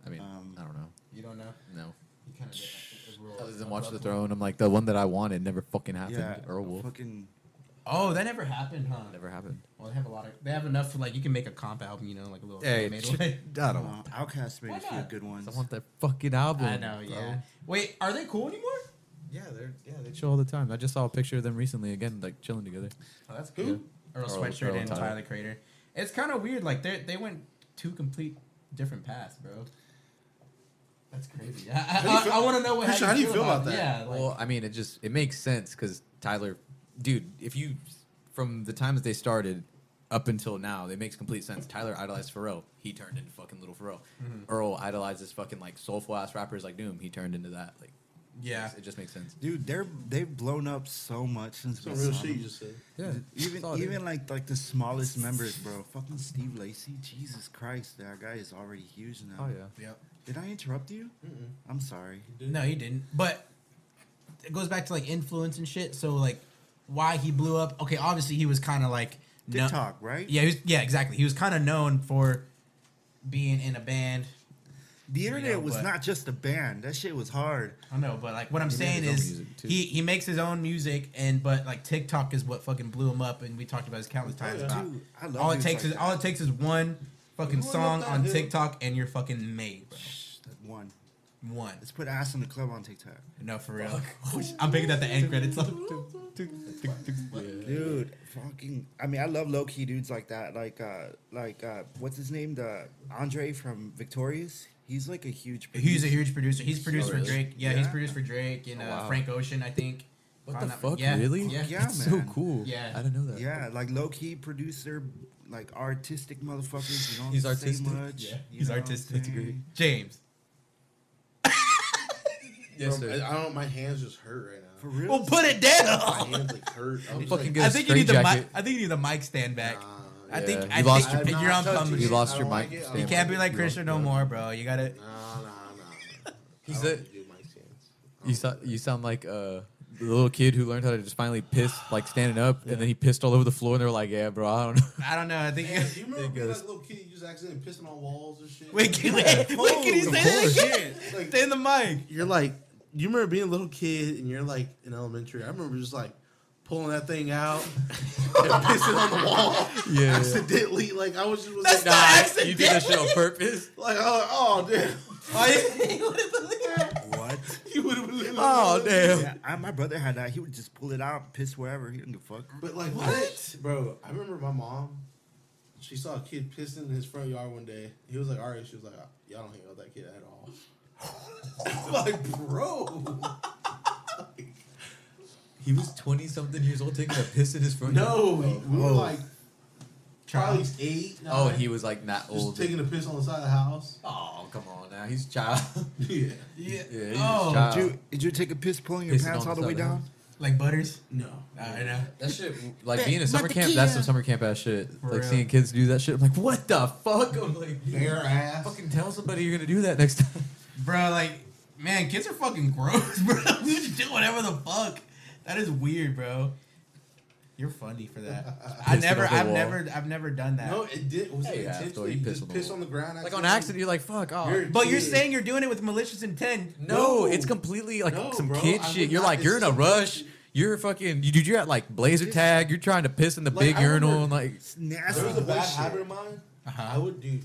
[SPEAKER 4] I mean,
[SPEAKER 2] um,
[SPEAKER 4] I don't know.
[SPEAKER 3] You don't know.
[SPEAKER 4] No.
[SPEAKER 3] You kind of
[SPEAKER 4] Other than Watch the Throne, I'm like the one that I wanted never fucking happened.
[SPEAKER 2] Yeah.
[SPEAKER 4] Earl Wolf
[SPEAKER 2] Fucking.
[SPEAKER 3] Oh, that never happened, huh?
[SPEAKER 4] never happened.
[SPEAKER 3] Well, they have a lot of. They have enough for like you can make a comp album, you know, like a little.
[SPEAKER 4] Hey,
[SPEAKER 3] made
[SPEAKER 4] ch- [laughs] I
[SPEAKER 3] one.
[SPEAKER 4] don't.
[SPEAKER 2] Uh, Outcast made
[SPEAKER 3] Why
[SPEAKER 2] a few
[SPEAKER 3] not?
[SPEAKER 2] good ones.
[SPEAKER 4] I want that fucking album.
[SPEAKER 3] [laughs] I know.
[SPEAKER 4] bro.
[SPEAKER 3] Yeah. Wait, are they cool anymore?
[SPEAKER 4] Yeah, they're yeah they chill all the time. I just saw a picture of them recently again, like chilling together.
[SPEAKER 3] Oh, that's good. Earl
[SPEAKER 4] Earl-
[SPEAKER 3] Sweatshirt
[SPEAKER 4] Earl
[SPEAKER 3] and
[SPEAKER 4] Tyler.
[SPEAKER 3] Tyler. Crater. It's kind of weird. Like they they went two complete different paths, bro. That's crazy. [laughs] I,
[SPEAKER 6] do you feel-
[SPEAKER 3] want to know what.
[SPEAKER 6] Christian, how do you feel about
[SPEAKER 3] it.
[SPEAKER 6] that?
[SPEAKER 3] Yeah. Like,
[SPEAKER 4] well, I mean, it just it makes sense because Tyler, dude, if you from the time that they started up until now, it makes complete sense. Tyler idolized Pharrell. He turned into fucking little Pharrell. Earl idolizes fucking like soulful ass rappers like Doom. He turned into that. Like,
[SPEAKER 3] yeah.
[SPEAKER 4] it just makes sense.
[SPEAKER 2] Dude, they're they've blown up so much since
[SPEAKER 6] Some
[SPEAKER 2] we
[SPEAKER 6] real
[SPEAKER 2] saw
[SPEAKER 6] shit you
[SPEAKER 2] them.
[SPEAKER 6] just said.
[SPEAKER 4] Yeah,
[SPEAKER 2] Even even like like the
[SPEAKER 3] [laughs]
[SPEAKER 2] smallest members, bro. Fucking Steve Lacy, Jesus Christ, that guy is already huge now.
[SPEAKER 4] Oh yeah.
[SPEAKER 3] Yep.
[SPEAKER 2] Did I interrupt you? I'm sorry.
[SPEAKER 3] No, he didn't. But it goes back to like influence and shit. So like, why he blew up? Okay, obviously he was kind of like no-
[SPEAKER 2] TikTok, right?
[SPEAKER 3] yeah, he was, yeah, exactly. He was kind of known for being in a band.
[SPEAKER 2] The internet
[SPEAKER 3] know,
[SPEAKER 2] was
[SPEAKER 3] but-
[SPEAKER 2] not just a band. That shit was hard.
[SPEAKER 3] I know, but like what I'm
[SPEAKER 4] He made
[SPEAKER 3] saying
[SPEAKER 4] his own
[SPEAKER 3] is
[SPEAKER 4] music, too.
[SPEAKER 3] he he makes his own music, and but like TikTok is what fucking blew him up, and we talked about this countless
[SPEAKER 2] Oh,
[SPEAKER 3] times.
[SPEAKER 6] yeah.
[SPEAKER 3] about
[SPEAKER 2] Dude, I love
[SPEAKER 3] all it
[SPEAKER 2] dudes
[SPEAKER 3] takes
[SPEAKER 2] like
[SPEAKER 3] is all
[SPEAKER 2] that.
[SPEAKER 3] it takes is one fucking
[SPEAKER 6] Who
[SPEAKER 3] song
[SPEAKER 6] let that
[SPEAKER 3] on
[SPEAKER 6] do?
[SPEAKER 3] TikTok, and you're fucking made, bro.
[SPEAKER 2] Shh, that one.
[SPEAKER 3] One.
[SPEAKER 2] Let's put ass in the club on TikTok,
[SPEAKER 3] No, for real. [laughs] I'm picking up the end credits. [laughs] Like,
[SPEAKER 2] dude. Fucking. I mean, I love low key dudes like that. Like uh, like uh, what's his name? The Andre from Victorious. He's like a huge.
[SPEAKER 3] He's a
[SPEAKER 2] producer.
[SPEAKER 3] huge producer. He's produced for
[SPEAKER 4] Oh, really?
[SPEAKER 3] Drake. Yeah, he's
[SPEAKER 2] Yeah.
[SPEAKER 3] produced for Drake and uh,
[SPEAKER 4] Oh, wow.
[SPEAKER 3] Frank Ocean, I think.
[SPEAKER 4] What the
[SPEAKER 3] Found out-
[SPEAKER 4] fuck?
[SPEAKER 3] Yeah.
[SPEAKER 4] Really?
[SPEAKER 3] Yeah.
[SPEAKER 2] Yeah,
[SPEAKER 4] That's
[SPEAKER 2] man.
[SPEAKER 4] so cool.
[SPEAKER 3] Yeah.
[SPEAKER 4] I didn't know that.
[SPEAKER 2] Yeah, like low key producer, like artistic motherfuckers. You don't
[SPEAKER 4] He's
[SPEAKER 2] say
[SPEAKER 4] artistic.
[SPEAKER 2] much.
[SPEAKER 3] Yeah.
[SPEAKER 2] you
[SPEAKER 3] He's
[SPEAKER 2] know what I'm
[SPEAKER 3] artistic.
[SPEAKER 2] saying?
[SPEAKER 3] James.
[SPEAKER 4] Yes,
[SPEAKER 6] Bro,
[SPEAKER 4] sir.
[SPEAKER 6] I, I don't. My hands just hurt right now.
[SPEAKER 2] For real.
[SPEAKER 3] Well, put it down.
[SPEAKER 6] [laughs]
[SPEAKER 2] [laughs]
[SPEAKER 6] My hands like hurt. I'm just,
[SPEAKER 4] fucking
[SPEAKER 6] like,
[SPEAKER 4] good.
[SPEAKER 3] I think you need the mic.
[SPEAKER 4] straitjacket.
[SPEAKER 3] I think you need the mic stand back.
[SPEAKER 6] Nah,
[SPEAKER 3] I
[SPEAKER 4] yeah.
[SPEAKER 3] think
[SPEAKER 4] You
[SPEAKER 3] I
[SPEAKER 4] lost
[SPEAKER 3] think
[SPEAKER 6] I'm
[SPEAKER 3] you're,
[SPEAKER 6] not
[SPEAKER 3] on
[SPEAKER 6] touching
[SPEAKER 3] plum.
[SPEAKER 6] it.
[SPEAKER 4] You lost
[SPEAKER 6] I
[SPEAKER 4] your
[SPEAKER 6] don't
[SPEAKER 4] mic
[SPEAKER 6] it. I
[SPEAKER 4] stand.
[SPEAKER 3] You
[SPEAKER 6] don't
[SPEAKER 3] can't be
[SPEAKER 6] it.
[SPEAKER 3] like
[SPEAKER 4] You
[SPEAKER 3] Christian no
[SPEAKER 4] lost-
[SPEAKER 3] more, bro. You gotta.
[SPEAKER 6] Nah, nah, nah.
[SPEAKER 4] He's
[SPEAKER 6] I
[SPEAKER 4] a-
[SPEAKER 6] don't do my stance.
[SPEAKER 4] You sound you sound like uh, the little kid who learned how to just finally piss like standing up, and then he pissed all over the floor, and they were like, "Yeah, bro, I don't know."
[SPEAKER 3] I don't know. I think.
[SPEAKER 6] Man, do you remember
[SPEAKER 4] It
[SPEAKER 6] being
[SPEAKER 4] goes-
[SPEAKER 6] like a little kid, you just accidentally pissing on walls and shit?
[SPEAKER 3] [laughs] wait, can, wait, wait, can you say
[SPEAKER 4] Of
[SPEAKER 3] that
[SPEAKER 4] course.
[SPEAKER 3] again?
[SPEAKER 6] [laughs] Like,
[SPEAKER 3] Stay in the mic.
[SPEAKER 6] you're like, you remember being a little kid and you're like in elementary. I remember just like pulling that thing out and pissing on the wall
[SPEAKER 4] [laughs] yeah,
[SPEAKER 6] accidentally. Like I was just was
[SPEAKER 3] That's
[SPEAKER 6] like,
[SPEAKER 3] not
[SPEAKER 4] you did that
[SPEAKER 3] accidental.
[SPEAKER 4] shit on purpose.
[SPEAKER 6] like, oh, oh damn.
[SPEAKER 5] [laughs]
[SPEAKER 2] What?
[SPEAKER 6] [laughs] you would have been
[SPEAKER 4] Oh damn!
[SPEAKER 2] Yeah, I, my brother had that. He would just pull it out, piss wherever. He didn't give a fuck.
[SPEAKER 6] But like what, bro? I remember my mom. She saw a kid pissing in his front yard one day. He was like, "All right." She was like, "Y'all don't hang out with that kid at all." I'm [laughs] like, bro,
[SPEAKER 4] He was twenty something years old taking a piss in his front.
[SPEAKER 6] no. we were
[SPEAKER 2] oh.
[SPEAKER 6] like probably eight.
[SPEAKER 4] Oh,
[SPEAKER 6] nine,
[SPEAKER 4] he was like not
[SPEAKER 6] just
[SPEAKER 4] old.
[SPEAKER 6] taking a piss on the side of the house.
[SPEAKER 4] oh, come on now, he's a child.
[SPEAKER 6] [laughs]
[SPEAKER 4] [laughs]
[SPEAKER 6] yeah.
[SPEAKER 3] Yeah.
[SPEAKER 4] yeah, he's
[SPEAKER 3] Oh.
[SPEAKER 4] a child.
[SPEAKER 2] Did you, did you take a piss pulling your
[SPEAKER 4] Pissing
[SPEAKER 2] pants
[SPEAKER 4] Uh, on
[SPEAKER 2] all the way
[SPEAKER 4] side of
[SPEAKER 2] down?
[SPEAKER 3] Like butters.
[SPEAKER 6] No.
[SPEAKER 3] I know.
[SPEAKER 4] That
[SPEAKER 3] [laughs]
[SPEAKER 4] shit, like being in summer camp, that's some summer camp ass shit.
[SPEAKER 3] For
[SPEAKER 4] like
[SPEAKER 3] real.
[SPEAKER 4] seeing kids do that shit, I'm like, what the fuck? I'm like,
[SPEAKER 6] Bare ass.
[SPEAKER 4] fucking tell somebody you're gonna do that next time. [laughs]
[SPEAKER 3] Bro, like, man, kids are fucking gross, [laughs] bro. You just do whatever the fuck. That is weird, bro. You're funny
[SPEAKER 4] [laughs]
[SPEAKER 3] for that. I
[SPEAKER 4] Pissing
[SPEAKER 3] never,
[SPEAKER 4] on the
[SPEAKER 3] I've
[SPEAKER 4] wall.
[SPEAKER 3] never, I've never done that.
[SPEAKER 6] No, it did. Was
[SPEAKER 4] Hey,
[SPEAKER 6] it
[SPEAKER 4] asshole,
[SPEAKER 6] intentionally?
[SPEAKER 4] you
[SPEAKER 6] You
[SPEAKER 4] piss
[SPEAKER 6] just
[SPEAKER 4] on the
[SPEAKER 6] piss
[SPEAKER 4] wall.
[SPEAKER 6] on the ground.
[SPEAKER 4] like on accident, you're like, fuck, oh.
[SPEAKER 6] You're-
[SPEAKER 3] but you're
[SPEAKER 6] Yeah.
[SPEAKER 3] saying you're doing it with malicious intent.
[SPEAKER 4] No,
[SPEAKER 6] No.
[SPEAKER 4] it's completely like
[SPEAKER 6] No,
[SPEAKER 4] some
[SPEAKER 6] bro,
[SPEAKER 4] kid
[SPEAKER 6] I
[SPEAKER 4] shit.
[SPEAKER 6] would
[SPEAKER 4] You're
[SPEAKER 6] not-
[SPEAKER 4] like, you're in
[SPEAKER 6] it's
[SPEAKER 4] a
[SPEAKER 6] so-
[SPEAKER 4] rush. You're fucking. You, dude, you're at like blazer tag. You're trying to piss in the
[SPEAKER 2] Like,
[SPEAKER 4] big
[SPEAKER 2] I
[SPEAKER 4] urinal
[SPEAKER 2] remember-
[SPEAKER 4] and
[SPEAKER 6] [laughs]
[SPEAKER 4] like.
[SPEAKER 2] It's
[SPEAKER 6] If
[SPEAKER 2] nasty.
[SPEAKER 6] there was a bad
[SPEAKER 2] bullshit.
[SPEAKER 6] habit of mine,
[SPEAKER 4] Uh-huh.
[SPEAKER 6] I would do.
[SPEAKER 2] You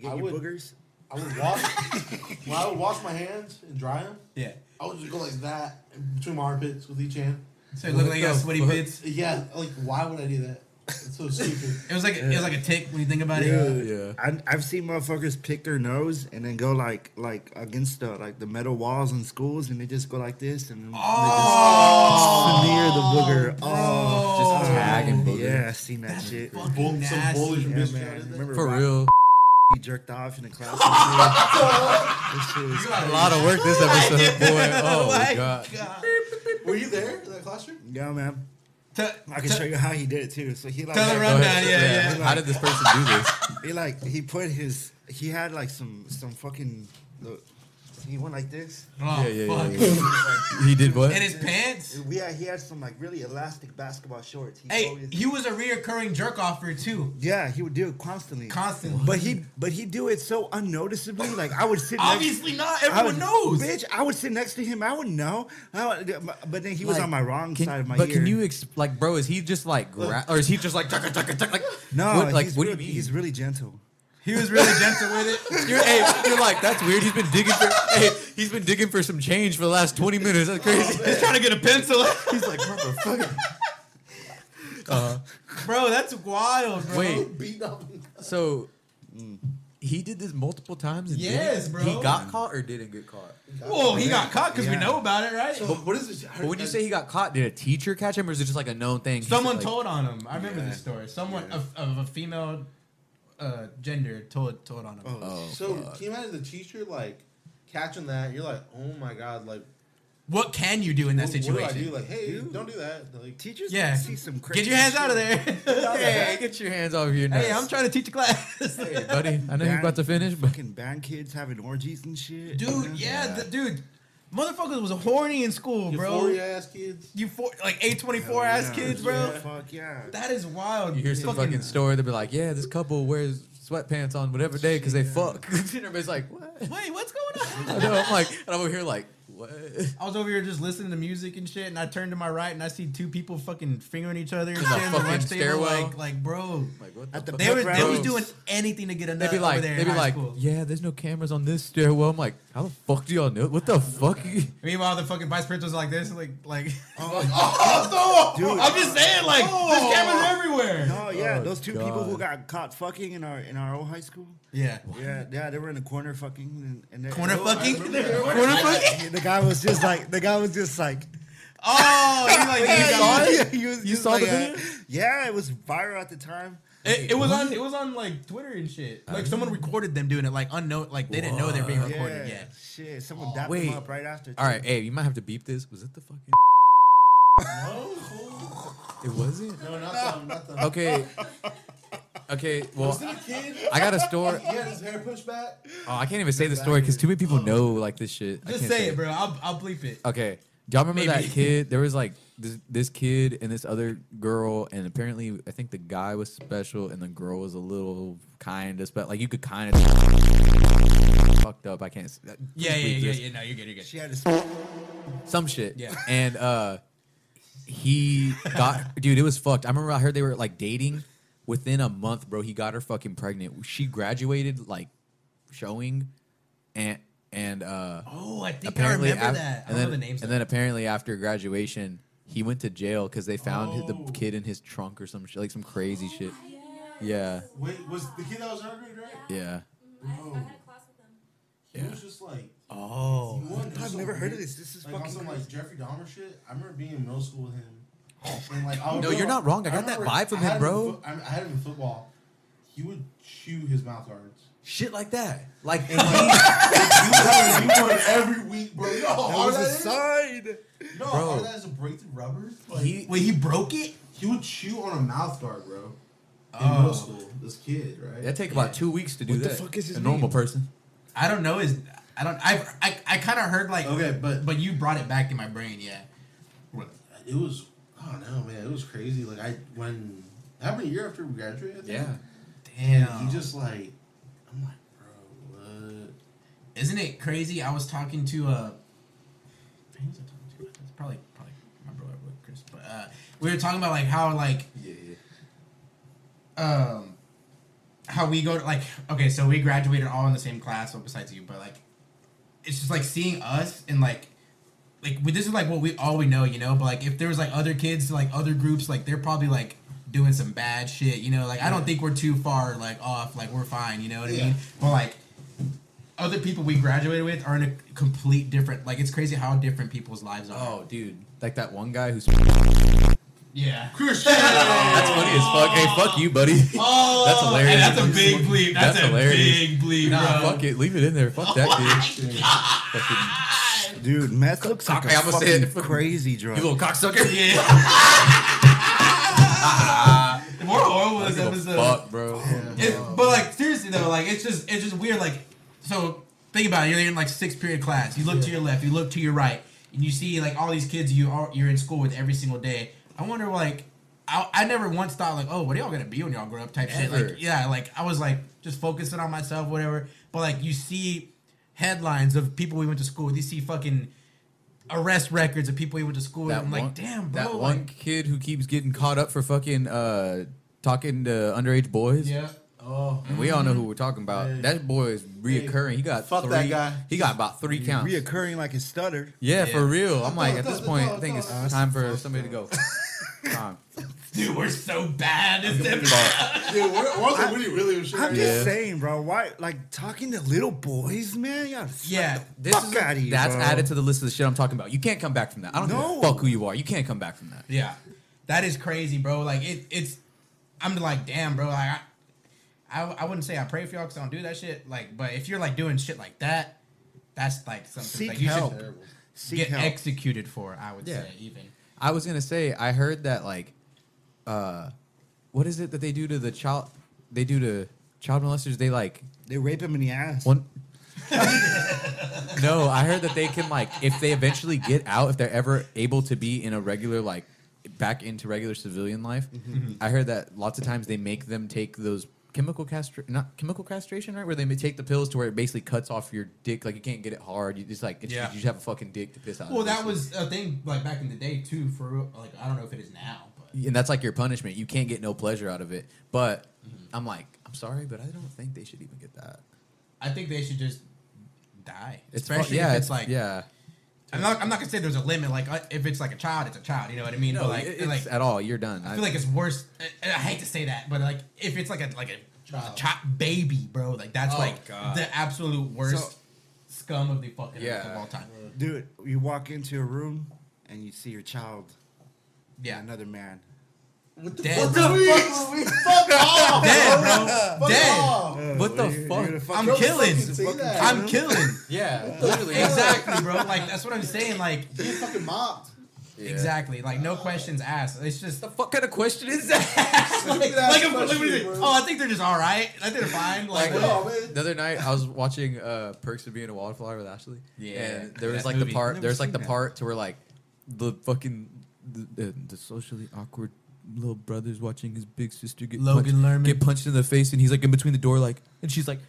[SPEAKER 2] get
[SPEAKER 6] I
[SPEAKER 2] your
[SPEAKER 6] would-
[SPEAKER 2] boogers.
[SPEAKER 6] I would wash. when I would wash my hands and dry them,
[SPEAKER 3] Yeah.
[SPEAKER 6] I would just go like that between my armpits with each hand.
[SPEAKER 3] So it looked like you got
[SPEAKER 4] the
[SPEAKER 3] sweaty
[SPEAKER 4] fuck?
[SPEAKER 3] bits.
[SPEAKER 6] Yeah, like why would I do that? It's so stupid.
[SPEAKER 3] It was like it was like a tick when you think about it.
[SPEAKER 2] Dude, I, I've seen motherfuckers pick their nose and then go like like against the like the metal walls in schools and they just go like this and then oh, smear the booger. Oh,
[SPEAKER 4] Just tag and booger.
[SPEAKER 2] Yeah, I seen that shit.
[SPEAKER 3] fucking
[SPEAKER 6] Bull- some
[SPEAKER 3] nasty.
[SPEAKER 6] bullish
[SPEAKER 2] Yeah,
[SPEAKER 6] bitch
[SPEAKER 2] man.
[SPEAKER 6] tried to do that.
[SPEAKER 2] Remember
[SPEAKER 4] For
[SPEAKER 2] Rob-
[SPEAKER 4] real.
[SPEAKER 2] He [laughs] jerked off in the class. and shit? This shit was-
[SPEAKER 4] A lot of
[SPEAKER 6] [laughs]
[SPEAKER 4] work this episode, boy. Oh my god.
[SPEAKER 6] [laughs] Were you there in that classroom?
[SPEAKER 2] yeah, man.
[SPEAKER 3] T-
[SPEAKER 2] I can show you how he did it too. So he like
[SPEAKER 3] Tell the
[SPEAKER 4] Go
[SPEAKER 3] rundown,
[SPEAKER 4] ahead.
[SPEAKER 3] yeah, yeah.
[SPEAKER 4] How did this person do this?
[SPEAKER 2] He like he put his he had like some some fucking look. He went like this.
[SPEAKER 3] Oh,
[SPEAKER 4] Yeah, yeah, yeah,
[SPEAKER 3] fuck.
[SPEAKER 4] He did what?
[SPEAKER 3] In his pants.
[SPEAKER 2] We had, he had some like really elastic basketball shorts. He
[SPEAKER 3] Hey,
[SPEAKER 2] always-
[SPEAKER 3] he was a reoccurring jerk offer too.
[SPEAKER 2] yeah, he would do it constantly.
[SPEAKER 3] Constantly.
[SPEAKER 2] But he but he do it so unnoticeably. Like I would sit.
[SPEAKER 3] Obviously
[SPEAKER 2] next,
[SPEAKER 3] not.
[SPEAKER 2] I
[SPEAKER 3] Everyone
[SPEAKER 2] would-
[SPEAKER 3] knows.
[SPEAKER 2] Bitch, I would sit next to him. I would know. I would, but then he was
[SPEAKER 4] Like,
[SPEAKER 2] on my wrong
[SPEAKER 4] Can-
[SPEAKER 2] side of my
[SPEAKER 4] but
[SPEAKER 2] ear.
[SPEAKER 4] can you ex- like, bro? Is he just like, gra- or is he just like, tucka, tucka, tuck, like
[SPEAKER 2] No,
[SPEAKER 4] What, like,
[SPEAKER 2] he's
[SPEAKER 4] what do you
[SPEAKER 2] really,
[SPEAKER 4] mean?
[SPEAKER 2] He's really gentle.
[SPEAKER 3] He was really gentle with
[SPEAKER 4] [laughs]
[SPEAKER 3] it.
[SPEAKER 4] You're, hey, you're like, that's weird. He's been digging for, hey, he's been digging for some change for the last 20 minutes. That's crazy.
[SPEAKER 3] [laughs]
[SPEAKER 4] he's trying to get a pencil.
[SPEAKER 6] He's like, motherfucker,
[SPEAKER 3] Bro, that's wild, bro.
[SPEAKER 4] Wait,
[SPEAKER 6] beat up.
[SPEAKER 4] so he did this multiple times? And didn't-
[SPEAKER 3] Yes, bro.
[SPEAKER 4] He got caught or didn't get caught?
[SPEAKER 3] Whoa, he got caught because we
[SPEAKER 2] Yeah.
[SPEAKER 3] know about it, right?
[SPEAKER 6] But what is this? I
[SPEAKER 4] But when you
[SPEAKER 6] heard-
[SPEAKER 4] say he got caught, did a teacher catch him or is it just like a known thing? He's
[SPEAKER 3] Someone
[SPEAKER 4] like-
[SPEAKER 3] told on him. I remember this story. Someone of, of a female uh, gender told told on him.
[SPEAKER 6] Oh.
[SPEAKER 3] [laughs]
[SPEAKER 2] Oh,
[SPEAKER 6] so can you imagine the teacher like catching that? You're like, oh my god, like
[SPEAKER 3] What can you do in that
[SPEAKER 6] what,
[SPEAKER 3] situation?
[SPEAKER 6] What do I do? Like, hey, don't do that. Like,
[SPEAKER 2] Teachers
[SPEAKER 3] Yeah.
[SPEAKER 2] see some crazy.
[SPEAKER 3] Get your hands
[SPEAKER 2] shit.
[SPEAKER 3] out of there.
[SPEAKER 4] Hey, get your hands off your nuts.
[SPEAKER 3] hey, I'm trying to teach a class.
[SPEAKER 4] Hey, buddy, I know you're about to finish, but
[SPEAKER 2] Fucking band kids having orgies and shit.
[SPEAKER 3] [laughs] dude, yeah, th- dude. Motherfuckers was horny in school, bro.
[SPEAKER 6] bro, ass kids.
[SPEAKER 3] You for, like A24
[SPEAKER 2] Hell
[SPEAKER 3] ass
[SPEAKER 2] yeah.
[SPEAKER 3] kids, bro.
[SPEAKER 2] Yeah, fuck yeah.
[SPEAKER 3] That is wild.
[SPEAKER 4] you hear some fucking story, they'll be like, yeah, this couple wears sweatpants on whatever day because they fuck. [laughs] and everybody's like, what?
[SPEAKER 3] Wait, what's going on? [laughs]
[SPEAKER 4] I know, I'm like, and I'm over here like, what?
[SPEAKER 3] I was over here just listening to music and shit, and I turned to my right and I see two people fucking fingering each other and
[SPEAKER 4] the
[SPEAKER 3] shit in the
[SPEAKER 4] fucking
[SPEAKER 3] lunch table,
[SPEAKER 4] stairwell.
[SPEAKER 3] like, like, bro.
[SPEAKER 4] Like, what
[SPEAKER 2] At the
[SPEAKER 4] fuck?
[SPEAKER 3] They were they
[SPEAKER 4] Bros.
[SPEAKER 3] was doing anything to get a nut
[SPEAKER 4] They'd be
[SPEAKER 3] over
[SPEAKER 4] like,
[SPEAKER 3] there.
[SPEAKER 4] they'd
[SPEAKER 3] in
[SPEAKER 4] be
[SPEAKER 3] high
[SPEAKER 4] like,
[SPEAKER 3] school.
[SPEAKER 4] yeah, there's no cameras on this stairwell. I'm like, how the fuck do y'all know? What the fuck? [laughs]
[SPEAKER 3] Meanwhile, the fucking vice principal's like this, like, like.
[SPEAKER 4] Oh,
[SPEAKER 3] [laughs]
[SPEAKER 2] Dude,
[SPEAKER 3] I'm just saying, like, there's cameras everywhere.
[SPEAKER 2] No, yeah,
[SPEAKER 4] Oh,
[SPEAKER 2] those two people who
[SPEAKER 4] God.
[SPEAKER 2] got caught fucking in our in our old high school.
[SPEAKER 3] Yeah.
[SPEAKER 2] Yeah, yeah, they were in a corner fucking, and, and they,
[SPEAKER 3] Corner
[SPEAKER 2] oh, [laughs]
[SPEAKER 3] fucking. [laughs]
[SPEAKER 4] Corner [laughs] fuck?
[SPEAKER 2] The guy was just like, the guy was just like,
[SPEAKER 3] Oh, you like you
[SPEAKER 2] [laughs]
[SPEAKER 3] saw it?
[SPEAKER 2] Yeah, he was
[SPEAKER 4] You
[SPEAKER 2] just
[SPEAKER 4] saw the
[SPEAKER 2] uh,
[SPEAKER 4] video?
[SPEAKER 2] yeah, it was viral at the time.
[SPEAKER 3] it? It was on. It was on like Twitter and shit. Like someone recorded them doing it. Like unknown. Like they didn't know they're being recorded
[SPEAKER 2] yeah,
[SPEAKER 3] yet.
[SPEAKER 2] shit, someone dapped
[SPEAKER 4] wait.
[SPEAKER 2] him up right after.
[SPEAKER 4] All right, hey, you might have to beep this. Was it the fucking? No. [laughs] It wasn't.
[SPEAKER 6] No, not them. Not [laughs] them.
[SPEAKER 4] Okay. Okay. Well,
[SPEAKER 6] Was it a kid?
[SPEAKER 4] I got a
[SPEAKER 3] [laughs]
[SPEAKER 4] story.
[SPEAKER 6] He had his hair pushed back.
[SPEAKER 4] Oh, I can't even say the story because too many people know like this shit. I
[SPEAKER 3] Just
[SPEAKER 4] can't
[SPEAKER 3] say it, bro. I'll I'll bleep it.
[SPEAKER 4] Okay. Do y'all remember
[SPEAKER 3] Maybe.
[SPEAKER 4] that kid? There was like this, this kid and this other girl, and apparently I think the guy was special and the girl was a little kind of special. Like you could kind of fucked up. I can't. s- uh, please
[SPEAKER 3] Yeah, yeah,
[SPEAKER 4] bleep
[SPEAKER 3] yeah,
[SPEAKER 4] this.
[SPEAKER 3] yeah. No, you're good. You're good.
[SPEAKER 2] She had a
[SPEAKER 4] Some shit.
[SPEAKER 3] Yeah.
[SPEAKER 4] And uh, he got dude. It was fucked. I remember I heard they were like dating. Within a month, bro, he got her fucking pregnant. She graduated like showing, and and uh,
[SPEAKER 3] Oh, I think
[SPEAKER 4] apparently
[SPEAKER 3] I remember
[SPEAKER 4] af-
[SPEAKER 3] that.
[SPEAKER 4] And
[SPEAKER 3] I don't
[SPEAKER 4] then,
[SPEAKER 3] know the names.
[SPEAKER 4] and then apparently after graduation, he went to jail because they found his-
[SPEAKER 3] Oh.
[SPEAKER 4] the kid in his trunk or some shit, like some crazy shit. Yeah,
[SPEAKER 6] Wait, was the kid that was in our grade, right? Oh.
[SPEAKER 4] yeah.
[SPEAKER 5] I, I had a class with them.
[SPEAKER 6] He was just like,
[SPEAKER 3] oh,
[SPEAKER 2] I've never heard of this. This is
[SPEAKER 6] Like on
[SPEAKER 2] fucking
[SPEAKER 6] some
[SPEAKER 2] crazy.
[SPEAKER 6] like Jeffrey Dahmer shit. I remember being in middle school with him. And, like, I would
[SPEAKER 4] No,
[SPEAKER 6] go-
[SPEAKER 4] you're not wrong. I got that
[SPEAKER 6] remember
[SPEAKER 4] vibe from
[SPEAKER 6] I had
[SPEAKER 4] him, bro.
[SPEAKER 6] in fo- I I had him in football. He would chew his mouth
[SPEAKER 2] [laughs]
[SPEAKER 6] guards.
[SPEAKER 4] Shit like that. Like,
[SPEAKER 6] And like, you won- you won every week, bro. You know how
[SPEAKER 2] That
[SPEAKER 6] hard
[SPEAKER 2] was a
[SPEAKER 6] that is?
[SPEAKER 2] sign.
[SPEAKER 6] No,
[SPEAKER 4] Bro.
[SPEAKER 6] bro. that is a breakthrough rubber. Like,
[SPEAKER 4] he,
[SPEAKER 3] wait, he broke it.
[SPEAKER 6] He would chew on a mouth guard, bro. In
[SPEAKER 4] Oh.
[SPEAKER 6] middle school, this kid, right?
[SPEAKER 4] that take about two weeks to do
[SPEAKER 2] What the
[SPEAKER 4] that.
[SPEAKER 2] fuck is his
[SPEAKER 4] a normal
[SPEAKER 2] name?
[SPEAKER 4] person?
[SPEAKER 3] I don't know. Is I don't. I I, I kind of heard like.
[SPEAKER 6] Okay, but-
[SPEAKER 3] but you brought it back in my brain. Yeah.
[SPEAKER 6] it was. I don't know, man. It was crazy. Like I when happened a year after we graduated. I think.
[SPEAKER 4] Yeah.
[SPEAKER 6] and he just like, I'm like, bro, what?
[SPEAKER 3] Isn't it crazy? I was talking to uh, who was I talking to? It's probably probably my brother, Chris. But uh, we were talking about like how like um how we go to like okay, so we graduated all in the same class, well besides you, but like it's just like seeing us and like like we, this is like what we all we know, you know. But like if there was like other kids, like other groups, like they're probably like doing some bad shit, you know. Like I don't think we're too far like off, like we're fine, you know what I mean? But like other people we graduated with are in a complete different. Like it's crazy how different people's lives are.
[SPEAKER 4] Oh, dude, like that one guy who's [laughs]
[SPEAKER 3] Yeah.
[SPEAKER 4] That's funny as fuck. Hey, fuck you, buddy.
[SPEAKER 3] [laughs] Oh,
[SPEAKER 4] that's hilarious.
[SPEAKER 3] hey, that's a big bleep. That's a big bleep,
[SPEAKER 4] Nah,
[SPEAKER 3] bro. Oh
[SPEAKER 4] fuck it. Leave it in there. Fuck that dude. Fucking-
[SPEAKER 3] Ah,
[SPEAKER 2] Dude, meth looks like
[SPEAKER 4] I
[SPEAKER 2] a
[SPEAKER 4] almost said
[SPEAKER 2] fucking
[SPEAKER 4] it.
[SPEAKER 2] crazy drug.
[SPEAKER 4] You little cocksucker. [laughs]
[SPEAKER 3] Yeah. [laughs] the more horrible this
[SPEAKER 4] Give a
[SPEAKER 3] episode.
[SPEAKER 4] Fuck, bro.
[SPEAKER 3] It-
[SPEAKER 4] Oh.
[SPEAKER 3] but like seriously though, like it's just it's just weird. Like so, think about it. You're in like sixth period class. You look to your left. You look to your right, and you see like all these kids you are you're in school with every single day. I wonder like. I, I never once thought like, oh, what are y'all gonna be when y'all grow up? Type shit.
[SPEAKER 4] Ever.
[SPEAKER 3] Like, yeah, like I was like just focusing on myself, whatever. But like, you see headlines of people we went to school with. You see fucking arrest records of people we went to school with.
[SPEAKER 4] That
[SPEAKER 3] I'm
[SPEAKER 4] one-
[SPEAKER 3] like, damn, bro.
[SPEAKER 4] That
[SPEAKER 3] like- [laughs]
[SPEAKER 4] one kid who keeps getting caught up for fucking uh, talking to underage boys.
[SPEAKER 3] Yeah.
[SPEAKER 10] Oh,
[SPEAKER 4] And we all know who we're talking about. That boy is reoccurring. He got
[SPEAKER 6] fuck
[SPEAKER 4] three,
[SPEAKER 6] that guy.
[SPEAKER 4] He got about three counts.
[SPEAKER 2] Reoccurring like a stutter.
[SPEAKER 4] yeah, for real. I'm like,
[SPEAKER 10] thought-
[SPEAKER 4] at this
[SPEAKER 10] I
[SPEAKER 4] point,
[SPEAKER 10] thought-
[SPEAKER 4] I think it's
[SPEAKER 10] I thought-
[SPEAKER 4] time for somebody to go. Time.
[SPEAKER 3] Dude, we're so bad. It's
[SPEAKER 10] dude, we're, we're also really, really sure.
[SPEAKER 2] I'm
[SPEAKER 4] Yeah.
[SPEAKER 2] just saying, bro. Why, like, talking to little boys, man? Y'all
[SPEAKER 3] yeah.
[SPEAKER 4] This
[SPEAKER 2] Fuck
[SPEAKER 4] is
[SPEAKER 2] outta here,
[SPEAKER 4] that's
[SPEAKER 2] bro.
[SPEAKER 4] added to the list of the shit I'm talking about. You can't come back from that. I don't
[SPEAKER 2] No.
[SPEAKER 4] give a fuck who you are. You can't come back from that.
[SPEAKER 3] Yeah, that is crazy, bro. Like it, it's. I'm like, damn, bro. Like, I, I, I wouldn't say I pray for y'all because I don't do that shit. Like, but if you're like doing shit like that, that's like something
[SPEAKER 2] Seek
[SPEAKER 3] like you
[SPEAKER 2] help.
[SPEAKER 3] should
[SPEAKER 2] Seek
[SPEAKER 3] get
[SPEAKER 2] help.
[SPEAKER 3] executed for. I would
[SPEAKER 4] Yeah.
[SPEAKER 3] say even.
[SPEAKER 4] I was gonna say I heard that like, uh, what is it that they do to the child? They do to child molesters. They like
[SPEAKER 2] they rape him in the ass.
[SPEAKER 4] One. no, I heard that they can like if they eventually get out, if they're ever able to be in a regular like back into regular civilian life.
[SPEAKER 3] Mm-hmm.
[SPEAKER 4] I heard that lots of times they make them take those chemical castra not chemical castration, right? Where they may take the pills to where it basically cuts off your dick, like you can't get it hard. You just like it's,
[SPEAKER 3] Yeah.
[SPEAKER 4] you just have a fucking dick to piss out.
[SPEAKER 3] Well,
[SPEAKER 4] of,
[SPEAKER 3] that
[SPEAKER 4] basically.
[SPEAKER 3] was a thing like back in the day too. For real. like, I don't know if it is now, but
[SPEAKER 4] and that's like your punishment. You can't get no pleasure out of it. But
[SPEAKER 3] Mm-hmm.
[SPEAKER 4] I'm like, I'm sorry, but I don't think they should even get that.
[SPEAKER 3] I think they should just die.
[SPEAKER 4] fu-
[SPEAKER 3] Especially
[SPEAKER 4] yeah,
[SPEAKER 3] if it's like
[SPEAKER 4] yeah.
[SPEAKER 3] I'm not, I'm not gonna say there's a limit. Like uh, if it's like a child, it's a child. You know what I mean?
[SPEAKER 4] No,
[SPEAKER 3] but like,
[SPEAKER 4] like, it's
[SPEAKER 3] like
[SPEAKER 4] at all. You're done.
[SPEAKER 3] I feel like it's worse. I, I hate to say that, but like if it's like a like a child, baby, bro, like that's
[SPEAKER 4] Oh,
[SPEAKER 3] like
[SPEAKER 4] God.
[SPEAKER 3] the absolute worst
[SPEAKER 2] So- Mm.
[SPEAKER 3] scum of the fucking earth
[SPEAKER 4] Yeah.
[SPEAKER 3] of all time.
[SPEAKER 2] Dude, you walk into a room and you see your child,
[SPEAKER 3] Yeah,
[SPEAKER 2] another man.
[SPEAKER 3] dead,
[SPEAKER 10] Fuck
[SPEAKER 3] bro.
[SPEAKER 10] we fuck off.
[SPEAKER 3] dead, bro,
[SPEAKER 10] Fuck
[SPEAKER 3] dead.
[SPEAKER 10] off.
[SPEAKER 4] What the
[SPEAKER 2] You're
[SPEAKER 4] fuck?
[SPEAKER 2] gonna fuck
[SPEAKER 3] I'm
[SPEAKER 2] up.
[SPEAKER 3] killing.
[SPEAKER 10] fucking say that,
[SPEAKER 3] I'm
[SPEAKER 10] bro.
[SPEAKER 3] killing.
[SPEAKER 4] Yeah, literally.
[SPEAKER 3] exactly, bro. Like that's what I'm saying. Like
[SPEAKER 10] You fucking mobbed.
[SPEAKER 3] exactly. Like no questions asked. It's just [laughs]
[SPEAKER 4] The fuck kind of question is that?
[SPEAKER 3] like,
[SPEAKER 10] ass
[SPEAKER 3] like, what do
[SPEAKER 10] question,
[SPEAKER 3] you think?
[SPEAKER 10] bro.
[SPEAKER 3] oh, I think they're just all right. I think they're fine. Like.
[SPEAKER 4] Like, oh,
[SPEAKER 3] what?
[SPEAKER 10] No, man.
[SPEAKER 4] the other night, I was watching uh, Perks of Being a Wallflower with Ashley.
[SPEAKER 3] Yeah,
[SPEAKER 4] and there
[SPEAKER 3] that
[SPEAKER 4] was like
[SPEAKER 3] movie.
[SPEAKER 4] the part.
[SPEAKER 2] Never
[SPEAKER 4] There's like
[SPEAKER 2] seen
[SPEAKER 4] the
[SPEAKER 2] that.
[SPEAKER 4] part to where like the fucking the, the, the socially awkward little brother's watching his big sister get
[SPEAKER 3] Logan
[SPEAKER 4] punched,
[SPEAKER 3] Lerman.
[SPEAKER 4] get punched in the face, and he's like in between the door, like, and she's like,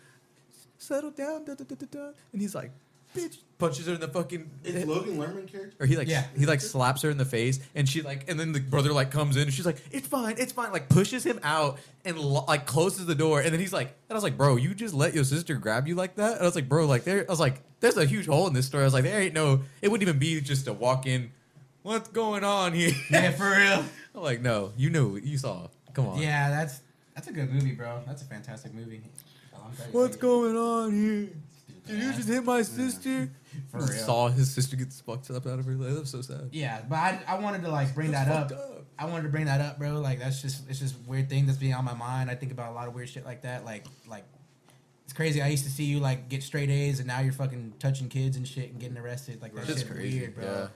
[SPEAKER 4] "Settle down," da, da, da, da, da," and he's like, "Bitch," punches her in the fucking.
[SPEAKER 10] Is Logan Lerman character?
[SPEAKER 4] Or he like
[SPEAKER 3] Yeah.
[SPEAKER 4] he like slaps her in the face, and she like, and then the brother like comes in, and she's like, "It's fine, it's fine," like pushes him out and lo- like closes the door, and then he's like, and I was like, "Bro, you just let your sister grab you like that?" And I was like, "Bro, like there," I was like, "There's a huge hole in this story." I was like, "There ain't no, it wouldn't even be just a walk in. What's going on here?" [laughs]
[SPEAKER 3] Yeah, for real.
[SPEAKER 4] I'm like, "No, you knew, you saw. Come on,
[SPEAKER 3] Yeah, that's that's a good movie, bro. That's a fantastic movie. Oh, I'm glad you
[SPEAKER 4] what's
[SPEAKER 3] like it.
[SPEAKER 4] going on here? Did you just hit my sister?"
[SPEAKER 3] For real.
[SPEAKER 4] Saw his sister get fucked up out of her. That was so sad.
[SPEAKER 3] Yeah, but I, I wanted to like bring that up.
[SPEAKER 4] That's fucked up.
[SPEAKER 3] I wanted to bring that up, bro. Like that's just it's just a weird thing that's being on my mind. I think about a lot of weird shit like that. Like like it's crazy. I used to see you like get straight A's and now you're fucking touching kids and shit and getting arrested. Like that's
[SPEAKER 4] That's
[SPEAKER 3] shit
[SPEAKER 4] crazy,
[SPEAKER 3] weird, bro.
[SPEAKER 4] yeah.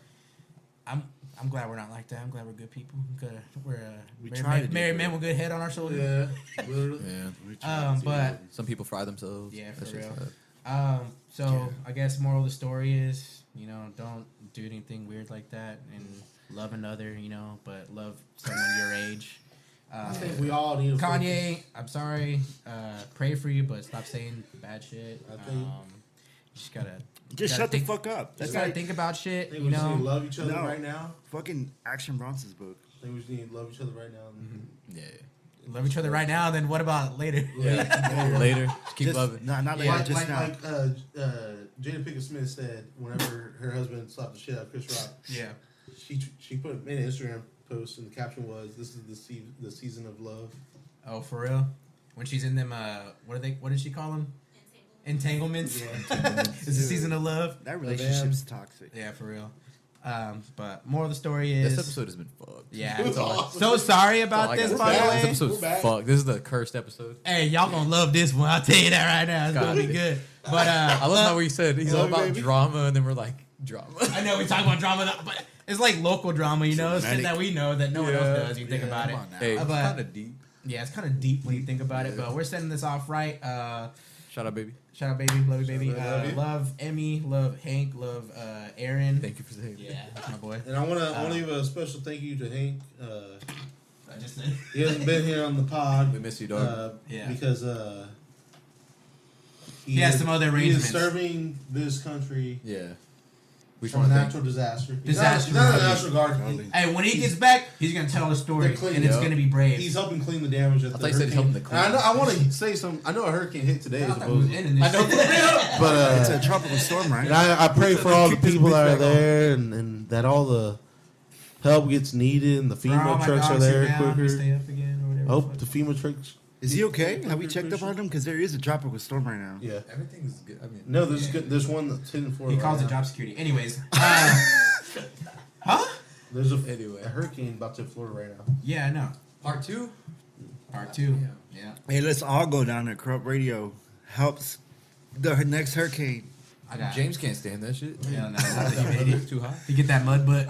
[SPEAKER 3] I'm I'm glad we're not like that. I'm glad we're good people. We're good- we're uh,
[SPEAKER 2] We
[SPEAKER 3] married,
[SPEAKER 2] try
[SPEAKER 3] men,
[SPEAKER 2] to be
[SPEAKER 3] married
[SPEAKER 2] good.
[SPEAKER 3] men with good head on our shoulders.
[SPEAKER 10] literally.
[SPEAKER 4] Yeah.
[SPEAKER 3] Um, but
[SPEAKER 4] Some people fry themselves.
[SPEAKER 3] Yeah, for
[SPEAKER 4] That's just
[SPEAKER 3] real.
[SPEAKER 4] sad.
[SPEAKER 3] Um, so I guess moral of the story is, you know, don't do anything weird like that and love another, you know, but love someone your age.
[SPEAKER 10] I
[SPEAKER 2] [laughs]
[SPEAKER 3] Uh,
[SPEAKER 10] think we all need. to focus.
[SPEAKER 3] Kanye, I'm sorry. Uh, pray for you, but stop saying bad shit.
[SPEAKER 10] I think-
[SPEAKER 3] Um, you just gotta
[SPEAKER 2] Just
[SPEAKER 3] Gotta
[SPEAKER 2] shut the
[SPEAKER 3] think-
[SPEAKER 2] fuck up.
[SPEAKER 3] Just
[SPEAKER 2] That's
[SPEAKER 3] gotta
[SPEAKER 2] like-
[SPEAKER 3] think about shit.
[SPEAKER 6] Think
[SPEAKER 3] You
[SPEAKER 6] we just
[SPEAKER 3] know,
[SPEAKER 6] need to love each other right now.
[SPEAKER 2] Fucking Action Bronson's book.
[SPEAKER 6] I think we just need to love each other right now.
[SPEAKER 4] Yeah.
[SPEAKER 3] love each other right now. Then what about later? [laughs]
[SPEAKER 6] Yeah.
[SPEAKER 4] [laughs] Later, just keep
[SPEAKER 2] Just-
[SPEAKER 4] loving.
[SPEAKER 2] Nah, not later.
[SPEAKER 6] like,
[SPEAKER 2] just
[SPEAKER 6] like,
[SPEAKER 2] now.
[SPEAKER 6] like uh, uh, Jada Pinkett Smith said, whenever her husband slapped the shit out of Chris Rock,
[SPEAKER 3] Yeah.
[SPEAKER 6] she she put made an Instagram post and the caption was, "This is the se- the season of love."
[SPEAKER 3] Oh, for real? When she's in them, uh, what are they? What did she call them? Entanglements. [laughs] it's a season of love.
[SPEAKER 2] that relationship's toxic.
[SPEAKER 3] Yeah, for real. Um, but more of the story is.
[SPEAKER 4] This episode has been fucked. [laughs]
[SPEAKER 3] Yeah.
[SPEAKER 6] It's [laughs]
[SPEAKER 3] it's all-
[SPEAKER 6] awesome.
[SPEAKER 3] So sorry
[SPEAKER 4] That's
[SPEAKER 3] about
[SPEAKER 4] all I
[SPEAKER 3] this,
[SPEAKER 4] got.
[SPEAKER 3] by
[SPEAKER 6] back.
[SPEAKER 4] This
[SPEAKER 3] the way.
[SPEAKER 4] episode's
[SPEAKER 6] We're back.
[SPEAKER 4] fucked. This is the cursed episode.
[SPEAKER 3] Hey, y'all gonna love this one. I'll tell you that right now. It's
[SPEAKER 4] God.
[SPEAKER 3] gonna be good. But uh,
[SPEAKER 4] I love how we said he's all
[SPEAKER 6] Love you,
[SPEAKER 4] about
[SPEAKER 6] baby.
[SPEAKER 4] drama, and then we're like drama.
[SPEAKER 3] I know we talk about drama, but it's like local drama, you know, shit
[SPEAKER 2] Dramatic.
[SPEAKER 3] that we know that no one
[SPEAKER 4] Yeah,
[SPEAKER 3] else does. You think
[SPEAKER 4] yeah,
[SPEAKER 3] about it.
[SPEAKER 4] come on now. Hey,
[SPEAKER 3] Uh,
[SPEAKER 4] it's
[SPEAKER 3] but-
[SPEAKER 4] kind of deep.
[SPEAKER 3] yeah, it's kind of deep when you think about it. But we're sending this off right. Uh,
[SPEAKER 4] Shout out, baby.
[SPEAKER 3] shout out, baby, love you, baby.
[SPEAKER 6] out, love
[SPEAKER 3] Uh,
[SPEAKER 6] you.
[SPEAKER 3] love Emmy, love Hank, love uh, Aaron.
[SPEAKER 4] Thank you for saying.
[SPEAKER 3] Yeah, that's my boy.
[SPEAKER 6] And I want to I
[SPEAKER 3] Uh,
[SPEAKER 6] want to give a special thank you to Hank. Uh,
[SPEAKER 3] I just said.
[SPEAKER 6] he hasn't been here on the
[SPEAKER 4] that.
[SPEAKER 6] pod.
[SPEAKER 4] We miss you, dog.
[SPEAKER 6] Uh,
[SPEAKER 3] Yeah.
[SPEAKER 6] Because uh, he,
[SPEAKER 3] has
[SPEAKER 6] is-
[SPEAKER 3] some other
[SPEAKER 6] He
[SPEAKER 3] arrangements.
[SPEAKER 6] is serving this country
[SPEAKER 4] yeah. We just
[SPEAKER 6] from
[SPEAKER 4] want to thank.
[SPEAKER 6] natural disaster. He's
[SPEAKER 3] Disaster
[SPEAKER 6] Not, he's not a
[SPEAKER 3] relief.
[SPEAKER 6] national guard.
[SPEAKER 2] Relief.
[SPEAKER 3] Hey, when he gets back, he's gonna tell a story,
[SPEAKER 6] They're clean,
[SPEAKER 3] and it's
[SPEAKER 4] yo.
[SPEAKER 3] gonna be brave.
[SPEAKER 6] He's helping clean the damage. At
[SPEAKER 4] I
[SPEAKER 6] the
[SPEAKER 4] thought you said he's helping
[SPEAKER 6] hurricane.
[SPEAKER 4] the
[SPEAKER 6] And I know. I want to say some. I know a hurricane hit today.
[SPEAKER 3] I thought we was
[SPEAKER 6] supposedly.
[SPEAKER 3] ending this.
[SPEAKER 4] I know.
[SPEAKER 11] But uh,
[SPEAKER 2] It's a tropical storm,
[SPEAKER 4] [laughs]
[SPEAKER 2] right?
[SPEAKER 11] And I, I pray for all the people that are there and, and that all the help gets needed and the
[SPEAKER 3] Bro,
[SPEAKER 8] Oh
[SPEAKER 11] FEMA
[SPEAKER 3] my
[SPEAKER 11] trucks are
[SPEAKER 3] dogs
[SPEAKER 11] there
[SPEAKER 3] down, we
[SPEAKER 11] quicker. Oh.
[SPEAKER 3] Stay up again or whatever.
[SPEAKER 11] Hope the FEMA trucks.
[SPEAKER 2] Is he okay? Have we checked up on him? Because there is a tropical storm right now.
[SPEAKER 6] Yeah.
[SPEAKER 4] Everything's good. I mean,
[SPEAKER 6] No, there's good, there's one that's hidden for.
[SPEAKER 3] He
[SPEAKER 6] right
[SPEAKER 3] calls it
[SPEAKER 6] now.
[SPEAKER 3] job security. Anyways, uh, huh?
[SPEAKER 6] There's a,
[SPEAKER 4] Anyway.
[SPEAKER 6] a hurricane about to hit Florida right now.
[SPEAKER 3] Yeah, I know.
[SPEAKER 4] part two.
[SPEAKER 3] Part two. Yeah.
[SPEAKER 2] Hey, let's all go down there. Corrupt Radio helps the next hurricane.
[SPEAKER 3] I got
[SPEAKER 4] James can't stand that shit.
[SPEAKER 3] Yeah, no, not that you idiot.
[SPEAKER 4] It's too hot. [laughs]
[SPEAKER 3] You get that mud butt.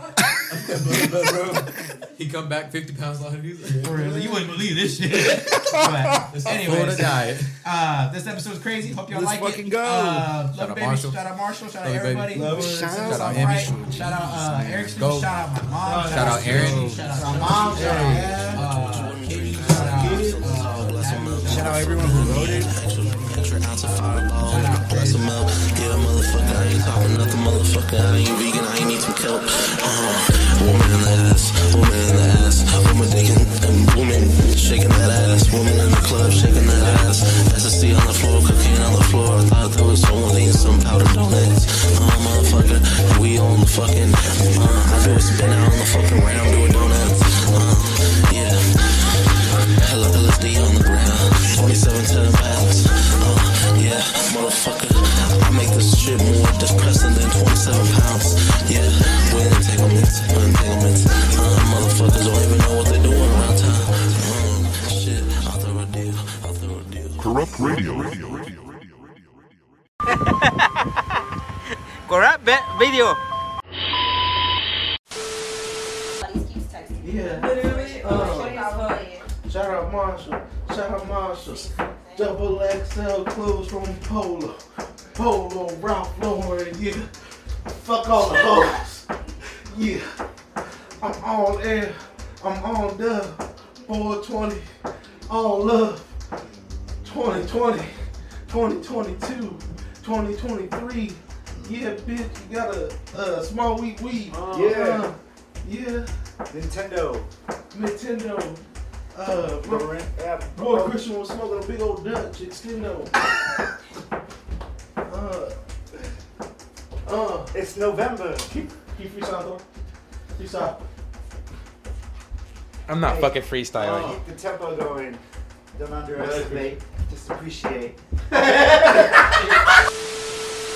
[SPEAKER 4] He come back fifty pounds lighter. He's like,
[SPEAKER 3] For real, you wouldn't believe this shit. but
[SPEAKER 4] Florida
[SPEAKER 3] anyways,
[SPEAKER 4] diet.
[SPEAKER 3] uh, this episode's crazy. Hope y'all
[SPEAKER 2] Let's
[SPEAKER 3] like
[SPEAKER 2] fucking
[SPEAKER 3] it.
[SPEAKER 2] go.
[SPEAKER 3] Uh,
[SPEAKER 4] Shout
[SPEAKER 3] love
[SPEAKER 4] out
[SPEAKER 3] baby.
[SPEAKER 4] Marshall.
[SPEAKER 3] Shout out Marshall.
[SPEAKER 4] Love
[SPEAKER 3] Shout out
[SPEAKER 4] you, baby.
[SPEAKER 3] everybody.
[SPEAKER 6] Love you.
[SPEAKER 2] Shout
[SPEAKER 4] Shout out
[SPEAKER 2] out,
[SPEAKER 4] Amy.
[SPEAKER 3] Alright, Shout out uh, Eric.
[SPEAKER 4] Go.
[SPEAKER 3] Shout out my mom.
[SPEAKER 4] Shout out Aaron.
[SPEAKER 3] Shout out my mom. Shout out uh, Katie. Shout out uh, Abby.
[SPEAKER 2] shout out everyone who wrote it.
[SPEAKER 3] Shout out Chris.
[SPEAKER 1] Corrupt Radio. Radio. Radio. Radio. Radio.
[SPEAKER 12] Corrupt video.
[SPEAKER 9] Buddies keeps texting me.
[SPEAKER 5] Literally, oh,
[SPEAKER 9] Buddies always-
[SPEAKER 8] Shout out Marshall. Shout out Marshall. Double XL clothes from Polo. Polo Ralph Lauren, yeah. Fuck all the hoes. Yeah. I'm all air. I'm all dub. 420. All love. 2020. 2022. 2023. Yeah, bitch, you got a, a small week weed. yeah. Yeah. Nintendo. Nintendo. Uh, bro, boy, Christian was smoking a big old Dutch extendo. uh, uh, it's November. Keep, keep freestyle, though. Freestyle.
[SPEAKER 12] I'm not fucking freestyling.
[SPEAKER 8] Uh,
[SPEAKER 12] Oh, the tempo going. Don't underestimate. Just appreciate.